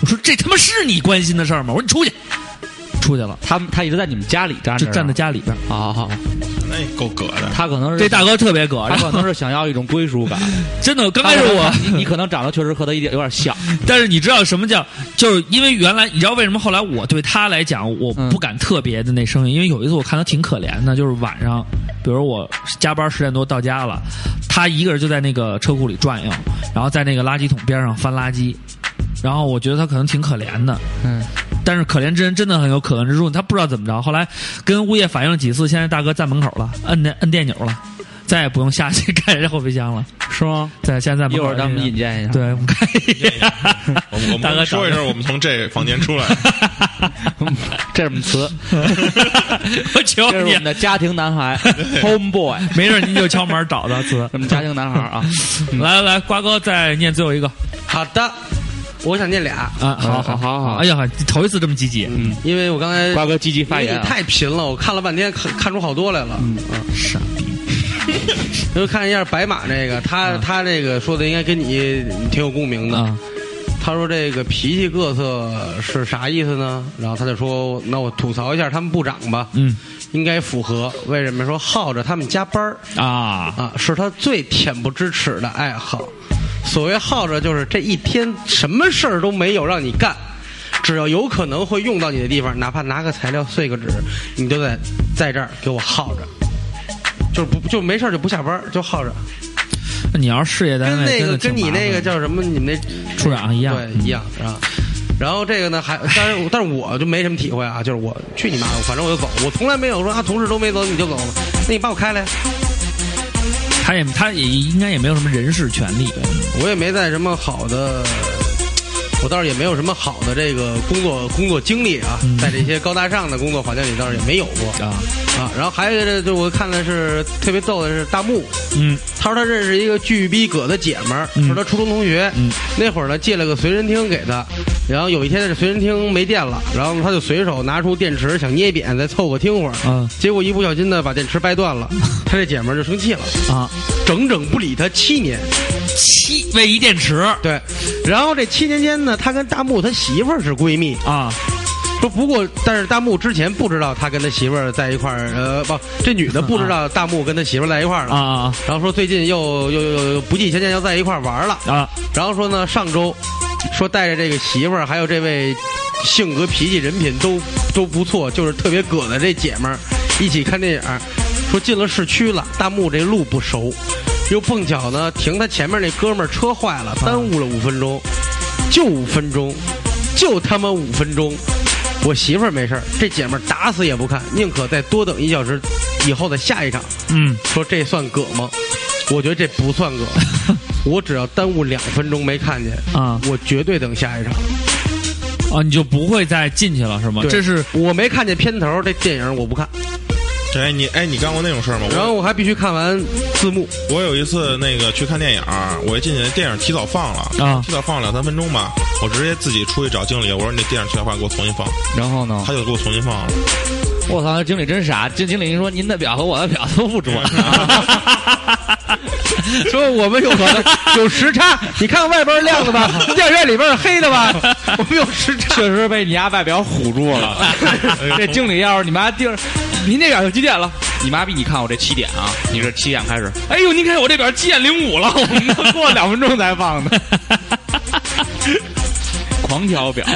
Speaker 1: 我说这他妈是你关心的事儿吗？我说你出去，出去了，
Speaker 3: 他他一直在你们家里站着
Speaker 1: 就
Speaker 3: 呢，
Speaker 1: 站在家里边儿。
Speaker 3: 啊，好好
Speaker 4: 那哎够葛的。
Speaker 3: 他可能是
Speaker 1: 这大哥特别葛，
Speaker 3: 他
Speaker 1: 然
Speaker 3: 可
Speaker 1: 后
Speaker 3: 能是想要一种归属感。
Speaker 1: 真啊的刚开始我
Speaker 3: 他可能你你可能长得确实和他一点有 点像，
Speaker 1: 但是你知道什么叫？就是因为原来你知道为什么后来我对他来讲我不敢特别的那声音，因为有一次我看他挺可怜的，就是晚上，比如我加班十点多到家了，他一个人就在那个车库里转悠，然后在那个垃圾桶边上翻垃圾，然后我觉得他可能挺可怜的，
Speaker 3: 嗯，
Speaker 1: 但是可怜之人真的很有可恨之处，他不知道怎么着。后来跟物业反映了几次，现在大哥站门口了，摁那摁电钮了，再也不用下去 看人家后备箱了，
Speaker 3: 是吗？
Speaker 1: 在现在门
Speaker 3: 一
Speaker 1: 口
Speaker 3: 会儿咱们
Speaker 1: 摁
Speaker 3: 引荐一下，
Speaker 1: 哎对，我们看一下。
Speaker 4: 我们我
Speaker 1: 大哥
Speaker 4: 们说一声，我们从这房 间出来。
Speaker 3: 这是我们词，
Speaker 1: 我求
Speaker 3: 这是我
Speaker 1: 你
Speaker 3: 们，的家庭 男孩，homeboy，
Speaker 1: 哎没事您就敲门找到 词。
Speaker 3: 我们家庭男孩啊。嗯
Speaker 1: 来来来，瓜哥再念最后一个
Speaker 2: 好的，我想念俩，
Speaker 1: 啊！好好
Speaker 3: 好好
Speaker 1: 哎呀，头一次这么积极，
Speaker 2: 嗯，因为我刚才
Speaker 3: 瓜哥积极发
Speaker 2: 因为
Speaker 1: 哎
Speaker 3: 言
Speaker 2: 你
Speaker 3: 啊，
Speaker 2: 太贫了，我看了半天，看看出好多来了。嗯，
Speaker 1: 傻 逼！
Speaker 2: 就看一下白马那个，他他这个说的应该跟你挺有共鸣的。
Speaker 1: 啊
Speaker 2: 他说这个脾气各色是啥意思呢？然后他就说，那我吐槽一下他们部长吧，
Speaker 1: 嗯
Speaker 2: 应该符合。为什么说耗着他们加班儿
Speaker 1: 啊，
Speaker 2: 啊？是他最恬不知耻的爱好。所谓耗着，就是这一天什么事儿都没有让你干，只要有可能会用到你的地方，哪怕拿个材料碎个纸，你都得在这儿给我耗着。就是不就没事儿就不下班儿就耗着，
Speaker 1: 那你要是事业单位，
Speaker 2: 跟那
Speaker 1: 哎真
Speaker 2: 个
Speaker 1: 的挺
Speaker 2: 跟你
Speaker 1: 麻烦
Speaker 2: 那个
Speaker 1: 的
Speaker 2: 叫什么，你们那
Speaker 1: 处长一样
Speaker 2: 对，一样啊。然后这个呢，还但是 但是我就没什么体会啊，就是我去你妈，的，反正我就走，我从来没有说啊，同事都没走你就走了，那你把我开来，
Speaker 1: 他也他也应该也没有什么人事权利，
Speaker 2: 我也没在什么好的，我倒是也没有什么好的这个工作工作经历啊，在这些高大上的工作环境里倒是也没有过
Speaker 1: 嗯啊
Speaker 2: 啊，啊，然后还有一个就我看的是特别逗的是大木，
Speaker 1: 嗯
Speaker 2: 他说他认识一个巨逼葛的姐们儿，
Speaker 1: 嗯
Speaker 2: 是他初中同学。
Speaker 1: 嗯
Speaker 2: 那会儿呢，借了个随身听给他，然后有一天这随身听没电了，然后他就随手拿出电池想捏扁，再凑合听会儿。
Speaker 1: 嗯
Speaker 2: 结果一不小心呢，把电池掰 断了，他这姐们儿就生气了，
Speaker 1: 啊，
Speaker 2: 整整不理他七年。
Speaker 1: 七为一电池
Speaker 2: 对，然后这七年间呢，他跟大木他媳妇儿是闺蜜，
Speaker 1: 啊，
Speaker 2: 说不过，但是大木之前不知道他跟他媳妇儿在一块儿，呃，不，这女的不知道大木跟他媳妇儿在一块儿了。
Speaker 1: 啊啊
Speaker 2: 然后说最近又又又又不计前嫌要在一块儿玩儿了，
Speaker 1: 啊
Speaker 2: 然后说呢，上周说带着这个媳妇儿，还有这位性格、脾气、人品都都不错，就是特别葛的这姐们儿一起看电影儿，说进了市区了，大木这路不熟，又碰巧呢停他前面那哥们儿车坏了，耽误了五分钟，就五分钟，就他妈五分钟。我媳妇儿没事儿，这姐们儿打死也不看，宁可再多等一小时，以后的下一场。
Speaker 1: 嗯
Speaker 2: 说这算葛吗？我觉得这不算 葛，我只要耽误两分钟没看见，
Speaker 1: 啊
Speaker 2: 我绝对等下一场。
Speaker 1: 啊，你就不会再进去了是吗？
Speaker 2: 对
Speaker 1: 这是
Speaker 2: 我没看见片头，这电影我不看，
Speaker 4: 哎，你哎，你干过那种事儿吗？
Speaker 2: 然
Speaker 4: 我
Speaker 2: 后我还必须看完字幕。
Speaker 4: 我有一次那个去看电影儿，我一进去电影提早放了，
Speaker 1: 啊
Speaker 4: 提早放了两三分钟吧，我直接自己出去找经理，我说你这电影提早放，给我重新放，
Speaker 3: 然后呢？
Speaker 4: 他就给我重新放了。
Speaker 3: 我操，那经理真傻。经经理一说您的表和我的表都不准，啊
Speaker 2: 说我们有可能有时差，你看外边亮的吧，电影院里边是黑的吧，我们有时差。
Speaker 3: 确实被你家外表唬住了。 这经理要是你妈定，您这表就几点了？你妈逼！你看我这七点啊，你这七点开始。哎呦，您看我这表七点零五了，我们都过了两分钟才放的。 狂调表，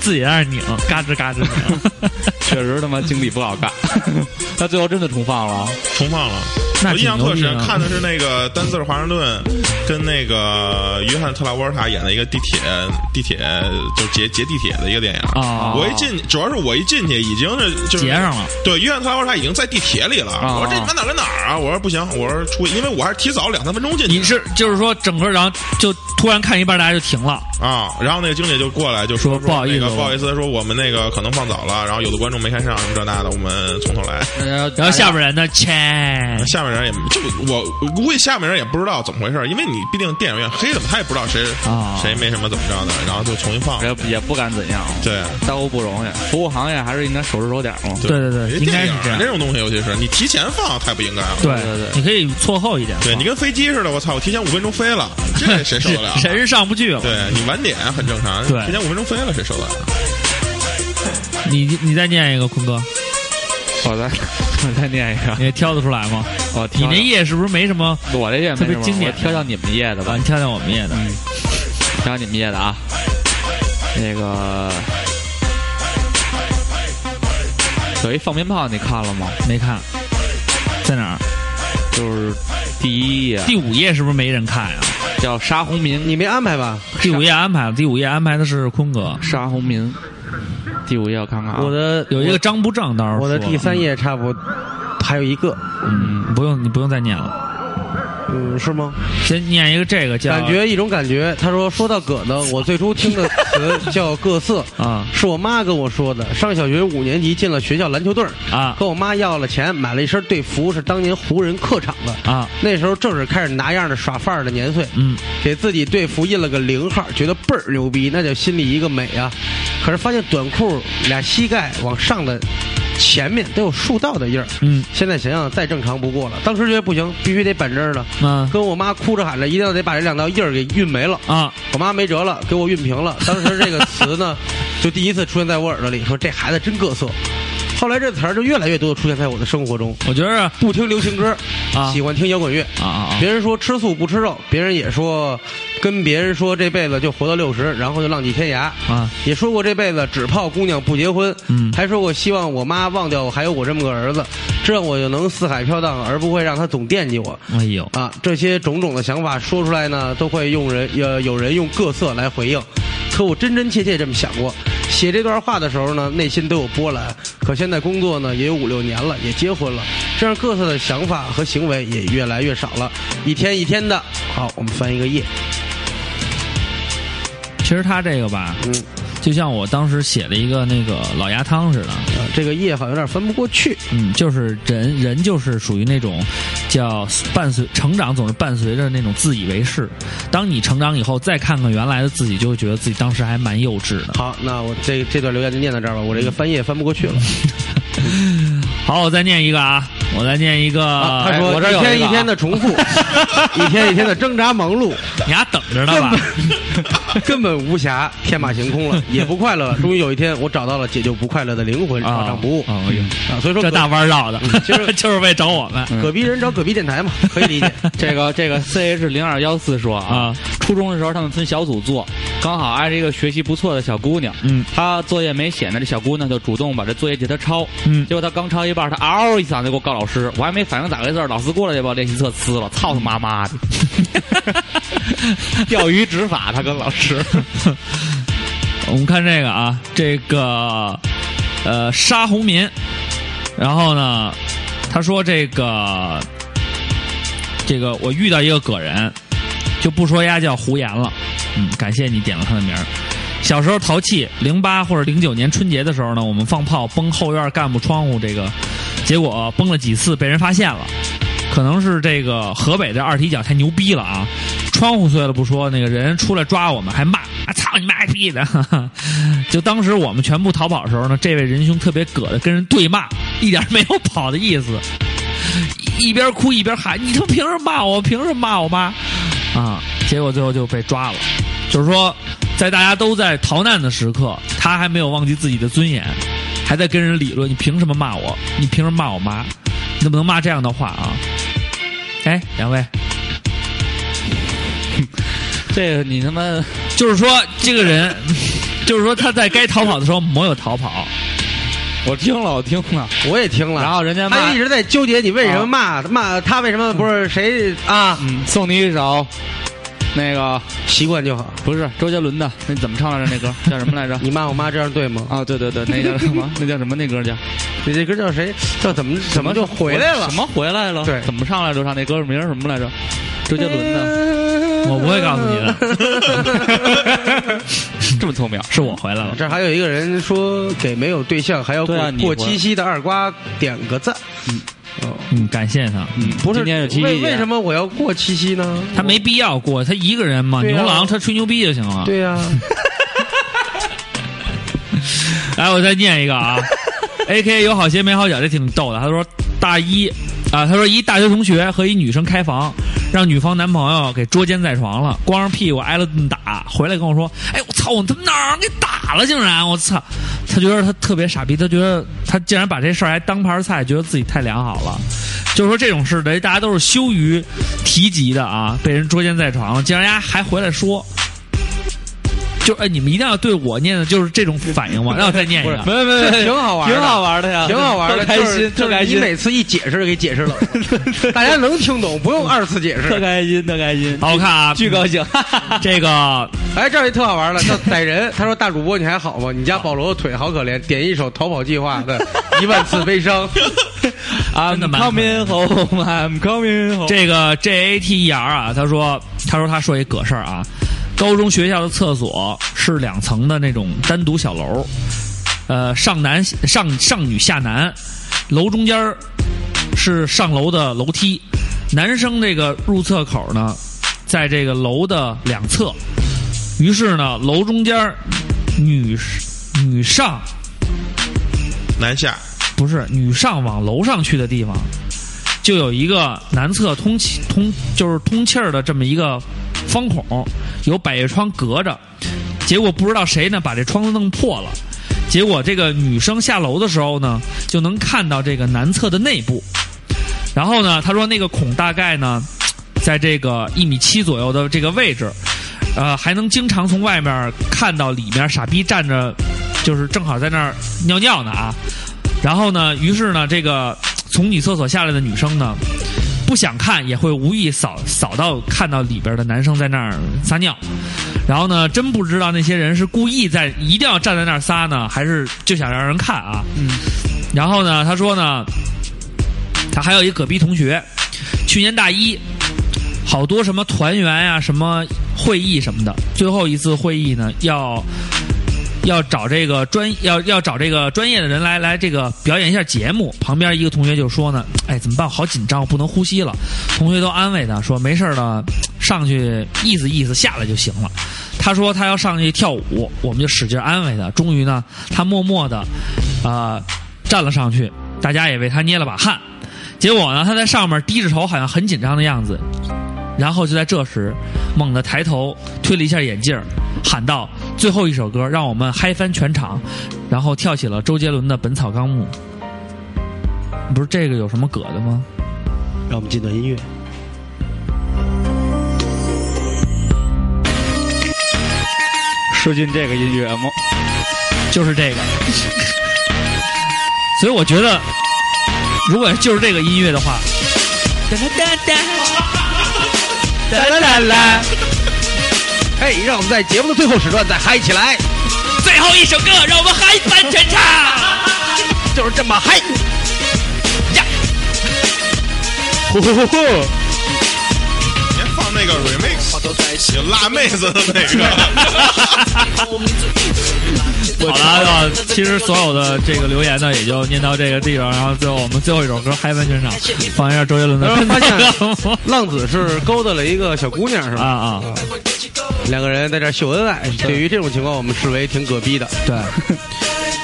Speaker 1: 自己在那儿 拧，嘎吱嘎吱 拧。
Speaker 3: 确实他妈经理不好干。 他最后真的重放了，啊
Speaker 4: 重放了。
Speaker 1: 那
Speaker 4: 我印
Speaker 1: 挺
Speaker 4: 象
Speaker 1: 牛
Speaker 4: 特
Speaker 1: 逼
Speaker 4: 深，
Speaker 1: 啊
Speaker 4: 看的是那个丹泽尔华盛顿跟那个约翰特拉沃尔塔演的一个地铁地铁就是劫劫地铁的一个电影。
Speaker 1: 啊
Speaker 4: 我一进，主要是我一进去已经是就是
Speaker 1: 结上了。
Speaker 4: 对，约翰特拉沃尔塔已经在地铁里了。
Speaker 3: 啊
Speaker 4: 我说这他妈哪儿跟哪儿啊？我说不行，我说出，因为我还是提早两三分钟进去。
Speaker 1: 你是就是说整个然后就突然看一半大家就停了
Speaker 4: 啊，然后那个经理就过来就
Speaker 1: 说不好意思
Speaker 4: 那个
Speaker 1: 我
Speaker 4: 不好意思，说我们那个可能放早了，然后有的观众没看上什么这那的，我们从头 来。
Speaker 3: 然后
Speaker 1: 然后下边人呢，切，
Speaker 4: 下面人也就我我估计下面人也不知道怎么回事，因为你毕竟电影院黑了嘛，他也不知道谁、
Speaker 3: 啊
Speaker 4: 谁没什么怎么着的，然后就重新放。
Speaker 3: 也也不敢怎样，
Speaker 4: 对
Speaker 3: 大欧不容易。服务行业还是应该守时守点嘛。
Speaker 1: 对对对
Speaker 4: 因为
Speaker 1: 应该是
Speaker 4: 电影
Speaker 1: 这样
Speaker 4: 这种东西，尤其是你提前放，太不应该了。
Speaker 1: 对
Speaker 3: 对对
Speaker 1: 你可以错后一点，？
Speaker 4: 对你跟飞机似的，我操，我提前五分钟飞了，这谁受得 了
Speaker 1: 谁是上不去了？
Speaker 4: 对你晚点很正常，
Speaker 1: 对
Speaker 4: 提前五分钟飞了谁受得了？
Speaker 1: 你你再念一个，坤哥，
Speaker 3: 我再我再念一个，
Speaker 1: 你挑得出来吗？
Speaker 3: 我
Speaker 1: 哦你
Speaker 3: 挑
Speaker 1: 那页是不是没什么？
Speaker 3: 我这页没什么
Speaker 1: 特别经典
Speaker 3: 我挑挑你们页的吧
Speaker 1: 啊，你，挑挑我们页的，
Speaker 3: 挑你们页的啊。那个有一放鞭炮，你看了吗？
Speaker 1: 没看，在哪儿？
Speaker 3: 就是第一页
Speaker 1: 第五页是不是没人看呀？
Speaker 3: 叫杀红民，
Speaker 2: 你没安排吧？
Speaker 1: 第五页安排了，第五页安排的是坤哥。
Speaker 3: 杀红民。第五页我看看啊，
Speaker 2: 我的
Speaker 1: 有一个张不正，到时候
Speaker 2: 我的
Speaker 1: 说了
Speaker 2: 第三，页差不多还有一个，
Speaker 1: 嗯，不用你不用再念了，
Speaker 2: 嗯，是吗？
Speaker 1: 先念一个这个叫
Speaker 2: 感觉一种感觉。他说说到葛呢，我最初听的 词叫各色，
Speaker 1: 啊
Speaker 2: 是我妈跟我说的。上小学五年级进了学校篮球队儿
Speaker 1: 啊
Speaker 2: 和我妈要了钱买了一身队服，是当年湖人客场的。
Speaker 1: 啊，
Speaker 2: 那时候正是开始拿样的耍范儿的年岁，
Speaker 1: 嗯
Speaker 2: 给自己队服印了个零号，觉得倍儿牛逼，那叫心里一个美啊。可是发现短裤俩膝盖往上的前面都有竖道的印儿，
Speaker 1: 嗯
Speaker 2: 现在想想再正常不过了。当时觉得不行，必须得板正儿了。
Speaker 1: 啊
Speaker 2: 跟我妈哭着喊着，一定要得把这两道印儿给熨没了。
Speaker 1: 啊
Speaker 2: 我妈没辙了，给我熨平了。当时这个词呢，就第一次出现在我耳朵里，说这孩子真各色。后来这词儿就越来越多的出现在我的生活中，
Speaker 1: 我觉着
Speaker 2: 不听流行歌，
Speaker 1: 啊
Speaker 2: 喜欢听摇滚乐。
Speaker 1: 啊啊
Speaker 2: 别人说吃素不吃肉，别人也说跟别人说这辈子就活到六十，然后就浪迹天涯。
Speaker 1: 啊
Speaker 2: 也说过这辈子只泡姑娘不结婚，
Speaker 1: 嗯
Speaker 2: 还说过希望我妈忘掉我还有我这么个儿子，这样我就能四海飘荡，而不会让她总惦记我。
Speaker 1: 哎呦
Speaker 2: 啊，这些种种的想法说出来呢，都会用人呃有人用各色来回应。可我真真切切这么想过，写这段话的时候呢，内心都有波澜。可现在工作呢也有五六年了，也结婚了，这样各色的想法和行为也越来越少了，一天一天的。好，我们翻一个页，
Speaker 1: 其实他这个吧，
Speaker 2: 嗯，
Speaker 1: 就就像我当时写了一个那个老鸭汤似的，
Speaker 2: 呃这个夜好像有点翻不过去。
Speaker 1: 嗯，就是人人就是属于那种叫伴随成长，总是伴随着那种自以为是。当你成长以后，再看看原来的自己，就会觉得自己当时还蛮幼稚的。
Speaker 2: 好，那我这这段留言就念到这儿吧，我这个翻页翻不过去了。
Speaker 1: 好，我再念一个啊，我再念一个，
Speaker 2: 啊他
Speaker 3: 哎
Speaker 2: 说
Speaker 3: 我这儿有
Speaker 2: 一天
Speaker 3: 一个
Speaker 2: 一
Speaker 3: 啊
Speaker 2: 天的重 复，一天一天的挣扎忙碌，
Speaker 1: 你俩等着 呢吧？
Speaker 2: 根本无暇天马行 空了，也不快乐了。终于有一天，我找到了解救不快乐的灵魂，
Speaker 1: 啊
Speaker 2: 照常不误
Speaker 1: 啊哎呦
Speaker 2: 啊。所以
Speaker 1: 这
Speaker 2: 说葛，
Speaker 1: 大弯绕的，
Speaker 2: 嗯其实
Speaker 1: 就是为找我们
Speaker 2: 葛逼人找葛逼电台嘛，
Speaker 1: 嗯
Speaker 2: 可以 理解。
Speaker 3: 这个这个 C H 零二幺四说啊，
Speaker 1: 啊。
Speaker 3: 初中的时候他们分小组做，刚好挨着一个学习不错的小姑娘，
Speaker 1: 嗯
Speaker 3: 她作业没写呢，这小姑娘就主动把这作业借她抄，
Speaker 1: 嗯
Speaker 3: 结果她刚抄一半，她嗷一嗓子就给我告老师，我还没反应咋回事儿，老师过来就把我练习册撕了，操他妈 妈的！钓鱼执法，他跟 老师，
Speaker 1: 我们看这个啊，这个呃沙红民，然后呢，他说这个这个我遇到一个葛人，就不说丫叫胡言了，嗯，感谢你点了他的名儿。小时候淘气，零八或者零九年春节的时候呢，我们放炮崩后院干部窗户，这个结果崩了几次被人发现了。可能是这个河北的二踢脚太牛逼了啊！窗户碎了不说，那个人出来抓我们还骂啊操你妈逼的！ 哈哈就当时我们全部逃跑的时候呢，这位仁兄特别葛的跟人对骂，一点没有跑的意思，一边哭一边喊你他妈凭什么骂我？凭什么骂我妈？啊！结果最后就被抓了。就是说，在大家都在逃难的时刻，他还没有忘记自己的尊严，还在跟人理论：“你凭什么骂我？你凭什么骂我妈？你怎么能骂这样的话啊？”哎，两位，
Speaker 3: 这个你他妈
Speaker 1: 就是说这个人， 就是说他在该逃跑的时候没有逃跑，
Speaker 3: 我听了我听了，
Speaker 2: 我也听
Speaker 3: 然
Speaker 2: 了，
Speaker 3: 后人家
Speaker 2: 他
Speaker 3: 骂
Speaker 2: 一，直在纠结你为什么
Speaker 1: 啊
Speaker 2: 骂骂他，为什么 不是谁啊？
Speaker 3: 嗯，送你一首那个
Speaker 2: 习惯就好。
Speaker 3: 不是周杰伦的，那怎么唱来着？那歌叫什么来着？
Speaker 2: 你骂我妈这样对吗？
Speaker 3: 啊，对对对，那叫什 么？那叫什么？那歌叫
Speaker 2: 你这歌叫谁？叫怎么怎么就回来了
Speaker 3: 什？么回来了？
Speaker 2: 对
Speaker 3: 怎么上来就唱那歌名儿什么来着？周杰伦的，
Speaker 1: 我不会告诉你的，
Speaker 3: 这么聪明，啊
Speaker 1: 是我回来了。
Speaker 2: 这还有一个人说给没有对象还要过、
Speaker 3: 对啊你
Speaker 2: 过
Speaker 3: 我
Speaker 2: 七夕的二瓜点个赞，
Speaker 1: 嗯，感谢他，
Speaker 3: 嗯，
Speaker 2: 不是
Speaker 3: 今天有七
Speaker 2: 为为什
Speaker 3: 么？
Speaker 2: 么我要过七夕呢？
Speaker 1: 他没必要过，他一个人嘛，
Speaker 2: 对啊
Speaker 1: 牛郎他吹牛逼就行了。
Speaker 2: 对呀、
Speaker 1: 来，我再念一个啊，A K 有好鞋没好脚，这挺逗的。他说大一啊，他说一大学同学和一女生开房，让女方男朋友给捉奸在床了，光着屁股挨了顿打，回来跟我说，哎，我操，我他妈哪儿给打了，竟然，我操！他觉得他特别傻逼，他觉得他竟然把这事儿还当盘菜，觉得自己太良好了。就是说这种事，得大家都是羞于提及的啊，被人捉奸在床了，竟然人家还回来说。就哎，你们一定要对我念的就是这种反应吗？让我再念一
Speaker 8: 啊
Speaker 1: 个，
Speaker 3: 没没
Speaker 2: 挺好玩的
Speaker 3: 挺好玩的 呀，
Speaker 2: 挺好玩 的，
Speaker 3: 特开心，
Speaker 2: 就是
Speaker 3: 特
Speaker 2: 就是
Speaker 3: 开
Speaker 2: 你
Speaker 3: 心，
Speaker 2: 每次一解释就给解释了，大家能听懂，不用二次解
Speaker 3: 特
Speaker 2: 释。
Speaker 3: 开心，特开心，
Speaker 1: 好，我看 啊，
Speaker 3: 巨 高兴，哈哈哈
Speaker 1: 这个
Speaker 2: 哎，这儿一特好玩的，叫逮人。他说：“大主播你还好吗？你家保罗的腿好可怜。”点一首《逃跑计划》 的《一万次悲伤》。
Speaker 3: 啊，I'm
Speaker 1: 的蛮好
Speaker 3: coming home，I'm coming home，
Speaker 1: 这个 J A T E R 啊，他说他说他说一葛事儿啊，高中学校的厕所是两层的那种单独小楼，呃，上男上上女下男，楼中间儿是上楼的楼梯，男生这个入厕口呢，在这个楼的两侧，于是呢，楼中间儿女女上
Speaker 4: 南下
Speaker 1: 不是女上往楼上去的地方，就有一个南侧通气通就是通气儿的这么一个方孔，有百叶窗隔着。结果不知道谁呢把这窗子弄破了，结果这个女生下楼的时候呢，就能看到这个南侧的内部。然后呢，他说那个孔大概呢，在这个一米七左右的这个位置，呃，还能经常从外面看到里面傻逼站着，就是正好在那儿尿尿呢啊。然后呢，于是呢，这个从女厕所下来的女生呢，不想看也会无意扫扫到看到里边的男生在那儿撒尿。然后呢，真不知道那些人是故意在一定要站在那儿撒呢，还是就想让人看啊。
Speaker 3: 嗯。
Speaker 1: 然后呢，他说呢，他还有一葛逼同学，去年大一，好多什么团员呀、什么会议什么的，最后一次会议呢，要要找这个专要要找这个专业的人来来这个表演一下节目。旁边一个同学就说呢，哎，怎么办？我好紧张，我不能呼吸了。同学都安慰他说，没事儿的，上去意思意思，下来就行了。他说他要上去跳舞，我们就使劲安慰他。终于呢，他默默的啊、呃站了上去，大家也为他捏了把汗。结果呢，他在上面低着头，好像很紧张的样子。然后就在这时，猛地抬头推了一下眼镜儿，喊道：“最后一首歌，让我们嗨翻全场！”然后跳起了周杰伦的《本草纲目》。不是这个有什么葛的吗？
Speaker 2: 让我们进段音乐。
Speaker 8: 是进这个音乐
Speaker 3: 嗯
Speaker 8: 吗？
Speaker 1: 就是这个。 所以我觉得，如果就是这个音乐的话，哒哒哒 哒，哒哒哒，
Speaker 2: 哎，让我们在节目的最后时段再嗨起来，
Speaker 1: 最后一首歌，让我们嗨翻全 场！
Speaker 2: 就是这么嗨！
Speaker 8: 呼呼呼呼！
Speaker 4: 别放那个 remix，有辣妹子的那 个，
Speaker 1: 好了，啊其实所有的这个留言呢，也就念到这个地方，然后最后我们最后一首歌嗨翻全场，放一下周杰 伦的
Speaker 2: 然后
Speaker 1: 《
Speaker 2: 哎发现
Speaker 1: 奔跑吧
Speaker 2: 浪子是勾搭了一个小姑娘是
Speaker 1: 啊
Speaker 2: 吧？
Speaker 1: 啊，
Speaker 2: 两个人在这儿秀恩爱，对于这种情况，我们视为挺葛逼的。
Speaker 1: 对。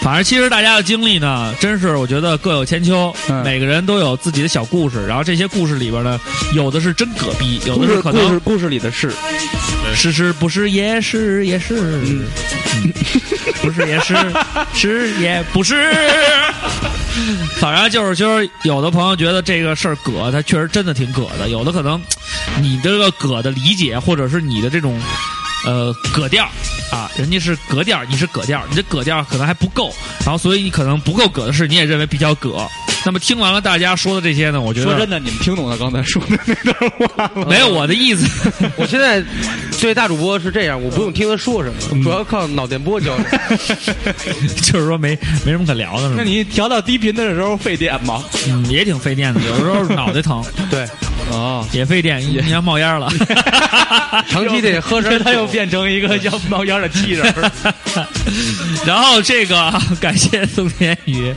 Speaker 1: 反正其实大家的经历呢，真是我觉得各有千秋，
Speaker 8: 嗯
Speaker 1: 每个人都有自己的小故事。然后这些故事里边呢，有的是真葛逼，有
Speaker 8: 故
Speaker 1: 的
Speaker 8: 事
Speaker 1: 是可
Speaker 8: 故
Speaker 1: 能
Speaker 8: 事故事里的事，
Speaker 1: 是是不是也是也是，嗯不是也 是是也不是，反正就是就是有的朋友觉得这个事儿葛，他确实真的挺葛的。有的可能你这个葛的理解，或者是你的这种呃葛调啊，人家是格调，你是葛调，你这葛调可能还不够，然后所以你可能不够葛的事，你也认为比较葛。那么听完了大家说的这些呢，我觉
Speaker 8: 说
Speaker 1: 得
Speaker 8: 真的，你们听懂他刚才说的那段话 吗？
Speaker 1: 没有我的意思。
Speaker 2: 我现在对大主播是这样，我不用听他说什么，
Speaker 1: 嗯
Speaker 2: 主要靠脑电波 交流。
Speaker 1: 就是说没没什么可聊的，是吗
Speaker 8: 那你调到低频的时候费电吗？
Speaker 1: 嗯，也挺费电的，有时候脑袋疼，
Speaker 2: 对，
Speaker 8: 哦，
Speaker 1: 也费电，你要冒 烟了。
Speaker 2: 长期得喝
Speaker 8: 这
Speaker 2: 点
Speaker 8: 他又
Speaker 2: 酒。
Speaker 8: 变成一个要冒烟的气人儿。
Speaker 1: 然后这个感谢宋天宇，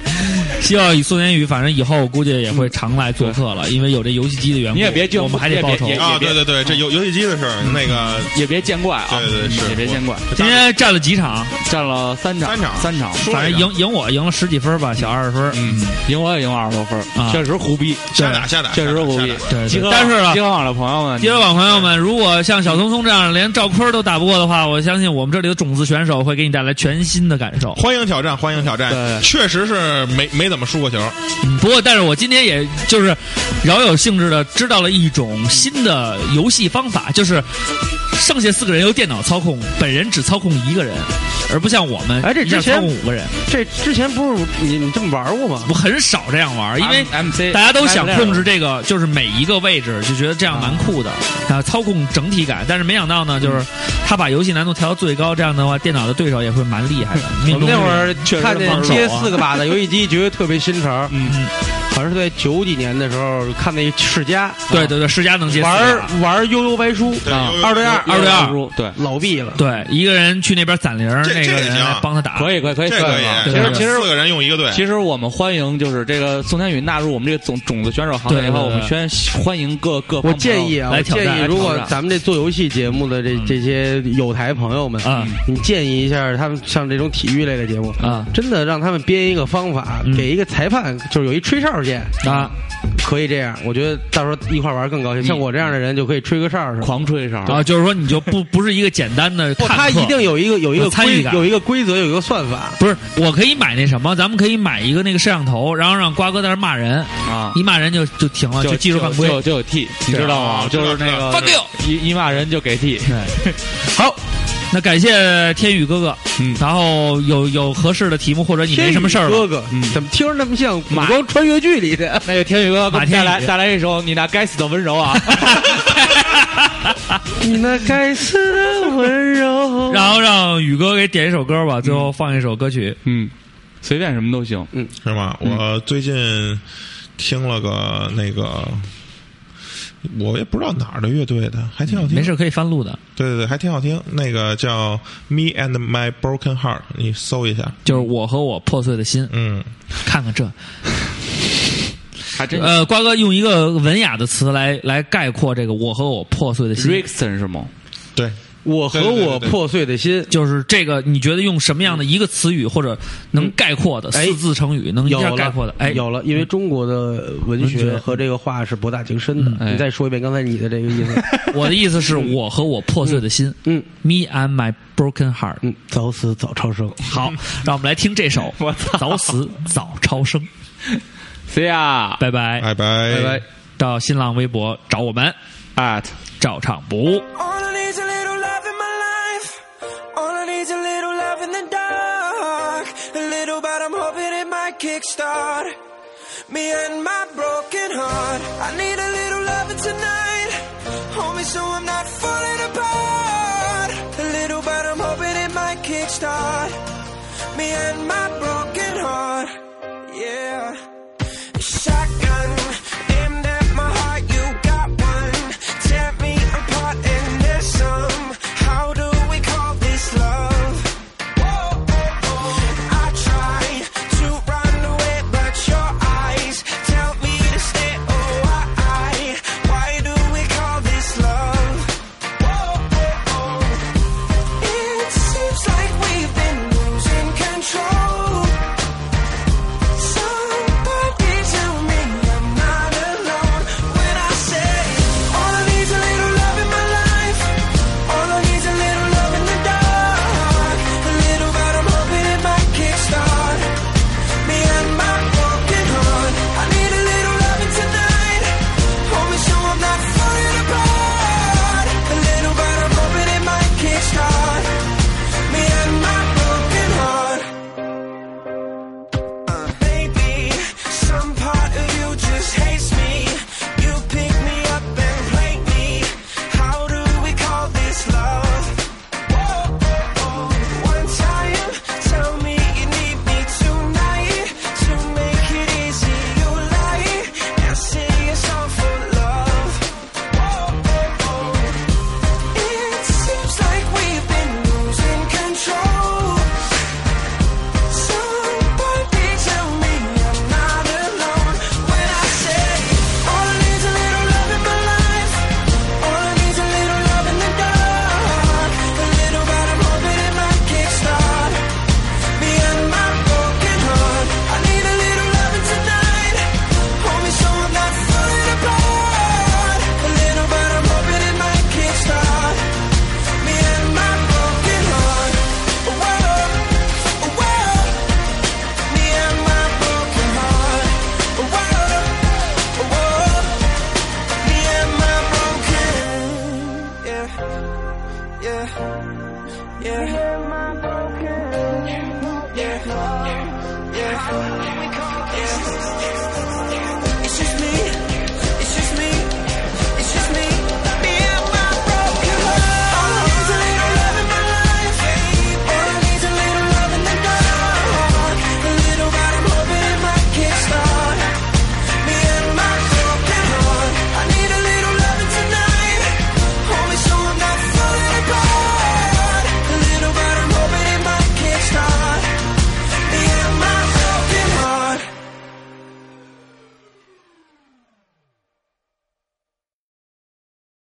Speaker 1: 希望宋天宇，反正以后我估计也会常来做客了，因为有这游戏机的缘
Speaker 8: 嗯
Speaker 1: 故，
Speaker 8: 你也别敬
Speaker 1: 我们还得报仇
Speaker 8: 哎你也。别嗯
Speaker 4: 啊，对对对，这游游戏机的事儿，那个
Speaker 8: 也别见怪啊，
Speaker 4: 对对是
Speaker 8: 也别见怪。
Speaker 1: 今天战了几场，
Speaker 8: 占了三场，
Speaker 4: 三场
Speaker 8: 三场，
Speaker 4: 说
Speaker 1: 反
Speaker 4: 来
Speaker 1: 正
Speaker 4: 着
Speaker 1: 赢赢我赢了十几分吧，小二十分。
Speaker 4: 嗯，
Speaker 8: 赢我也赢了二十多分
Speaker 1: 啊
Speaker 8: 儿，确实胡逼，
Speaker 4: 瞎打 瞎打，
Speaker 8: 确实
Speaker 4: 瞎打
Speaker 8: 胡
Speaker 4: 瞎
Speaker 8: 逼
Speaker 4: 打。
Speaker 1: 对
Speaker 8: 集
Speaker 1: 对
Speaker 8: 合，
Speaker 1: 但是呢
Speaker 8: 集合网的朋友们，
Speaker 1: 第二网朋友们，如果像小聪聪这样连赵坤都打不过的话，我相信我们这里的种子选手会给你带来全新的感受。
Speaker 4: 欢迎挑战，欢迎挑
Speaker 8: 对
Speaker 4: 战，确实是没没怎么输过球，
Speaker 1: 嗯不过，但是我今天也就是饶有兴致的知道了一种新的游戏方法，就是剩下四个人由电脑操控，本人只操控一个人，而不像我们
Speaker 2: 哎这
Speaker 1: 一下
Speaker 2: 之前
Speaker 1: 操控五个人。
Speaker 2: 这之前不是你们这么玩过吗？
Speaker 1: 我很少这样玩，因为
Speaker 8: MC
Speaker 1: 大家都想控制这个，就是每一个位置，就觉得这样蛮酷的啊，操控整体感。但是没想到呢，就是他把游戏难度调到最高，这样的话，电脑的对手也会蛮厉害的。
Speaker 2: 嗯我们那会儿
Speaker 8: 确实
Speaker 2: 看见
Speaker 8: 防守啊
Speaker 2: 接四个把的游戏机，觉得特别新潮。
Speaker 1: 嗯，嗯，
Speaker 2: 好像是在九几年的时候看那世嘉
Speaker 1: 对对对，世嘉能接四个
Speaker 2: 玩
Speaker 1: 人啊
Speaker 2: 儿玩儿悠悠白书，
Speaker 4: 对
Speaker 8: 啊
Speaker 4: 悠悠
Speaker 2: 二对二
Speaker 1: 二对二
Speaker 8: 输，对，
Speaker 2: 老毙了。
Speaker 1: 对，一个人去那边攒铃儿，
Speaker 4: 这
Speaker 1: 那
Speaker 4: 这
Speaker 1: 个
Speaker 4: 也
Speaker 1: 人
Speaker 4: 行
Speaker 1: 来帮他打，
Speaker 8: 可以可以可以，
Speaker 4: 这可
Speaker 8: 算
Speaker 4: 以
Speaker 8: 了
Speaker 1: 对
Speaker 8: 其
Speaker 1: 对
Speaker 8: 实
Speaker 1: 对
Speaker 8: 其实
Speaker 4: 四个人用一个队，
Speaker 8: 其实我们欢迎，就是这个宋天宇纳入我们这个种种子选手行列以后，
Speaker 1: 对
Speaker 8: 我
Speaker 1: 对对
Speaker 8: 们先欢迎各各方朋
Speaker 2: 我
Speaker 8: 友
Speaker 2: 建议啊，
Speaker 1: 来
Speaker 2: 我
Speaker 1: 挑战
Speaker 2: 建议
Speaker 1: 来
Speaker 2: 如
Speaker 8: 挑
Speaker 2: 果
Speaker 8: 战
Speaker 2: 咱们这做游戏节目的这这些有台朋友们
Speaker 1: 啊
Speaker 2: 你建议一下他们上这种体育类的节目
Speaker 1: 啊，
Speaker 2: 真的让他们编一个方法
Speaker 1: 嗯，
Speaker 2: 给一个裁判，就是有一吹哨键，
Speaker 1: 啊，
Speaker 2: 可以这样。我觉得到时候一块玩更高兴。像我这样的人就可以吹个哨儿什么的。
Speaker 8: 狂吹哨，
Speaker 1: 啊，就是说你就不不是一个简单的
Speaker 2: 不，
Speaker 1: 看客，
Speaker 2: 他一定有一个有一
Speaker 1: 有
Speaker 2: 个
Speaker 1: 参与
Speaker 2: 规
Speaker 1: 感
Speaker 2: 有一个规则，有一个算法。
Speaker 1: 不是。我可以买那什么，咱们可以买一个那个摄像头，然后让瓜哥在那骂人，
Speaker 8: 啊，
Speaker 1: 一骂人就就停了，
Speaker 8: 就
Speaker 1: 技术犯规。
Speaker 8: 就就有 T，你知道吗？
Speaker 4: 啊
Speaker 8: 就是那
Speaker 4: 知
Speaker 8: 个
Speaker 4: 道
Speaker 1: 知道
Speaker 8: 一一骂人就给 T，
Speaker 1: 对，好，那感谢天宇哥哥，
Speaker 8: 嗯
Speaker 1: 然后有有合适的题目或者你没什么事儿
Speaker 2: 哥
Speaker 1: 了，
Speaker 2: 哥
Speaker 8: 嗯，
Speaker 2: 怎么听着那么像古
Speaker 8: 马
Speaker 2: 装穿越剧 里的？
Speaker 8: 那个天宇哥给我
Speaker 1: 马
Speaker 8: 们
Speaker 1: 天
Speaker 8: 带
Speaker 1: 宇
Speaker 8: 来带来一首《你那该死的温柔》啊，
Speaker 2: 你那该死的温柔。
Speaker 1: 然后 让宇哥给点一首歌吧，最后放一首歌曲。
Speaker 8: 嗯，随便什么都行。
Speaker 4: 是吗？我最近听了个那个我也不知道哪儿的乐队的，还挺好听。
Speaker 1: 没事，可以翻录的，
Speaker 4: 对对对，还挺好听。那个叫《Me and My Broken Heart》，你搜一下。
Speaker 1: 就是我和我破碎的心，
Speaker 4: 嗯，
Speaker 1: 看看这。
Speaker 3: 还真
Speaker 1: 呃，瓜哥用一个文雅的词来来概括这个我和我破碎的心。
Speaker 3: Rickson 是吗？
Speaker 4: 对，
Speaker 2: 我和我
Speaker 4: 对对对对
Speaker 2: 破碎的心，
Speaker 1: 就是这个，你觉得用什么样的一个词语或者能概括的、
Speaker 2: 哎
Speaker 1: 四字成语能一
Speaker 2: 有
Speaker 1: 下
Speaker 2: 了
Speaker 1: 概括的？哎，
Speaker 2: 有了， 因为中国的文
Speaker 1: 文学嗯
Speaker 2: 学和这个话是博大精深的。
Speaker 3: 嗯哎
Speaker 2: 你再说一遍刚才你的这个意 思，
Speaker 1: 我的意思是我和我破碎的心、
Speaker 2: 嗯
Speaker 1: m e and my broken heart。
Speaker 2: 嗯，早死早超生，
Speaker 1: 好，让我们来听这 首
Speaker 3: 我操
Speaker 1: 《早死早超生》，
Speaker 3: 谁呀
Speaker 1: 拜哎拜。
Speaker 4: 拜拜
Speaker 3: 拜拜
Speaker 1: 到新浪微博找我们，
Speaker 3: ？at
Speaker 1: 照唱不误。
Speaker 9: All I need's a little love in my life. All I need's a little love in the dark. A little, but I'm hoping it might kickstart me and my broken heart. I need a little loving tonight, homie, so I'm not falling apart. A little, but I'm hoping it might kickstart me and my broken heart. Yeah shotgun. Damn that my heart, you got one. Tear me apart and there's some. How do we call this love? Whoa, oh, oh. I try to run away, but your eyes tell me to stay. Oh, why? Why do we call this love? Whoa, oh, oh. It seems like we've been losing control. Somebody tell me I'm not alone when I say all I need's a little love in my life. All I need's a little love in the dark. A little, but I'm hoping it might kickstart me and my broken heart. I need a little loving tonight, homie, so I'm not falling apart. A little, but I'm hoping it might kickstart me and my broken heart. Baby, some part of you just hates me. You pick me up and play me. How do we call this love? Whoa, oh, oh. One time, tell me you need me tonight to make it easy. You lie and sing a song for love. Whoa, oh, oh. It seems like we've been losing control. Somebody tell me I'm not alone when I say all I need's a little love in my life. All I need's a little love in the dark. A little, but I'm hoping it might kickstart me and my broken heart. I need a little loving tonight, homie, so I'm not falling apart. A little, but I'm hoping it might kickstart me and my broken heart. Whoa, whoa. Me and my broken heart. Whoa, whoa. Me and my broken, yeah, yeah, yeah. Me and my broken, yeah, yeah, yeah.